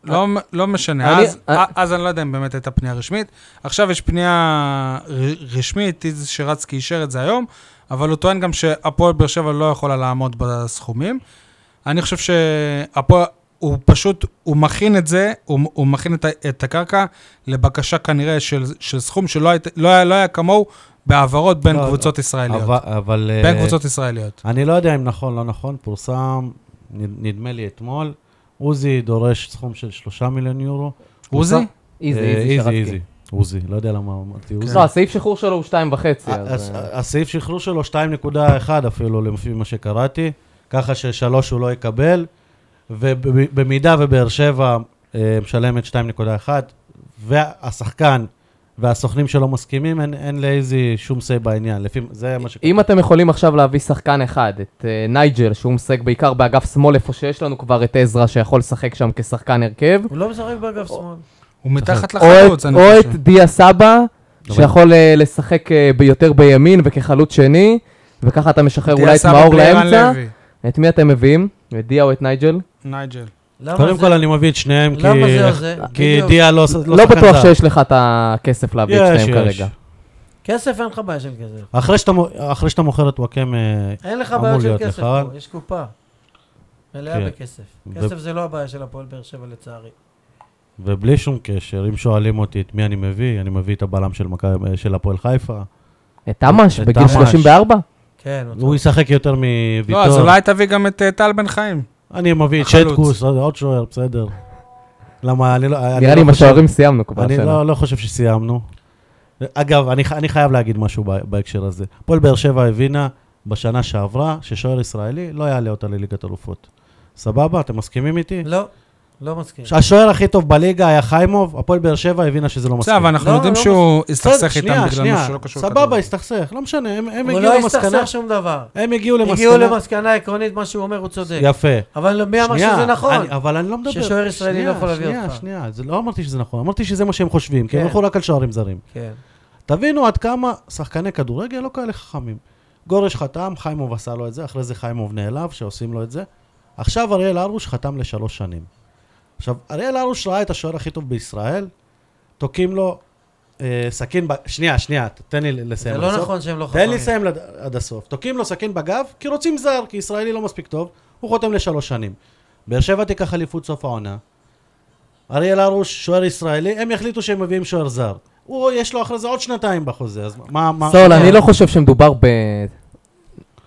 A: לא, לא משנה,
D: אני-
A: אז,
D: אה-
A: אז אני לא יודע אם באמת הייתה פנייה רשמית. עכשיו יש פנייה ר- רשמית, איז שרצקי אישר את זה היום, אבל הוא טוען גם שהפועל באר שבע לא יכולה לעמוד בסכומים. אני חושב שהפועל, הוא פשוט, הוא מכין את זה, הוא, הוא מכין את, ה- את הקרקע לבקשה כנראה של, של סכום שלא היית, לא היה, לא היה כמוהו בהעברות בין
B: לא,
A: לא,
B: לא.
A: קבוצות לא. ישראליות.
B: אבל, אבל אה,
A: בין קבוצות ישראליות.
B: אני לא יודע אם נכון, לא נכון, פורסם, נד- נדמה לי אתמול, עוזי דורש סכום של שלושה מיליון יורו.
A: עוזי?
B: פורסם-
D: איזי,
B: אה,
D: איזי, שרצקי.
B: עוזי, לא יודע למה אמרתי עוזי.
D: לא, הסעיף שחרור שלו הוא שתיים וחצי, אז...
B: הס-
D: אה,
B: הסעיף שחרור שלו 2.1 אפילו, לפי מה שקראתי, ככה ששלוש הוא לא יקבל, ובמידה ובאר שבע אה, משלמת 2.1, והשחקן והסוכנים שלו מסכימים, אין, אין לאיזי שום say בעניין, לפי, זה מה שכתוב.
D: אם אתם יכולים עכשיו להביא שחקן אחד, את אה, נייג'ל, שהוא משחק בעיקר באגף שמאל, איפה שיש לנו כבר את עזרא שיכול לשחק שם כשחקן הרכב,
C: הוא לא משחק באגף שמאל.
A: הוא מתחת
D: או
A: לחלוץ,
D: את-
A: אני
D: או
A: חושב.
D: את דיה סבא,
B: אבל-
D: שיכול אה, לשחק אה, ביותר בימין וכחלוץ שני, וככה אתה משחרר אולי את
A: תיאסה
D: מאור
A: ובלי ערן
D: לאמצע.
A: לוי.
D: את מי אתם מביאים? את דיה או את נייג'ל?
A: נייג'ל.
C: למה
B: קודם
C: זה-
B: כל אני מביא את שניהם, כי,
C: למה זה או זה?
B: כי
C: בדיוק.
B: דיה לא, ש- לא
D: לא
B: שחקן
D: בטוח
B: זר.
D: שיש לך את הכסף להביא את
B: יש,
D: שניהם
B: יש.
D: כרגע.
C: כסף אין לך בעיה של כסף.
B: אחרי שאתה, מו- אחרי שאתה מוכר את וואקם, אה,
C: אין לך
B: אמור
C: בעיה של
B: להיות
C: כסף
B: לך.
C: פה, יש קופה.
B: כן.
C: מלאה בכסף.
B: ו-
C: כסף זה לא הבעיה של הפועל באר שבע לצערי.
B: ובלי שום קשר, אם שואלים אותי את מי אני מביא, אני מביא את הבלם של, מכבי- של הפועל חיפה.
D: את אמש,
B: את
D: בגיל
B: אמש.
D: 34?
C: כן, הוא
B: הוא
C: טוב.
B: ישחק יותר
A: לא, אז
B: מוויטור.
A: אולי תביא גם את אה, טל בן חיים.
B: אני מביא את
A: החלוץ.
B: שטקוס, עוד- עוד שוער, בסדר. למה, אני לא... אני
D: נראה
B: לא
D: לי עם
B: חושב-
D: השוערים סיימנו כבר
B: אני
D: השנה.
B: לא- לא חושב שסיימנו. אגב, אני ח- אני חייב להגיד משהו בה- בהקשר הזה. הפועל באר שבע הבינה בשנה שעברה ששוער ישראלי לא יעלה אותה לליגת אלופות. סבבה? אתם מסכימים איתי?
C: לא, לא מסכים.
B: השוער הכי טוב בליגה היה חיימוב, הפועל באר שבע הבינה שזה לא מספיק.
A: בסדר, אבל אנחנו
C: לא,
A: יודעים
C: לא
A: שהוא
B: בסדר,
A: הסתכסך איתם
B: שנייה,
A: בגלל
B: שנייה.
A: משהו שלא קשור
B: סבבה, הסתכסך, לא משנה, הם- הם
C: הוא
B: הגיעו
C: לא
B: למסקנה.
C: הסתכסך שום דבר.
B: הם הגיעו
C: הגיעו
B: למסקנה.
C: למסקנה עקרונית, מה שהוא אומר הוא צודק.
B: יפה.
C: אבל לא- מי אמר
B: שנייה,
C: שזה נכון?
B: אני, אבל אני לא מדבר...
C: ששוער ישראלי
B: שנייה,
C: לא יכול להביא
B: שנייה,
C: אותך.
B: שנייה, שנייה, זה לא אמרתי שזה נכון, אמרתי שזה מה שהם חושבים, כי הם
C: כן.
B: הלכו רק על שוערים זרים.
C: כן.
B: תבינו עד כמה שחקני כדורגל לא כאלה חכמים. גורש חתם, חיימוב עשה לו את זה, אחרי זה חיימוב נעלב שעושים לו את זה. עכשיו אריאל הרוש חתם לשלוש שנים. עכשיו, אריאל הרוש ראה את השוער הכי טוב בישראל, תוקעים לו אה, סכין ב... שנייה, שנייה, תן לי לסיים.
C: זה
B: עד
C: לא
B: הסוף.
C: נכון שהם לא חכמים.
B: תן לי לסיים לד- עד הסוף. תוקעים לו סכין בגב, כי רוצים זר, כי ישראלי לא מספיק טוב, הוא חותם לשלוש שנים. באר שבע תיקח אליפות סוף העונה. אריאל הרוש, שוער ישראלי, הם יחליטו שהם מביאים שוער זר. הוא, יש לו אחרי זה עוד שנתיים בחוזה, אז מה... מה
D: סול, אני לא חושב שמדובר ב...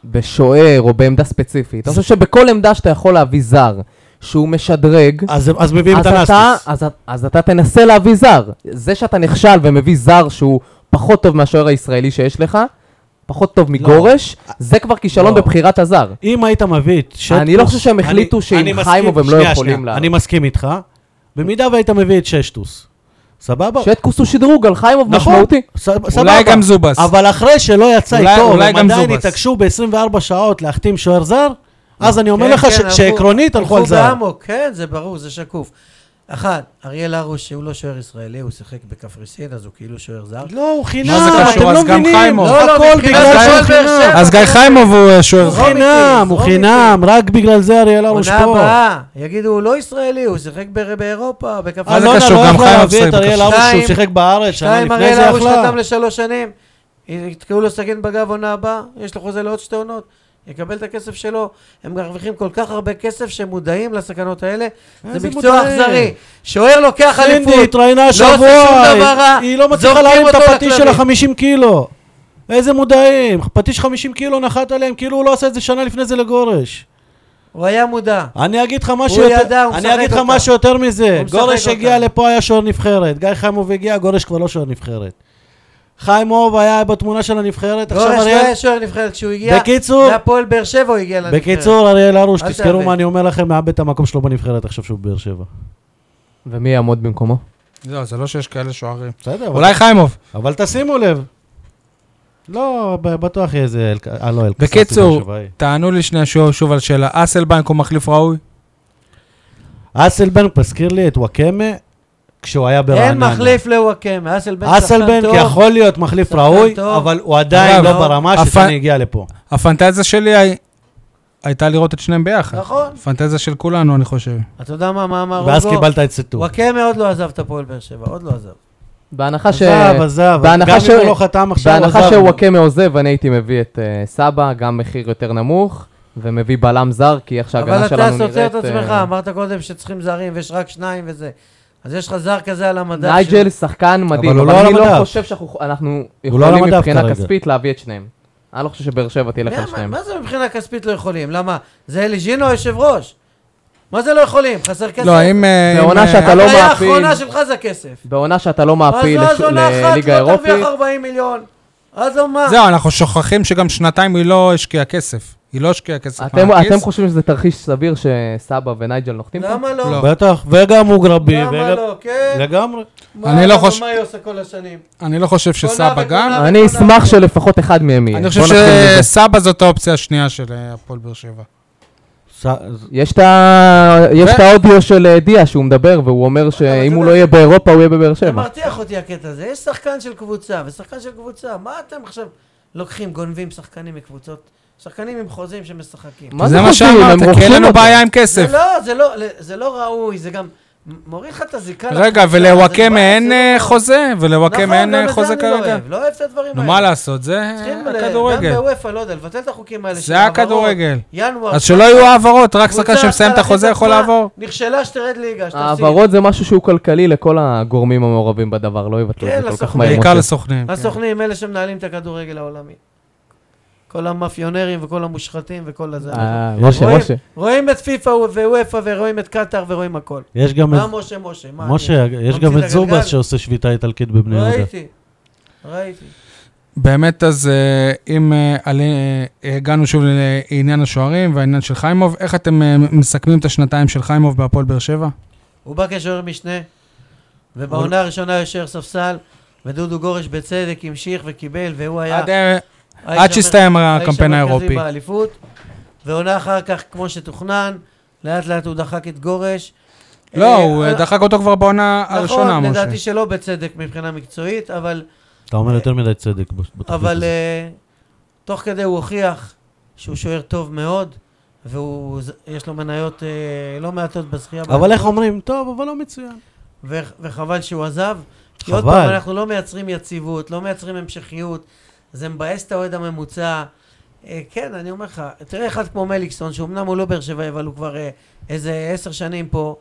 D: בשוער או בעמדה ספציפית. אני חושב שבכל עמדה שאתה יכול להביא זר, שהוא משדרג,
B: אז, אז מביאים את
D: אז אתה-
B: הנסטיס.
D: אז- אז אתה תנסה להביא זר. זה שאתה נכשל ומביא זר שהוא פחות טוב מהשוער הישראלי שיש לך, פחות טוב מגורש, זה כבר כישלון
B: לא.
D: בבחירת הזר.
B: אם היית מביא את שטקוס...
D: אני לא חושב שהם
B: אני-
D: החליטו
B: אני
D: שעם
B: מסכים-
D: חיימוב הם לא
B: שנייה,
D: יכולים
B: שנייה,
D: לעלות.
B: אני מסכים איתך. במידה והיית מביא את ששטוס. סבבה?
D: שטקוס הוא שדרוג על חיימוב
B: נכון.
D: משמעותי.
B: ס- סבבה.
A: אולי גם זובס.
B: אבל אחרי שלא יצא
A: אולי-
B: איתו,
A: אולי
B: הם
A: גם
B: עדיין
A: זובס.
B: התעקשו ב-24 שעות להחתים שוער זר, אז אני אומר
C: כן,
B: לך
C: כן,
B: ש-
C: הלכו-
B: שעקרונית הלכו על זר.
C: הלכו באמוק, כן, זה ברור, זה שקוף. אחת, אריאל הרוש, שהוא לא שוער ישראלי, הוא שיחק בקפריסין, אז הוא כאילו שוער זר.
B: לא, הוא חינם,
A: זה
B: אתם
A: קשור?
B: לא
A: אז גם
B: מבינים.
A: חיימוב.
C: לא, לא,
B: הכל
C: מבחינת
B: בגלל
A: הפועל
B: שהוא
C: באר
B: חינם.
C: שבע.
A: אז גיא חיימוב הוא אה, שוער.
B: הוא
C: אמיתי,
B: חינם, הוא
C: לא
B: חינם, רק בגלל זה אריאל הרוש
C: עונה
B: פה.
C: הבאה, יגידו, הוא לא ישראלי, הוא שיחק ב- באירופה,
A: אז
C: בקפריסין.
A: זה
B: אלונה
A: קשור?
B: לא
A: גם
B: יכלה
A: חיימוב
B: להביא את
A: שיחק
B: אריאל
C: בקפריסין.
B: הרוש שהוא
C: שתיים-
B: שיחק בארץ, שנה
C: שתיים,
B: לפני
C: אריאל
B: זה
C: הרוש
B: יכלה.
C: חתם לשלוש שנים, יתקעו לו סכין בגב עונה הבאה, יש לו חוזה לעוד שתי עונות, יקבל את הכסף שלו. הם מרוויחים כל כך הרבה כסף שמודעים לסכנות האלה.
B: איזה
C: זה מקצוע
B: מודעים?
C: אכזרי. שוער לוקח אליפות.
B: סינדי התראיינה
C: לא עושה
B: השבוע,
C: שום דבר רע,
B: היא לא מצליחה
C: זורקים
B: להרים את
C: אותו
B: הפטיש של
C: לכלבים.
B: ה-50 קילו. איזה מודעים, פטיש 50 קילו נחת עליהם, כאילו הוא לא עשה את זה שנה לפני זה לגורש.
C: הוא היה מודע.
B: אני אגיד לך משהו
C: הוא
B: יותר,
C: ידע, הוא
B: אני
C: משחק
B: אגיד לך
C: אותה.
B: משהו יותר מזה.
C: הוא משחק
B: גורש
C: אותה.
B: הגיע לפה, היה שוער נבחרת. גיא חיימוב הגיע, גורש כבר לא שוער נבחרת. חיימוב היה בתמונה של הנבחרת,
C: גורש
B: עכשיו
C: לא
B: אריאל...
C: היה שוער נבחרת כשהוא הגיע.
B: בקיצור-
C: להפועל באר שבע הוא הגיע לנבחרת.
B: בקיצור, אריאל הרוש,
C: אל
B: תזכרו
C: תעוות.
B: מה אני אומר לכם, מאבד את המקום שלו בנבחרת עכשיו שהוא בבאר שבע.
D: ומי יעמוד במקומו?
A: לא, זה לא שיש כאלה שוערים.
B: בסדר, אבל-
A: אולי חיימוב.
B: אבל תשימו לב. לא, ב- בטוח יהיה איזה... אלק- אה, לא, אלקסטי.
A: בקיצור, תענו לי שנייה שוב שוב על שאלה. אסלבנק הוא מחליף ראוי?
B: אסלבנק מזכיר לי את וואקמה כשהוא היה ברעננה.
C: אין מחליף לוואקמה. אסלבנק שחקן
B: אסלבנק
C: טוב.
B: יכול להיות מחליף
C: שחקן
B: ראוי,
C: טוב.
B: אבל הוא עדיין
A: אגב,
B: לא ברמה
A: הפ-
B: שטני הגיע לפה.
A: הפנטזיה שלי הי- הייתה לראות את שניהם ביחד.
C: נכון.
A: פנטזיה של כולנו, אני חושב.
C: אתה יודע מה, מה אמר רוגו?
B: ואז קיבלת את סטור.
C: וואקמה עוד לא עזב את הפועל באר שבע, עוד לא עזב.
D: בהנחה ש...
B: עזב, עזב,
D: בהנחה
B: גם
D: ש-
B: אם הוא לא חתם עכשיו, הוא עזב.
D: בהנחה שוואקמה עוזב, אני הייתי מביא את אה, סבא, גם מחיר יותר נמוך, ומביא בלם זר, כי איך
C: אבל
D: שההגנה שלנו
C: אתה
D: נראית...
C: סותר את
D: אה,
C: עצמך, אמרת קודם שצריכים זרים ויש רק שניים וזה. אז יש לך זר כזה על המדף.
D: נייג'ל שחקן מדהים,
B: הוא
D: אבל
B: לא על
D: אני לא
B: המדף.
D: חושב שאנחנו
B: לא על
D: יכולים
B: המדף
D: מבחינה
B: כרגע.
D: כספית להביא את שניהם. אני לא חושב שבאר שבע
C: שהוא-
D: תלך על
C: מה-
D: שניהם.
C: מה זה מבחינה כספית לא יכולים? למה? זה אליג'ינו היושב ראש. מה זה לא יכולים? חסר כסף?
A: לא, אם... אה,
D: בעונה
A: אם, אה,
D: שאתה לא
C: הבעיה
D: מעפיל.
C: האחרונה שלך זה כסף.
D: בעונה שאתה לא
C: אז
D: מעפיל
C: אז
D: לש-
C: עונה אחת
D: לליגה
C: לא תרוויח
D: האירופית,
C: 40 מיליון. אז לא מה?
A: זהו, אנחנו שוכחים שגם שנתיים היא לא השקיעה כסף. היא לא השקיעה כסף
D: אתם- אתם חושבים שזה תרחיש סביר שסבא ונייג'ל נוחתים פה?
C: למה לא?
A: לא.
E: בטח, וגם מוגרבי,
C: למה
E: וגם-
C: לא? כן.
E: לגמרי.
C: מה-
A: אני לא
C: למה-
A: חושב-
C: מה היא עושה כל השנים?
A: אני לא חושב שסבא
C: וקונה
A: גם.
C: וקונה.
D: אני אשמח שלפחות אחד מהם יהיה.
A: אני חושב
D: בוא נתחיל מזה.
A: שסבא זאת האופציה השנייה של אה, הפועל באר שבע.
E: ס-
D: יש את ה- יש
A: ו-
D: את האודיו של אה, דיה שהוא מדבר, והוא אומר שאם
C: אתה
D: הוא
C: יודע-
D: לא יהיה באירופה, הוא יהיה בבאר
C: זה
D: שבע.
C: מרתיח אותי הקטע הזה. יש שחקן של קבוצה, ושחקן של קבוצה. מה אתם עכשיו לוקחים, גונבים שחקנים מקבוצות? שחקנים עם חוזים שמשחקים.
D: מה
A: זה
D: זה
A: מה
D: חושבים? הם
A: שאמרת, כי אין
D: רוכשים
A: לנו
D: אותו.
A: בעיה עם כסף.
C: זה לא, זה לא, זה לא ראוי, זה גם מוריד לך את הזיקה.
A: רגע,
C: לקבוצה,
A: ולוואקמה
C: לא, זה
A: אין
C: בעיה,
A: אה,
C: זה לא-
A: חוזה,
C: נכון,
A: ולוואקמה אין
C: גם
A: אה,
C: את זה
A: חוזה
C: אני לא
A: כרגע.
C: אוהב, לא אוהב את הדברים
A: נו,
C: האלה.
A: מה לעשות, זה אה,
C: צריכים ל-
A: הכדורגל.
C: גם בוופא, לא יודע, לבטל את החוקים האלה. של
A: זה
C: העברות,
A: הכדורגל.
C: ינואר.
A: אז שלא יהיו העברות, רק
C: קבוצה
A: שחקן שמסיים את
C: צריכה
A: החוזה
C: להכניס
A: יכול
C: עצמה,
A: לעבור.
C: נכשלה שתרד ליגה, שתפסיד.
D: העברות זה משהו שהוא כלכלי לכל הגורמים המעורבים בדבר, לא יבטלו
C: כן,
D: את זה כל כך
C: לסוכנים.
D: מהר.
A: בעיקר
D: משה.
A: לסוכנים. כן.
C: הסוכנים, אלה שמנהלים את הכדורגל העולמי. כל המאפיונרים וכל המושחתים וכל הזה.
D: אה,
E: יש-
D: משה,
C: רואים-
D: משה.
C: רואים את פיפ"א ווופא ורואים את קטאר ורואים הכל.
E: יש גם
C: מה
E: את...
C: משה משה? מה
E: משה, יש גם
C: ממציא
E: את זובס
C: הגלגל?
E: שעושה שביתה איטלקית בבני
C: אני-
E: יהודה.
C: ראיתי, ראיתי.
A: באמת, אז אה, אם אה, עלי- אה, הגענו שוב לעניין השוערים והעניין של חיימוב, איך אתם אה, מסכמים את השנתיים של חיימוב בהפועל באר שבע?
C: הוא בא כשוער משנה, ובעונה הראשונה יושר ספסל, ודודו גורש בצדק המשיך וקיבל, והוא היה...
A: עד, אה,
C: האיש
A: עד שהסתיים
C: המר-
A: הקמפיין
C: האיש
A: האירופי.
C: המרכזי באליפות, ועונה אחר כך, כמו שתוכנן, לאט לאט הוא דחק את גורש.
A: לא,
C: אה,
A: הוא אה,
C: אה,
A: דחק אותו כבר בעונה הראשונה,
C: נכון,
A: משה.
C: לדעתי שלא בצדק מבחינה מקצועית, אבל...
E: אתה אומר יותר מדי צדק ב- בתוכנית
C: אבל
E: הזאת.
C: אה, תוך כדי הוא הוכיח שהוא שוער טוב מאוד, ויש לו מניות אה, לא מעטות בזכייה.
E: אבל איך אומרים? טוב, אבל לא מצוין.
C: ו- וחבל שהוא עזב. כי עוד
E: חבל.
C: פעם, אנחנו לא מייצרים יציבות, לא מייצרים המשכיות, זה מבאס את האוהד הממוצע. אה, כן, אני אומר לך, תראה אחד כמו מליקסון, שאומנם הוא לא באר שבעי, אבל הוא כבר אה, איזה עשר שנים פה,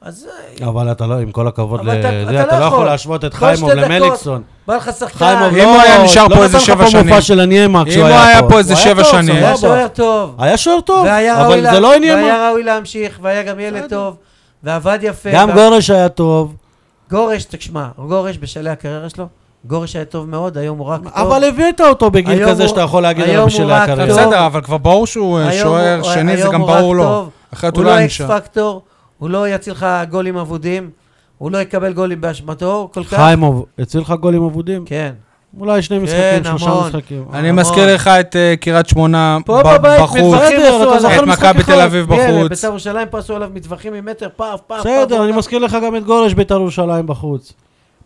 C: אז אה,
E: אבל אתה לא, עם כל הכבוד
C: אבל אתה-
E: לזה,
C: אתה
E: אתה
C: לא
E: לא יכול
C: יכול.
E: להשוות את
C: כל
E: חיימוב
C: שתי דקות.
E: למליקסון.
C: בא לך שחקן,
E: חיימוב
A: אם הוא היה נשאר פה איזה שבע
E: לא נתן לך פה
A: שנים.
E: מופע של הניימה כשהוא
A: הוא
E: היה פה.
A: היה פה איזה
E: הוא
A: שבע
E: טוב,
A: שנים.
C: היה
E: סבבה.
C: אה, שוער טוב,
E: היה שוער טוב,
C: והיה ראוי
E: אבל זה
C: לה-
E: לא הניימה.
C: והיה ראוי להמשיך, והיה גם ילד טוב, ועבד יפה.
E: גם
C: וה-
E: גורש היה טוב,
C: גורש, תשמע, גורש בשלהי הקריירה שלו, גורש היה טוב מאוד, היום הוא רק טוב.
E: אבל הבאת אותו בגיל
C: היום
E: כזה
C: הוא-
E: שאתה יכול להגיד
C: היום
E: עליו
C: הוא
E: בשביל
C: רק
A: אבל
E: הקריירה.
C: טוב.
A: בסדר, אבל כבר ברור שהוא אה,
C: היום
A: שוער
C: הוא-
A: שני, זה
C: היום
A: גם
C: הוא רק
A: ברור לו.
C: טוב.
A: אחרת
C: הוא
A: הוא
C: לא
A: לא
C: אקס
A: נשאר.
C: פקטור, הוא לא יציל לך גולים אבודים, הוא לא יקבל גולים באשמתו כל כך.
E: חיימוב, הציל לך גולים אבודים?
C: כן.
E: אולי שני משחקים, שלושה
C: המון.
E: משחקים.
A: אני
C: המון.
A: מזכיר לך את אה, קריית שמונה
C: פה
A: ב-
C: בבית
A: בחוץ.
C: מתווכחים
E: בסדר, אתה
C: עשו עליו.
E: זוכר
A: את
E: משחק
A: מכבי
E: אחד?
A: תל אביב
C: ילד,
A: בחוץ.
C: בית"ר ירושלים פה עשו עליו מטווחים ממטר, פעף, פעף, פעף.
E: בסדר, אני מזכיר לך גם את גורש בית"ר ירושלים בחוץ.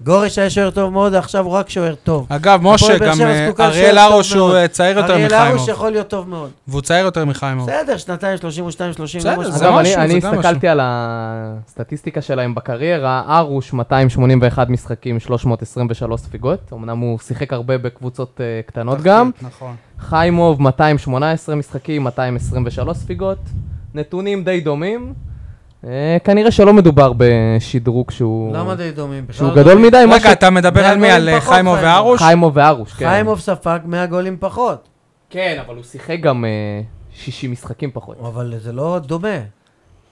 C: גורש היה שוער טוב מאוד, עכשיו הוא רק שוער טוב.
A: אגב,
C: הפועל
A: משה,
C: באר
A: גם
C: שבע
A: אה,
C: זקוקה
A: אריאל
C: לשוער טוב
A: הרוש הוא
C: מאוד.
A: אה, צעיר יותר
C: אריאל הרוש
A: מחיימוב.
C: יכול להיות טוב מאוד.
A: והוא צעיר יותר מחיימוב.
C: בסדר, שנתיים, 32, 30.
A: בסדר,
C: לא
A: זה
C: משהו.
D: אגב, אני,
A: משהו, זה
D: אני
A: גם
D: הסתכלתי על הסטטיסטיקה שלהם בקריירה, ארוש 281 משחקים, 323 ספיגות, אמנם הוא שיחק הרבה בקבוצות אה, קטנות גם,
A: נכון.
D: חיימוב 218 משחקים, 223 ספיגות, נתונים די דומים, אה, כנראה שלא מדובר בשדרוג שהוא...
C: למה די דומים? בכלל
D: שהוא
C: לא
D: גדול
C: דומים.
D: מדי,
A: רגע, אה, אתה מדבר
C: זה
A: על מי?
C: הגולים
A: על אה,
C: פחות
A: חיימוב
C: חיימוב.
A: והרוש?
D: חיימוב וארוש, כן.
C: חיימוב ספג 100 גולים פחות.
D: כן, אבל הוא שיחק גם אה, 60 משחקים פחות.
C: אבל זה לא דומה.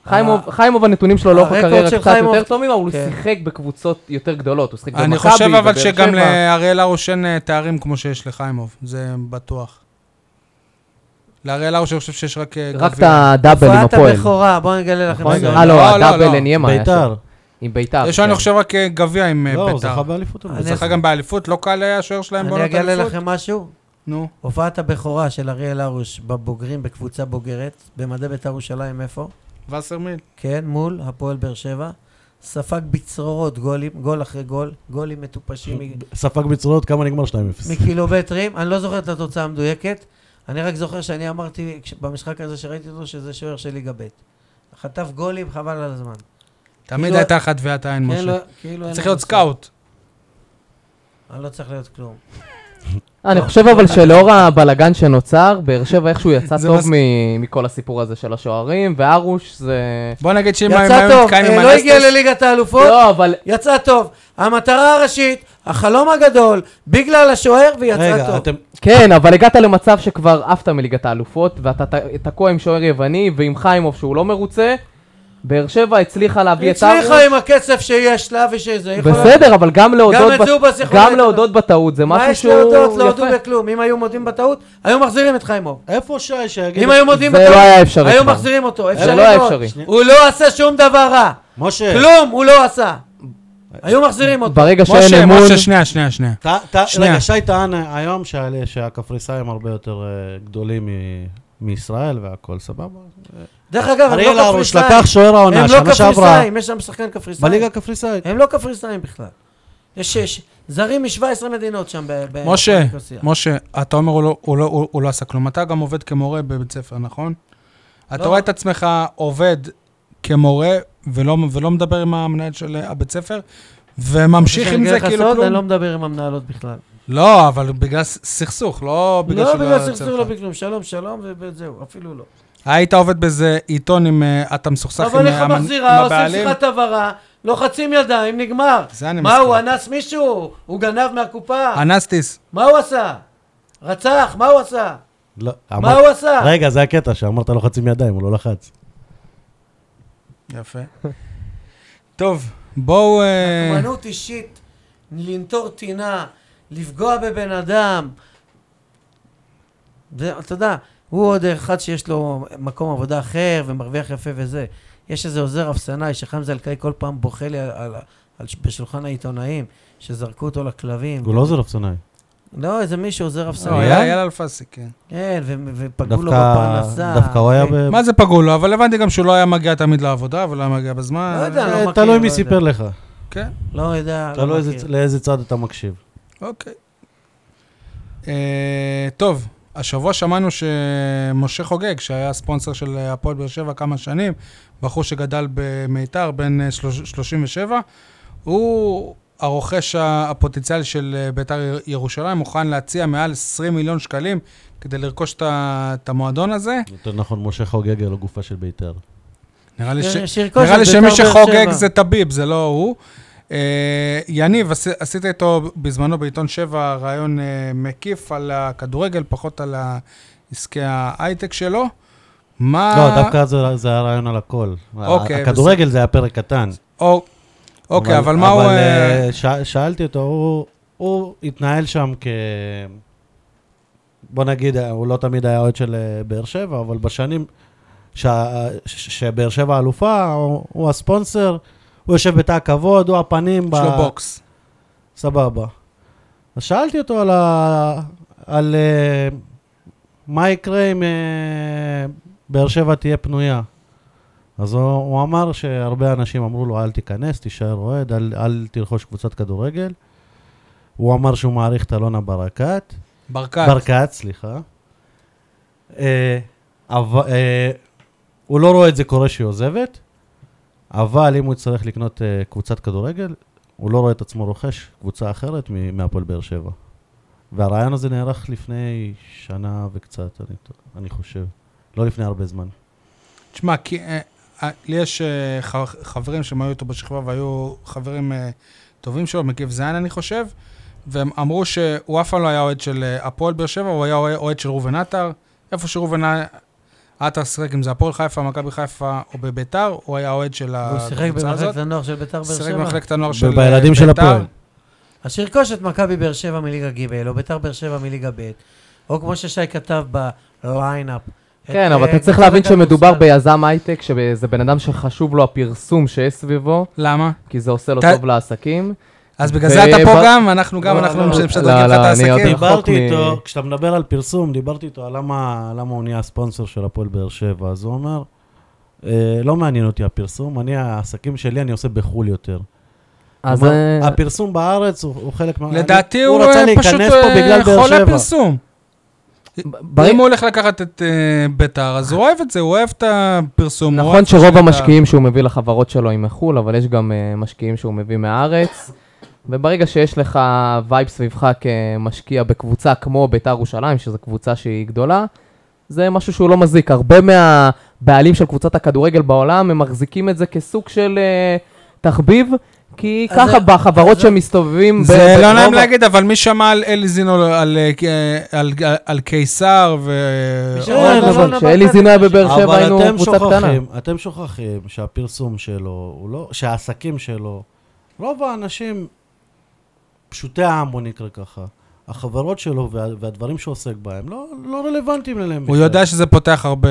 D: חיימוב, חיימוב הנתונים שלו לאורך
C: הרקורד
D: הקריירה
C: של
D: קצת
C: חיימוב-
D: יותר טובים, אבל הוא
C: כן.
D: שיחק בקבוצות יותר גדולות, הוא שיחק במכבי,
A: אני חושב אבל
D: בבאר
A: שגם
D: שבע.
A: לאריאל הרוש אין אה, תארים כמו שיש לחיימוב, זה בטוח. לאריאל הרוש אני חושב שיש רק אה,
D: רק את
A: גביע.
D: הדאבל עם
C: הופעת
D: הפועל.
C: הבכורה, בואו נגלה לכם.
D: נכון?
A: רגע,
D: אה, לא,
A: לא, לא,
D: הדאבל
A: לא.
D: אין ימה היה שם.
E: בית"ר.
D: עם ביתר.
A: יש
D: כן.
A: אני חושב רק אה, גביע עם אה,
E: לא, הוא
A: ביתר.
E: זכה באליפות. אבל.
A: הוא זכה גם באליפות, לא קל היה השוער שלהם
C: אני
A: בעונת
C: אגלה
A: אליפות?
C: לכם משהו.
A: נו.
C: הופעת הבכורה של אריאל הרוש בבוגרים, בקבוצה בוגרת, במדעי בית"ר ירושלים, איפה?
A: וסרמיל.
C: כן, מול הפועל באר שבע. ספג בצרורות גולים, גול אחרי גול, גולים מטופשים מ-
E: ספג בצרורות, כמה נגמר? 2-0.
C: מקילומטרים. אני לא זוכר את התוצאה המדויקת. אני רק זוכר שאני אמרתי כש- במשחק הזה שראיתי אותו שזה שוער של ליגה ב'. חטף גולים, חבל על הזמן.
A: תמיד
C: כאילו-
A: הייתה אחת ואת העין,
C: כן,
A: משה.
C: לא- כאילו אין לו
A: צריך להיות
C: מושג.
A: סקאוט.
C: אני לא צריך להיות כלום.
D: אני חושב אבל שלאור הבלגן שנוצר, באר שבע איכשהו יצא
A: זה
D: טוב
A: מס-
D: מ- מכל הסיפור הזה של השוערים, וארוש זה...
A: בוא נגיד שאם הם
C: יצא
A: היו
C: טוב,
A: נתקעים
C: אה,
A: עם
C: לא הגיע
A: הנסטס...
C: לליגת האלופות,
D: לא, אבל...
C: יצא טוב. המטרה הראשית, החלום הגדול, בגלל השוער, ויצא
E: רגע,
C: טוב.
E: אתם...
D: כן, אבל הגעת למצב שכבר עפת מליגת האלופות, ואתה ת- תקוע עם שוער יווני ועם חיימוב שהוא לא מרוצה, באר שבע הצליחה להביא את ארנס.
C: הצליחה עם הכסף שיש לה ושזה. היא יכולה-
D: בסדר, אבל גם להודות,
C: את
D: בת-
C: זה הוא בסיכום
D: גם
C: הייתה-
D: להודות בטעות, זה
C: מה
D: משהו
C: יש
D: שהוא
C: להודות? לא הודו
D: יפה.
C: בכלום. אם היו מודים בטעות, היו מחזירים את חיימוב.
B: איפה שי שיגיד...
C: אם היו מודים
D: זה לא
C: בטעות,
D: היה אפשרי.
C: היו
D: כבר.
C: מחזירים אותו.
D: זה
C: אפשרי
D: לא היה
C: מאוד.
D: אפשרי.
C: הוא לא עשה שום דבר רע.
B: משה,
C: כלום הוא לא עשה. היו מחזירים אותו.
D: ברגע שאין
A: משה,
D: אמון,
A: משה, שנייה, שנייה, שנייה.
B: ת- ת-
A: שנייה.
B: רגע, שי טען היום שה- שהקפריסאים הרבה יותר אה, גדולים מ- מישראל והכל סבבה.
C: דרך אגב, הם
B: אריאל
C: לא
B: הרוש
C: קפריסאים.
B: לקח שוער העונה
C: הם לא
B: שנה שעברה
C: קפריסאים, יש שם שחקן קפריסאי.
B: בליגה הקפריסאית.
C: הם לא קפריסאים בכלל. יש שש. זרים מ-17 מדינות שם ב... ב-
A: משה,
C: בקפריסיה.
A: משה, אתה אומר הוא לא- הוא לא- הוא הוא לא עשה כלום. אתה גם עובד כמורה בבית ספר, נכון? אתה
C: לא.
A: רואה את עצמך עובד כמורה ולא ולא מדבר עם המנהל של אה, הבית ספר, וממשיך עם זה
C: אני אגיד לך
A: כאילו
C: סוד, אני
A: כלום.
C: לא מדבר עם המנהלות בכלל.
A: לא, אבל בגלל ס- סכסוך, לא בגלל
C: לא
A: שלא
C: בגלל
A: יוצא
C: סכסוך,
A: לך.
C: לא בכלום. שלום, שלום, וזהו, אפילו לא.
A: היית עובד באיזה עיתון עם אה, אתה מסוכסך עם
C: אבל איך
A: המנ-
C: המחזירה,
A: עם
C: עושים
A: הבעלים?
C: שיחת הבהרה, לוחצים ידיים, נגמר.
A: זה אני
C: מה,
A: מסכים.
C: הוא אנס מישהו? הוא גנב מהקופה?
A: אנסטיס.
C: מה הוא עשה? רצח, מה הוא עשה?
B: לא,
C: מה
B: אמר-
C: הוא כן. עשה?
B: רגע, זה הקטע שאמרת לוחצים ידיים, הוא לא לחץ.
A: יפה. טוב, בואו... אה,
C: אומנות אישית, לנטור טינה, לפגוע בבן אדם. זה, אתה יודע, הוא עוד אחד שיש לו מקום עבודה אחר ומרוויח יפה וזה. יש איזה עוזר אפסנאי שחמזה אלקאי כל פעם בוכה לי על, על, על, בשולחן העיתונאים, שזרקו אותו לכלבים.
B: הוא לא עוזר אפסנאי.
C: לא, איזה מישהו עוזר
A: לא,
C: אפסנאי.
A: היה היה לאלפסי, כן.
C: כן, ו- ופגעו לו
B: דווקא
C: בפרנסה.
B: דווקא הוא היה
C: כן.
B: ב...
A: מה זה פגעו לו? אבל הבנתי גם שהוא לא היה מגיע תמיד לעבודה, אבל היה מגיע בזמן.
C: לא יודע.
B: אה,
C: לא מכיר,
B: תלוי
C: לא
B: מי
C: יודע.
B: סיפר לך.
A: כן,
C: לא יודע,
B: תלוי
C: לא
B: איזה-
C: מכיר.
B: לאיזה צד אתה מקשיב.
A: אוקיי. אה, טוב, השבוע שמענו שמשה חוגג, שהיה ספונסר של אה, הפועל באר שבע כמה שנים, בחור שגדל במיתר, בן אה, שלוש- 37, הוא הרוכש ה- הפוטנציאל של אה, ביתר יר- ירושלים, מוכן להציע מעל 20 מיליון שקלים כדי לרכוש את ה- את המועדון הזה.
B: יותר נכון, משה חוגג על הגופה של ביתר.
A: נראה לי ש...
C: שיר- שיר כושר,
A: נראה לי
C: כן, בית"ר
A: שמי
C: באר
A: שחוגג
C: שבע.
A: זה טביב, זה לא הוא. אה, יניב, עשי- עשית איתו בזמנו בעיתון 7 ראיון אה, מקיף על הכדורגל, פחות על ה- עסקי ההייטק שלו. מה...
B: לא, דווקא זה- זה היה רעיון על הכל.
A: אה, אוקיי,
B: הכדורגל זה היה פרק קטן.
A: או- אוקיי, אבל מה הוא...
B: אבל
A: אה,
B: אה, ש- שאלתי אותו, הוא- הוא התנהל שם כ... בוא נגיד, אה, הוא לא תמיד היה אוהד של אה, באר שבע, אבל בשנים שה- ש- שבאר שבע אלופה, הוא- הוא הספונסר, הוא יושב בתא הכבוד, הוא הפנים.
A: יש לו
B: ב-
A: בוקס.
B: סבבה. אז שאלתי אותו על, ה... על אה, מה יקרה אם אה, באר שבע תהיה פנויה. אז הוא, הוא אמר שהרבה אנשים אמרו לו, אל תיכנס, תישאר אוהד, אל, אל תרכוש קבוצת כדורגל. הוא אמר שהוא מעריך את אלונה ברקת.
A: ברקת.
B: ברקת, סליחה. אה, אבל, אה, הוא לא רואה את זה קורה שהיא עוזבת, אבל אם הוא יצטרך לקנות אה, קבוצת כדורגל, הוא לא רואה את עצמו רוכש קבוצה אחרת מ- מהפועל באר שבע. והרעיון הזה נערך לפני שנה וקצת, אני, אני חושב. לא לפני הרבה זמן.
A: תשמע, כי... אה, אה, לי יש אה, ח- חברים שהם היו איתו בשכבה והיו חברים אה, טובים שלו, מגיב זין אני חושב, והם אמרו שהוא אף פעם לא היה אוהד של אה, הפועל באר שבע, הוא היה אוה- אוהד של ראובן עטר. איפה שראובן עטר שיחק, אם זה הפועל חיפה, מכבי חיפה או בביתר, הוא היה אוהד של
C: והוא שיחק
A: הקבוצה הזאת.
C: במחלקת הנוער של ביתר באר
A: שיחק
C: שבע.
A: במחלקת הנוער של אה, ביתר.
B: ובילדים של הפועל.
C: אז שירכוש את מכבי באר שבע מליגה ג' או ביתר באר שבע מליגה ב', או כמו ששי כתב בליינאפ.
D: כן,
C: את,
D: אבל
C: אה,
D: אתה צריך
C: קבוצת
D: להבין שמדובר
C: הכדורסל.
D: ביזם הייטק, שזה בן אדם שחשוב לו הפרסום שיש סביבו,
A: למה?
D: כי זה עושה לו
A: אתה-
D: טוב לעסקים.
A: אז בגלל זה אתה
D: ו-
A: פה
D: ב-
A: גם, אנחנו גם,
D: לא,
A: אנחנו
D: לא,
A: משדרגים
D: לא,
A: לך את
D: לא, אני
A: העסקים.
D: רחוק
B: דיברתי איתו,
D: מ-
B: כשאתה מדבר על פרסום, דיברתי איתו על למה, למה הוא נהיה הספונסר של הפועל באר שבע, אז הוא אומר, אה, לא מעניין אותי הפרסום, אני, העסקים שלי אני עושה בחו"ל יותר.
D: אז
B: כלומר,
D: אה,
B: הפרסום בארץ הוא, הוא חלק מה...
A: לדעתי
B: אני-
A: הוא
B: רצה
A: אה,
B: להיכנס
A: פשוט
B: פה
A: אה,
B: בגלל באר
A: חולה
B: שבע.
A: פרסום.
D: ב-
A: אם הוא הולך לקחת את אה, ביתר, אז הוא אוהב את זה, הוא אוהב את הפרסום. הוא אוהב
D: נכון
A: את זה
D: שרוב
A: שאתה-
D: המשקיעים שהוא מביא לחברות שלו הם מחו"ל, אבל יש גם אה, משקיעים שהוא מביא מהארץ. וברגע שיש לך וייב סביבך כמשקיע בקבוצה כמו בית"ר ירושלים, שזו קבוצה שהיא גדולה, זה משהו שהוא לא מזיק. הרבה מהבעלים של קבוצת הכדורגל בעולם, הם מחזיקים את זה כסוג של אה, תחביב, כי
C: אז
D: ככה
C: זה- אז
D: בחברות
C: זה-
D: שמסתובבים... ב-
A: זה לא
D: ברוב
A: נעים
D: ה-
A: להגיד, אבל מי שמע על אליזין או על, אה, על- על קיסר ו...
C: מי שמע-
D: כן,
C: לא, לא,
D: אבל
C: לא,
D: כשאלי
C: לא,
D: זינו היה
C: לא,
D: בבאר שבע
E: אבל
D: היינו
E: אתם
D: קבוצה קטנה.
E: שוכחים, אתם שוכחים שהפרסום שלו, הוא לא, שהעסקים שלו, רוב האנשים, פשוטי העם, בוא נקרא ככה, החברות שלו וה, והדברים שהוא עוסק בהם לא, לא רלוונטיים אליהם
A: הוא יודע שזה פותח הרבה...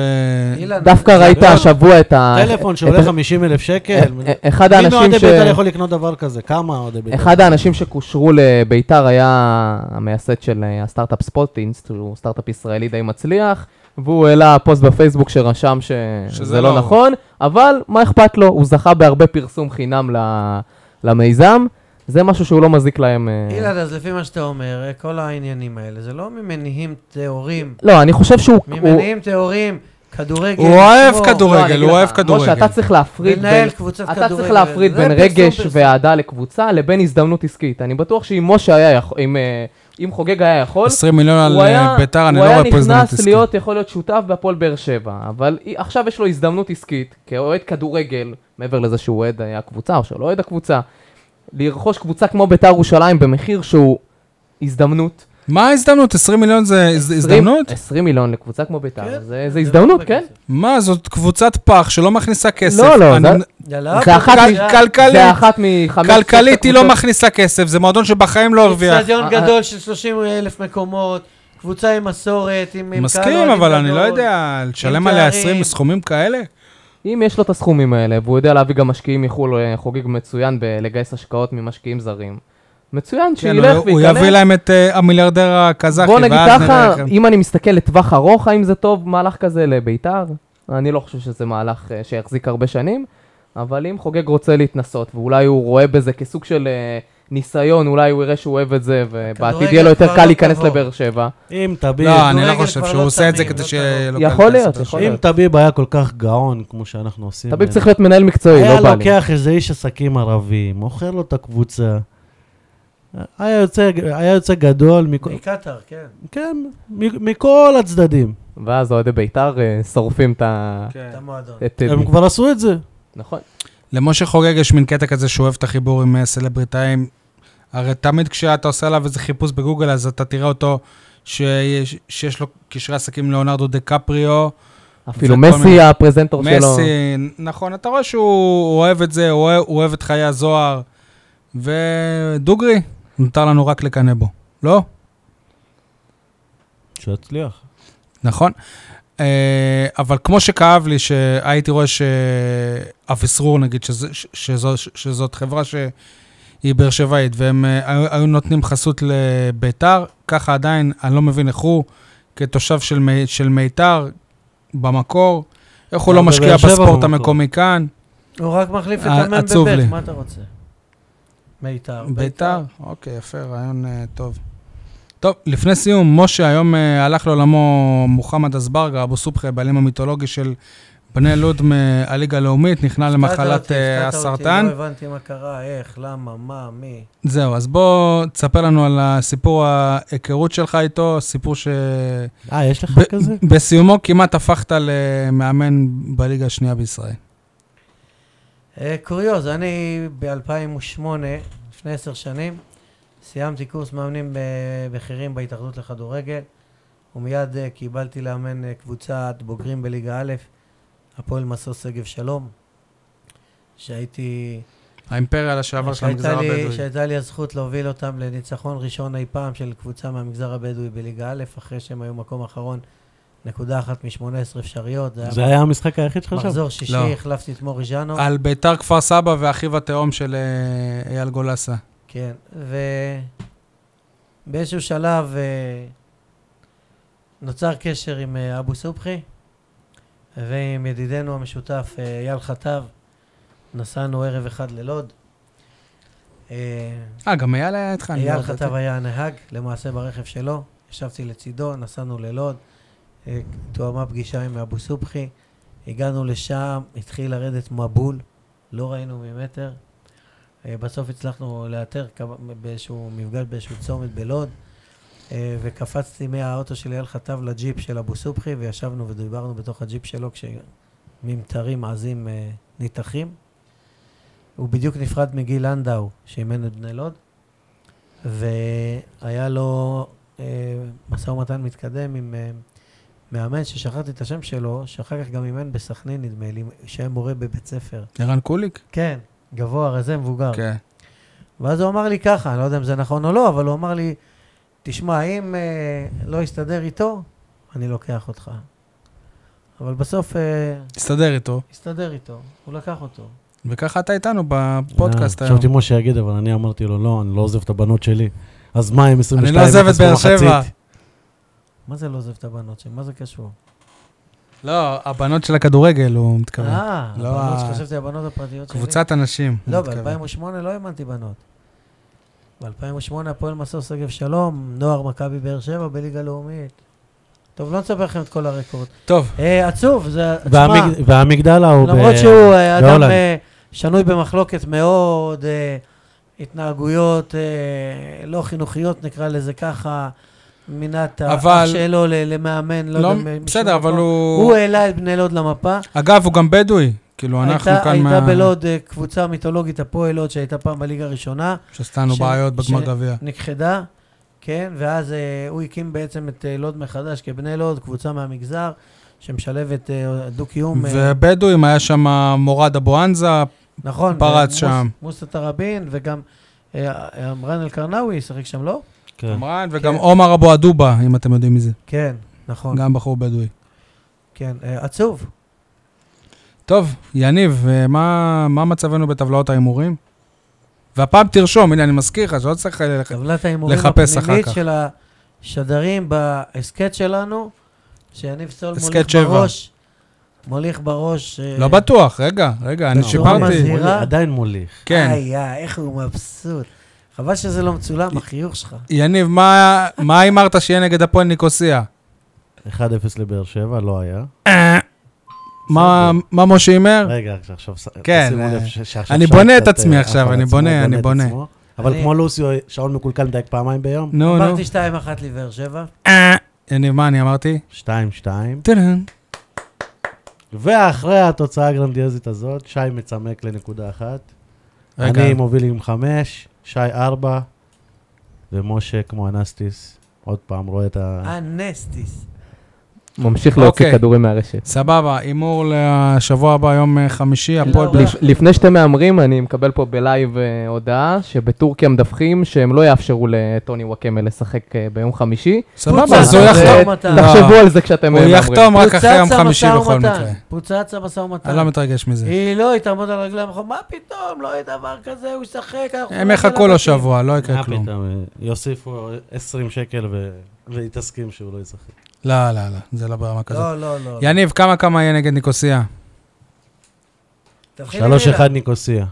C: אילן,
D: דווקא
C: זה-
D: ראית
E: לא.
D: השבוע את ה...
E: טלפון שעולה 50 אלף שקל,
D: אה, אה, אחד
E: מי מאוהדי
D: האנשים ש...
E: בית"ר יכול לקנות דבר כזה? כמה אוהדי בית"ר?
D: אחד האנשים שקושרו לביתר היה המייסד של אה, הסטארט-אפ ספוטינס, שהוא סטארט-אפ ישראלי די מצליח, והוא העלה פוסט בפייסבוק שרשם ש...
A: שזה
D: שזה
A: לא.
D: לא נכון, אבל מה אכפת לו? הוא זכה בהרבה פרסום חינם ל- למיזם, זה משהו שהוא לא מזיק להם. אה.
C: אילן, אז לפי מה שאתה אומר, אה, כל העניינים האלה, זה לא ממניעים טהורים.
D: לא, אני חושב שהוא... הוא-
C: ממניעים טהורים, כדורגל.
A: הוא אוהב
C: לשמור,
A: כדורגל.
D: לא, אני אגיד
A: הוא
D: לך,
A: אוהב כדורגל.
D: משה, אתה צריך להפריד בין...
C: לנהל קבוצת כדורגל.
D: אתה צריך להפריד
C: זה
D: בין
C: פרסום,
D: רגש
C: פרסום.
D: ואהדה לקבוצה לבין הזדמנות עסקית. אני בטוח שאם משה היה יכול, אם, אה, אם חוגג היה יכול,
A: 20 מיליון על
D: הוא היה-
A: אה, ביתר, אני לא רואה פה
D: הוא היה
A: הזדמנות
D: נכנס
A: עסקית.
D: להיות, יכול להיות שותף בהפועל באר שבע, אבל היא- עכשיו יש לו הזדמנות עסקית, כאוהד כדורגל, מעבר לזה שהוא אוהד אה, הקבוצה או שהוא לא אוהד הקבוצה, לרכוש קבוצה כמו ביתר ירושלים במחיר שהוא הזדמנות.
A: מה ההזדמנות? 20 מיליון זה הז-
D: 20
A: הזדמנות?
D: 20 מיליון לקבוצה כמו ביתר,
C: כן,
D: זה זה
C: זה
D: הזדמנות,
C: הרבה
D: כן?
C: כסף.
A: מה, זאת קבוצת פח שלא מכניסה כסף.
D: לא, לא,
A: אני-
C: יאללה,
D: זה אחת
C: בבקשה.
A: כל- כלכלית.
D: זה אחת מחמש...
A: כלכלית היא לא מכניסה כסף, זה מועדון שבחיים לא הרוויח.
C: אצטדיון
D: אה,
C: גדול של 30 אלף מקומות, קבוצה עם מסורת, עם... עם
A: מסכים,
C: קהל
A: אבל
C: אוהדים
A: אני לא
C: גדול.
A: יודע, לשלם
C: עם
A: עליה
C: תארים.
A: 20 סכומים כאלה?
D: אם יש לו את הסכומים האלה, והוא יודע להביא גם משקיעים מחו"ל, אה, חוגג מצוין בלגייס השקעות ממשקיעים זרים, מצוין
A: כן,
C: לא
D: שילך
A: הוא- הוא יביא להם את אה, המיליארדר הקזחי,
D: בוא נגיד
A: ואז נראה
D: ככה,
A: לכם.
D: אם אני מסתכל לטווח ארוך, האם זה טוב מהלך כזה לביתר? אני לא חושב שזה מהלך אה, שיחזיק הרבה שנים, אבל אם חוגג רוצה להתנסות, ואולי הוא רואה בזה כסוג של אה, ניסיון, אולי הוא יראה שהוא אוהב את זה, ובעתיד
C: הכדורגל
D: יהיה לו
C: כבר
D: יותר
C: לא
D: קל להיכנס
C: גבוה.
D: לבאר שבע.
E: אם תביב,
A: לא, אני לא
C: כדורגל
A: חושב
C: כבר
A: שהוא
C: לא
A: עושה את זה
C: תמים,
A: כדי
C: לא
A: שיהיה לו
D: תמים. יכול
A: קל
D: להיות,
A: לעשות את
D: יכול
A: זה.
E: אם תביב היה כל כך גאון כמו שאנחנו עושים...
D: תביב
E: ממנו,
D: צריך להיות מנהל מקצועי,
E: היה
D: לא בעלים.
E: לוקח איזה איש עסקים ערבי, מוכר לו את הקבוצה. היה יוצא, היה יוצא גדול, מכ...
C: מקטאר, כן.
E: כן, מ- מכל הצדדים.
D: ואז אוהדי ביתר אה, שורפים את ה...
A: כן. אה.
C: את המועדון.
D: את טדי.
E: הם כבר עשו את זה.
D: נכון.
A: למשה חוגג יש מין קטע כזה שהוא אוהב את החיבור עם אה, סלבריטאים. הרי תמיד כשאתה עושה עליו איזה חיפוש בגוגל, אז אתה תראה אותו שיש, שיש לו קשרי עסקים עם ליאונרדו דה קפריו,
D: אפילו
A: זה כל מיני-
D: מסי הפרזנטור שלו.
A: מסי, נכון, אתה רואה שהוא אוהב את זה, הוא אוהב, הוא אוהב את חיי הזוהר. ודוגרי, נותר לנו רק לקנא בו, לא?
E: שיצליח.
A: נכון. אה, אבל כמו שכאב לי, שהייתי רואה שאביסרור, נגיד, שזה, ש- שזו, ש- שזאת חברה שהיא באר שבעית, והם אה, היו, היו נותנים חסות לביתר, ככה עדיין, אני לא מבין איך הוא, כתושב של, מי- של מיתר, במקור, איך הוא
E: גם
A: לא משקיע
E: בבאר שבע
A: בספורט
E: במקור.
A: המקומי כאן,
C: הוא רק מחליף את
A: ע-
C: המ"ם
A: אה, עצוב לי.
C: בבית, מה אתה רוצה? מיתר.
A: ביתר? אוקיי, יפה, רעיון אה, טוב. טוב, לפני סיום, משה, היום אה, הלך לעולמו מוחמד אזברגה, אבו סובחי, הבעלים המיתולוגי של בני לוד מהליגה הלאומית, נכנע למחלת
C: הפתעת אותי,
A: אה,
C: הפתעת אותי,
A: הסרטן.
C: לא הבנתי מה קרה, איך, למה, מה, מי.
A: זהו, אז בוא תספר לנו על הסיפור ההיכרות שלך איתו, סיפור
E: אה, יש לך כזה?
A: שבסיומו כמעט הפכת למאמן בליגה השנייה בישראל.
C: אה, קוריוז, אני ב-2008, לפני עשר שנים, סיימתי קורס מאמנים ב- בכירים בהתאחדות לכדורגל, ומיד אה, קיבלתי לאמן אה, קבוצת בוגרים בליגה א', הפועל מסוס שגב שלום, שהייתי...
A: האימפריה לשעבר של
C: שהייתה
A: המגזר
C: לי-
A: הבדואי.
C: שהייתה לי הזכות להוביל אותם לניצחון ראשון אי פעם של קבוצה מהמגזר הבדואי בליגה א', אחרי שהם היו מקום אחרון, נקודה אחת מ-18 אפשריות, זה
E: זה
C: היה
E: היה המשחק היחיד שלך שם?
C: מחזור שישי,
A: לא.
C: החלפתי את מורי ז'אנו.
A: על ביתר כפר סבא ואחיו התאום של אה, אייל גולסה.
C: כן, ובאיזשהו שלב אה, נוצר קשר עם אה, אבו סובחי ועם ידידנו המשותף אה, אייל חטב. נסענו ערב אחד ללוד. אה,
A: אה, גם אייל היה איתך? אני לא
C: אייל
A: ידעתי.
C: חטב היה הנהג, למעשה ברכב שלו, ישבתי לצידו, נסענו ללוד, אה, תואמה פגישה עם אבו סובחי, הגענו לשם, התחיל לרדת מבול, לא ראינו ממטר. אה, בסוף הצלחנו לאתר כמה- באיזשהו מפגש, באיזשהו צומת בלוד, אה, וקפצתי מהאוטו של אייל חטב לג'יפ של אבו סובחי, וישבנו ודיברנו בתוך הג'יפ שלו כשממטרים עזים אה, ניתחים. הוא בדיוק נפרד מגיל לנדאו, שאימן את בני לוד, והיה לו אה, משא ומתן מתקדם עם אה, מאמן ששכחתי את השם שלו, שאחר כך גם אימן בסכנין, נדמה לי, שהיה מורה בבית ספר.
A: ערן קוליק?
C: כן, גבוה, רזה, מבוגר.
A: כן.
C: ואז הוא אמר לי ככה, אני לא יודע אם זה נכון או לא, אבל הוא אמר לי, תשמע, אם אה, לא יסתדר איתו, אני לוקח אותך. אבל בסוף אה,
A: הסתדר איתו,
C: הסתדר איתו, הוא לקח אותו.
A: וככה אתה איתנו בפודקאסט
B: אה,
A: היום.
B: חשבתי משה יגיד, אבל אני אמרתי לו, לא, אני לא עוזב את הבנות שלי. אז מה, אם 22
A: אני לא עוזב את
B: אפס
A: באר
B: במחצית?
A: שבע.
C: מה זה לא עוזב את הבנות שם? מה זה קשור?
A: לא, הבנות של הכדורגל, הוא מתכוון.
C: אה,
A: לא
C: הבנות
A: ה-
C: שחשבתי הבנות הפרטיות שלי.
A: קבוצת הנשים.
C: לא,
A: הוא מתכוון.
C: ב-2008 לא האמנתי בנות. ב-2008 הפועל מסור שגב שלום, נוער מכבי באר שבע בליגה לאומית. טוב, לא נספר לכם את כל הרקורד.
A: טוב,
C: אה, עצוב, זה... תשמע,
B: והמג- והמגדלה הוא ב... לא
C: למרות שהוא אה, אדם
B: בהולנד.
C: אה, שנוי במחלוקת מאוד, אה, התנהגויות אה, לא חינוכיות, נקרא לזה ככה, מנת ה-
A: אבל-
C: אח שלו ל- למאמן, לא
A: לא,
C: יודע, מ- משום
A: בסדר, אבל
C: מקום.
A: הוא...
C: הוא העלה את בני לוד למפה.
A: אגב, הוא גם בדואי. כאילו, אנחנו
C: הייתה,
A: כאן...
C: הייתה
A: מה-
C: בלוד אה, קבוצה מיתולוגית, הפועל לוד, שהייתה פעם בליגה הראשונה,
A: שעשתה לנו
C: ש-
A: בעיות
C: ש-
A: בגמר גביע.
C: נכחדה, כן, ואז אה, הוא הקים בעצם את אה, לוד מחדש כבני לוד, קבוצה מהמגזר, שמשלבת אה, דו-קיום. אה,
A: ובדואים, היה שם מורד אבו ענזה,
C: נכון.
A: פרץ
C: ומוס-
A: שם.
C: מוסא תראבין, וגם אה, עמרן אלקרנאווי ישחק שם, לא?
B: כן.
A: אמרן, וגם עומר אבו עדובה, אם אתם יודעים מי זה.
C: כן, נכון.
A: גם בחור בדואי.
C: כן, אה, עצוב.
A: טוב, יניב, אה, מה מה מצבנו בטבלאות ההימורים? והפעם תרשום, הנה, אני מזכיר לך, שלא צריך... אה, לח-
C: טבלת ההימורים
A: לחפש אחר
C: הפנימית
A: כך.
C: של השדרים בהסכת שלנו, שיניב סול
A: הסכת
C: מוליך
A: שבע.
C: בראש. מוליך בראש. אה,
A: לא בטוח, רגע, רגע, אני
B: לא,
C: בצורה
A: שיפרתי.
C: מזהירה.
B: מוליך, עדיין מוליך.
A: כן.
C: איי, איי, איך הוא מבסוט. חבל שזה לא מצולם, החיוך שלך.
B: לא.
A: יניב, מה- מה הימרת שיהיה נגד הפועל ניקוסיה?
B: 1-0 לבאר שבע, לא היה.
A: מה מה משה הימר?
B: רגע, עכשיו ס-
A: כן,
B: תשימו לב
A: אה,
B: ש- שעכשיו...
A: אני
B: שי
A: בונה את
B: קצת,
A: עצמי
B: אה,
A: עכשיו,
B: עף על
A: אני
B: עצמו,
A: בונה, אני
B: את
A: בונה.
B: עצמו. אבל
C: אני-
B: כמו לוסיו, שעון מקולקל מדייק פעמיים ביום.
A: נו, נו.
C: אמרתי 2-1 לבאר שבע.
A: אה, יניב, מה אני אמרתי?
B: 2-2.
A: טרן.
B: ואחרי התוצאה הגרנדיוזית הזאת, שי מצמק לנקודה אחת.
A: רגע.
B: אני מוביל עם חמש, שי ארבע, ומשה כמו אנסטיס, עוד פעם רואה את
A: אה,
B: ה...
C: אנסטיס.
D: ממשיך להוציא
A: אוקיי.
D: כדורים מהרשת.
A: סבבה, הימור לשבוע הבא, יום אה, חמישי, הפועל...
C: לא,
A: באר-
C: לא.
D: לפ- לפני שאתם מהמרים, אני מקבל פה בלייב אה, הודעה שבטורקיה מדווחים שהם לא יאפשרו לטוני וואקמה לשחק אה, ביום חמישי.
A: סבבה,
C: פוצה,
A: אז הוא
D: אז, אה,
A: יחתום.
C: יחתום.
A: לא.
D: תחשבו על זה כשאתם
A: הוא
D: אה, מהמרים.
A: יחתום רק אחרי יום
C: פוצץ
A: חמישי
C: המשא
A: בכל
C: ומתן.
A: מקרה.
C: פוצץ המשא ומתן.
A: אני לא מתרגש מזה.
C: היא לא, היא תעמוד על רגליים, אחורה, מה פתאום, לא יהיה דבר כזה, הוא ישחק, אנחנו...
A: הם
C: נגיע
A: יחכו לו
C: לבתים."
A: שבוע, לא יקרה
B: מה
A: כלום.
B: פתאום, אה, יוסיפו 20 שקל ו- ויתעסקים שהוא לא ישחק.
A: לא, לא, לא, זה לא ברמה כזאת.
C: לא, לא, לא.
A: יניב, כמה כמה יהיה נגד ניקוסיה?
C: תתחיל עם
B: 3-1
C: אילן.
B: ניקוסיה.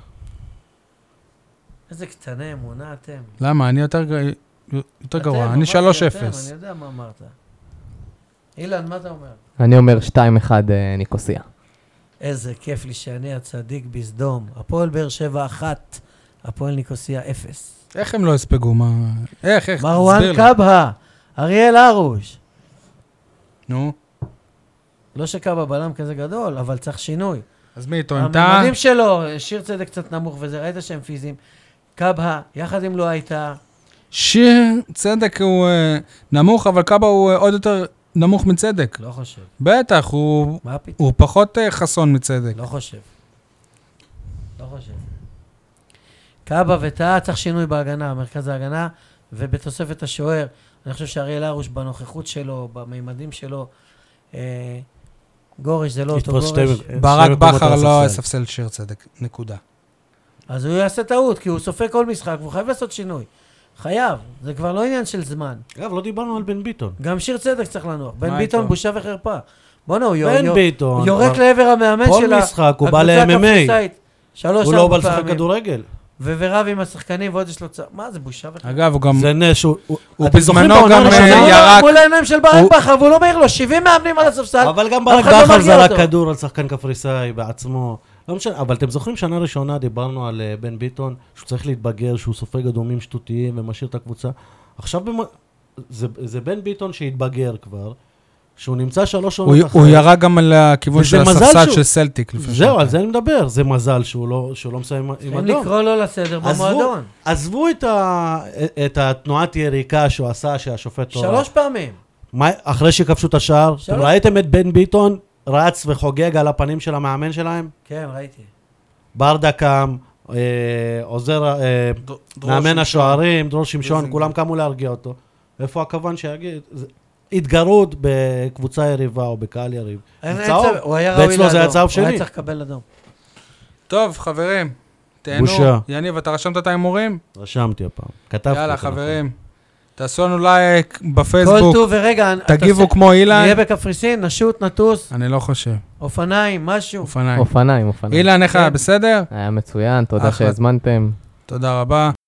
C: איזה קטני אמונה אתם.
A: למה? אני יותר ג- יותר
C: אתם,
A: גרוע, אני
C: אמרתי
A: 3-0.
C: אתם, אני יודע מה אמרת. אילן, מה אתה אומר?
D: אני אומר 2-1 אה, ניקוסיה.
C: איזה כיף לי שאני הצדיק בסדום. הפועל באר שבע אחת, הפועל ניקוסיה אפס.
A: איך הם לא יספגו? מה... איך, איך?
C: מרואן
A: תסביר לי.
C: קבהא, אריאל הרוש.
A: נו,
C: לא שקבהא בלם כזה גדול, אבל צריך שינוי.
A: אז מי איתו? עם טאה?
C: הממדים שלו, שיר צדק קצת נמוך וזה, ראית שהם פיזיים. קבהא, יחד עם לא הייתה,
A: שיר צדק הוא אה, נמוך, אבל קאבה הוא אה, עוד יותר נמוך מצדק.
C: לא חושב.
A: בטח, הוא
C: מה פתאום?
A: הוא פחות אה, חסון מצדק.
C: לא חושב. לא חושב. קאבה וטאה צריך שינוי בהגנה, מרכז ההגנה, ובתוספת השוער. אני חושב שאריאל הרוש בנוכחות שלו, במימדים שלו, אה, גורש זה לא אותו
B: יתפוס
C: גורש.
B: שתי מק- שני
A: ברק
B: מקומות
A: בכר
B: על
A: לא
B: הספסל.
A: יספסל שיר צדק, נקודה.
C: אז הוא יעשה טעות, כי הוא סופג כל משחק, והוא חייב לעשות שינוי. חייב, זה כבר לא עניין של זמן.
B: אגב, לא דיברנו על בן ביטון.
C: גם שיר צדק צריך לנוח. בן
A: מה
C: ביטון
A: איתו?
C: בושה וחרפה. בואנה, הוא יור-
B: בן
C: יור-
B: ביטון.
C: הוא יורק
B: כבר-
C: לעבר המאמן
B: כל
C: של ה-
B: משחק, הוא בא
C: הקבוצה
B: ל-MMA.
C: הקפריסאית. שלוש,
B: הוא לא
C: ארבע
B: בא לשחק
C: פעמים.
B: כדורגל.
C: ו- ורב עם השחקנים, ועוד יש לו צ... מה זה בושה וחרפה?
A: אגב, הוא גם...
B: זה נס שהוא...
A: הוא
B: אתם זוכרים
A: בזמנו
B: בעונה
A: גם,
B: הראשונה?
A: אה,
C: הוא
A: ירק.
C: לא מול העיניים של ברק
A: הוא-
C: בכר, והוא לא מעיר לו, 70 מאמנים על הספסל.
B: אבל גם
C: אף
B: ברק
C: אחד לא
B: בכר
C: מרגיע
B: זרק
C: אותו.
B: כדור על שחקן קפריסאי בעצמו. לא משנה, אבל אתם זוכרים שנה ראשונה דיברנו על אה, בן ביטון, שהוא צריך להתבגר, שהוא סופג אדומים שטותיים ומשאיר את הקבוצה. עכשיו במ... זה, זה בן ביטון שהתבגר כבר, שהוא נמצא שלוש
A: הוא,
B: עונות
A: הוא
B: אחרי.
A: ירה גם על הכיוון
B: לא וזה
A: של
B: מזל
A: הספסל
B: שהוא-
A: של סלטיק לפני
B: זהו, על
A: שנתיים.
B: זה אני מדבר. זה מזל שהוא לא, שהוא לא מסיים עם
C: אם
B: אדום.
C: לקרוא לו לסדר
B: עזבו-
C: במועדון.
B: עזבו את, ה, את התנועת יריקה שהוא עשה, שהשופט לא... ראה.
C: שלוש פעמים.
B: מה, אחרי שכבשו את השער, אתם
C: שלוש.
B: ראיתם את בן ביטון רץ וחוגג על הפנים של המאמן שלהם?
C: כן, ראיתי.
B: ברדה קם, אה, עוזר, אה,
A: דרור
B: מאמן
A: שמשון.
B: השוערים, דרור שמשון,
A: לזינגר.
B: כולם קמו להרגיע אותו. איפה הכוון שיגיד? זה- התגרות בקבוצה יריבה או בקהל יריב.
C: אין- אין
B: צהוב.
C: צהוב, הוא היה ראוי
B: ואצלו
C: לאדום.
B: זה היה צהוב
C: הוא
B: שני.
C: היה צריך לקבל אדום.
A: טוב, חברים, תהנו.
B: בושה.
A: יניב, אתה רשמת את ההימורים?
B: רשמתי הפעם, כתבתי.
A: יאללה,
B: אותו, נכון.
A: חברים, תעשו לנו לייק
C: כל
A: בפייסבוק,
C: טוב ורגע, אתה
A: תגיבו
C: עושה-
A: כמו אילן.
C: נהיה בקפריסין, נשוט, נטוס,
A: אני לא חושב,
C: אופניים, משהו.
A: אופניים.
D: אופניים, אופניים.
A: אילן, איך היה?
C: כן.
A: בסדר?
D: היה מצוין, תודה
A: אחלה.
D: שהזמנתם.
A: תודה רבה.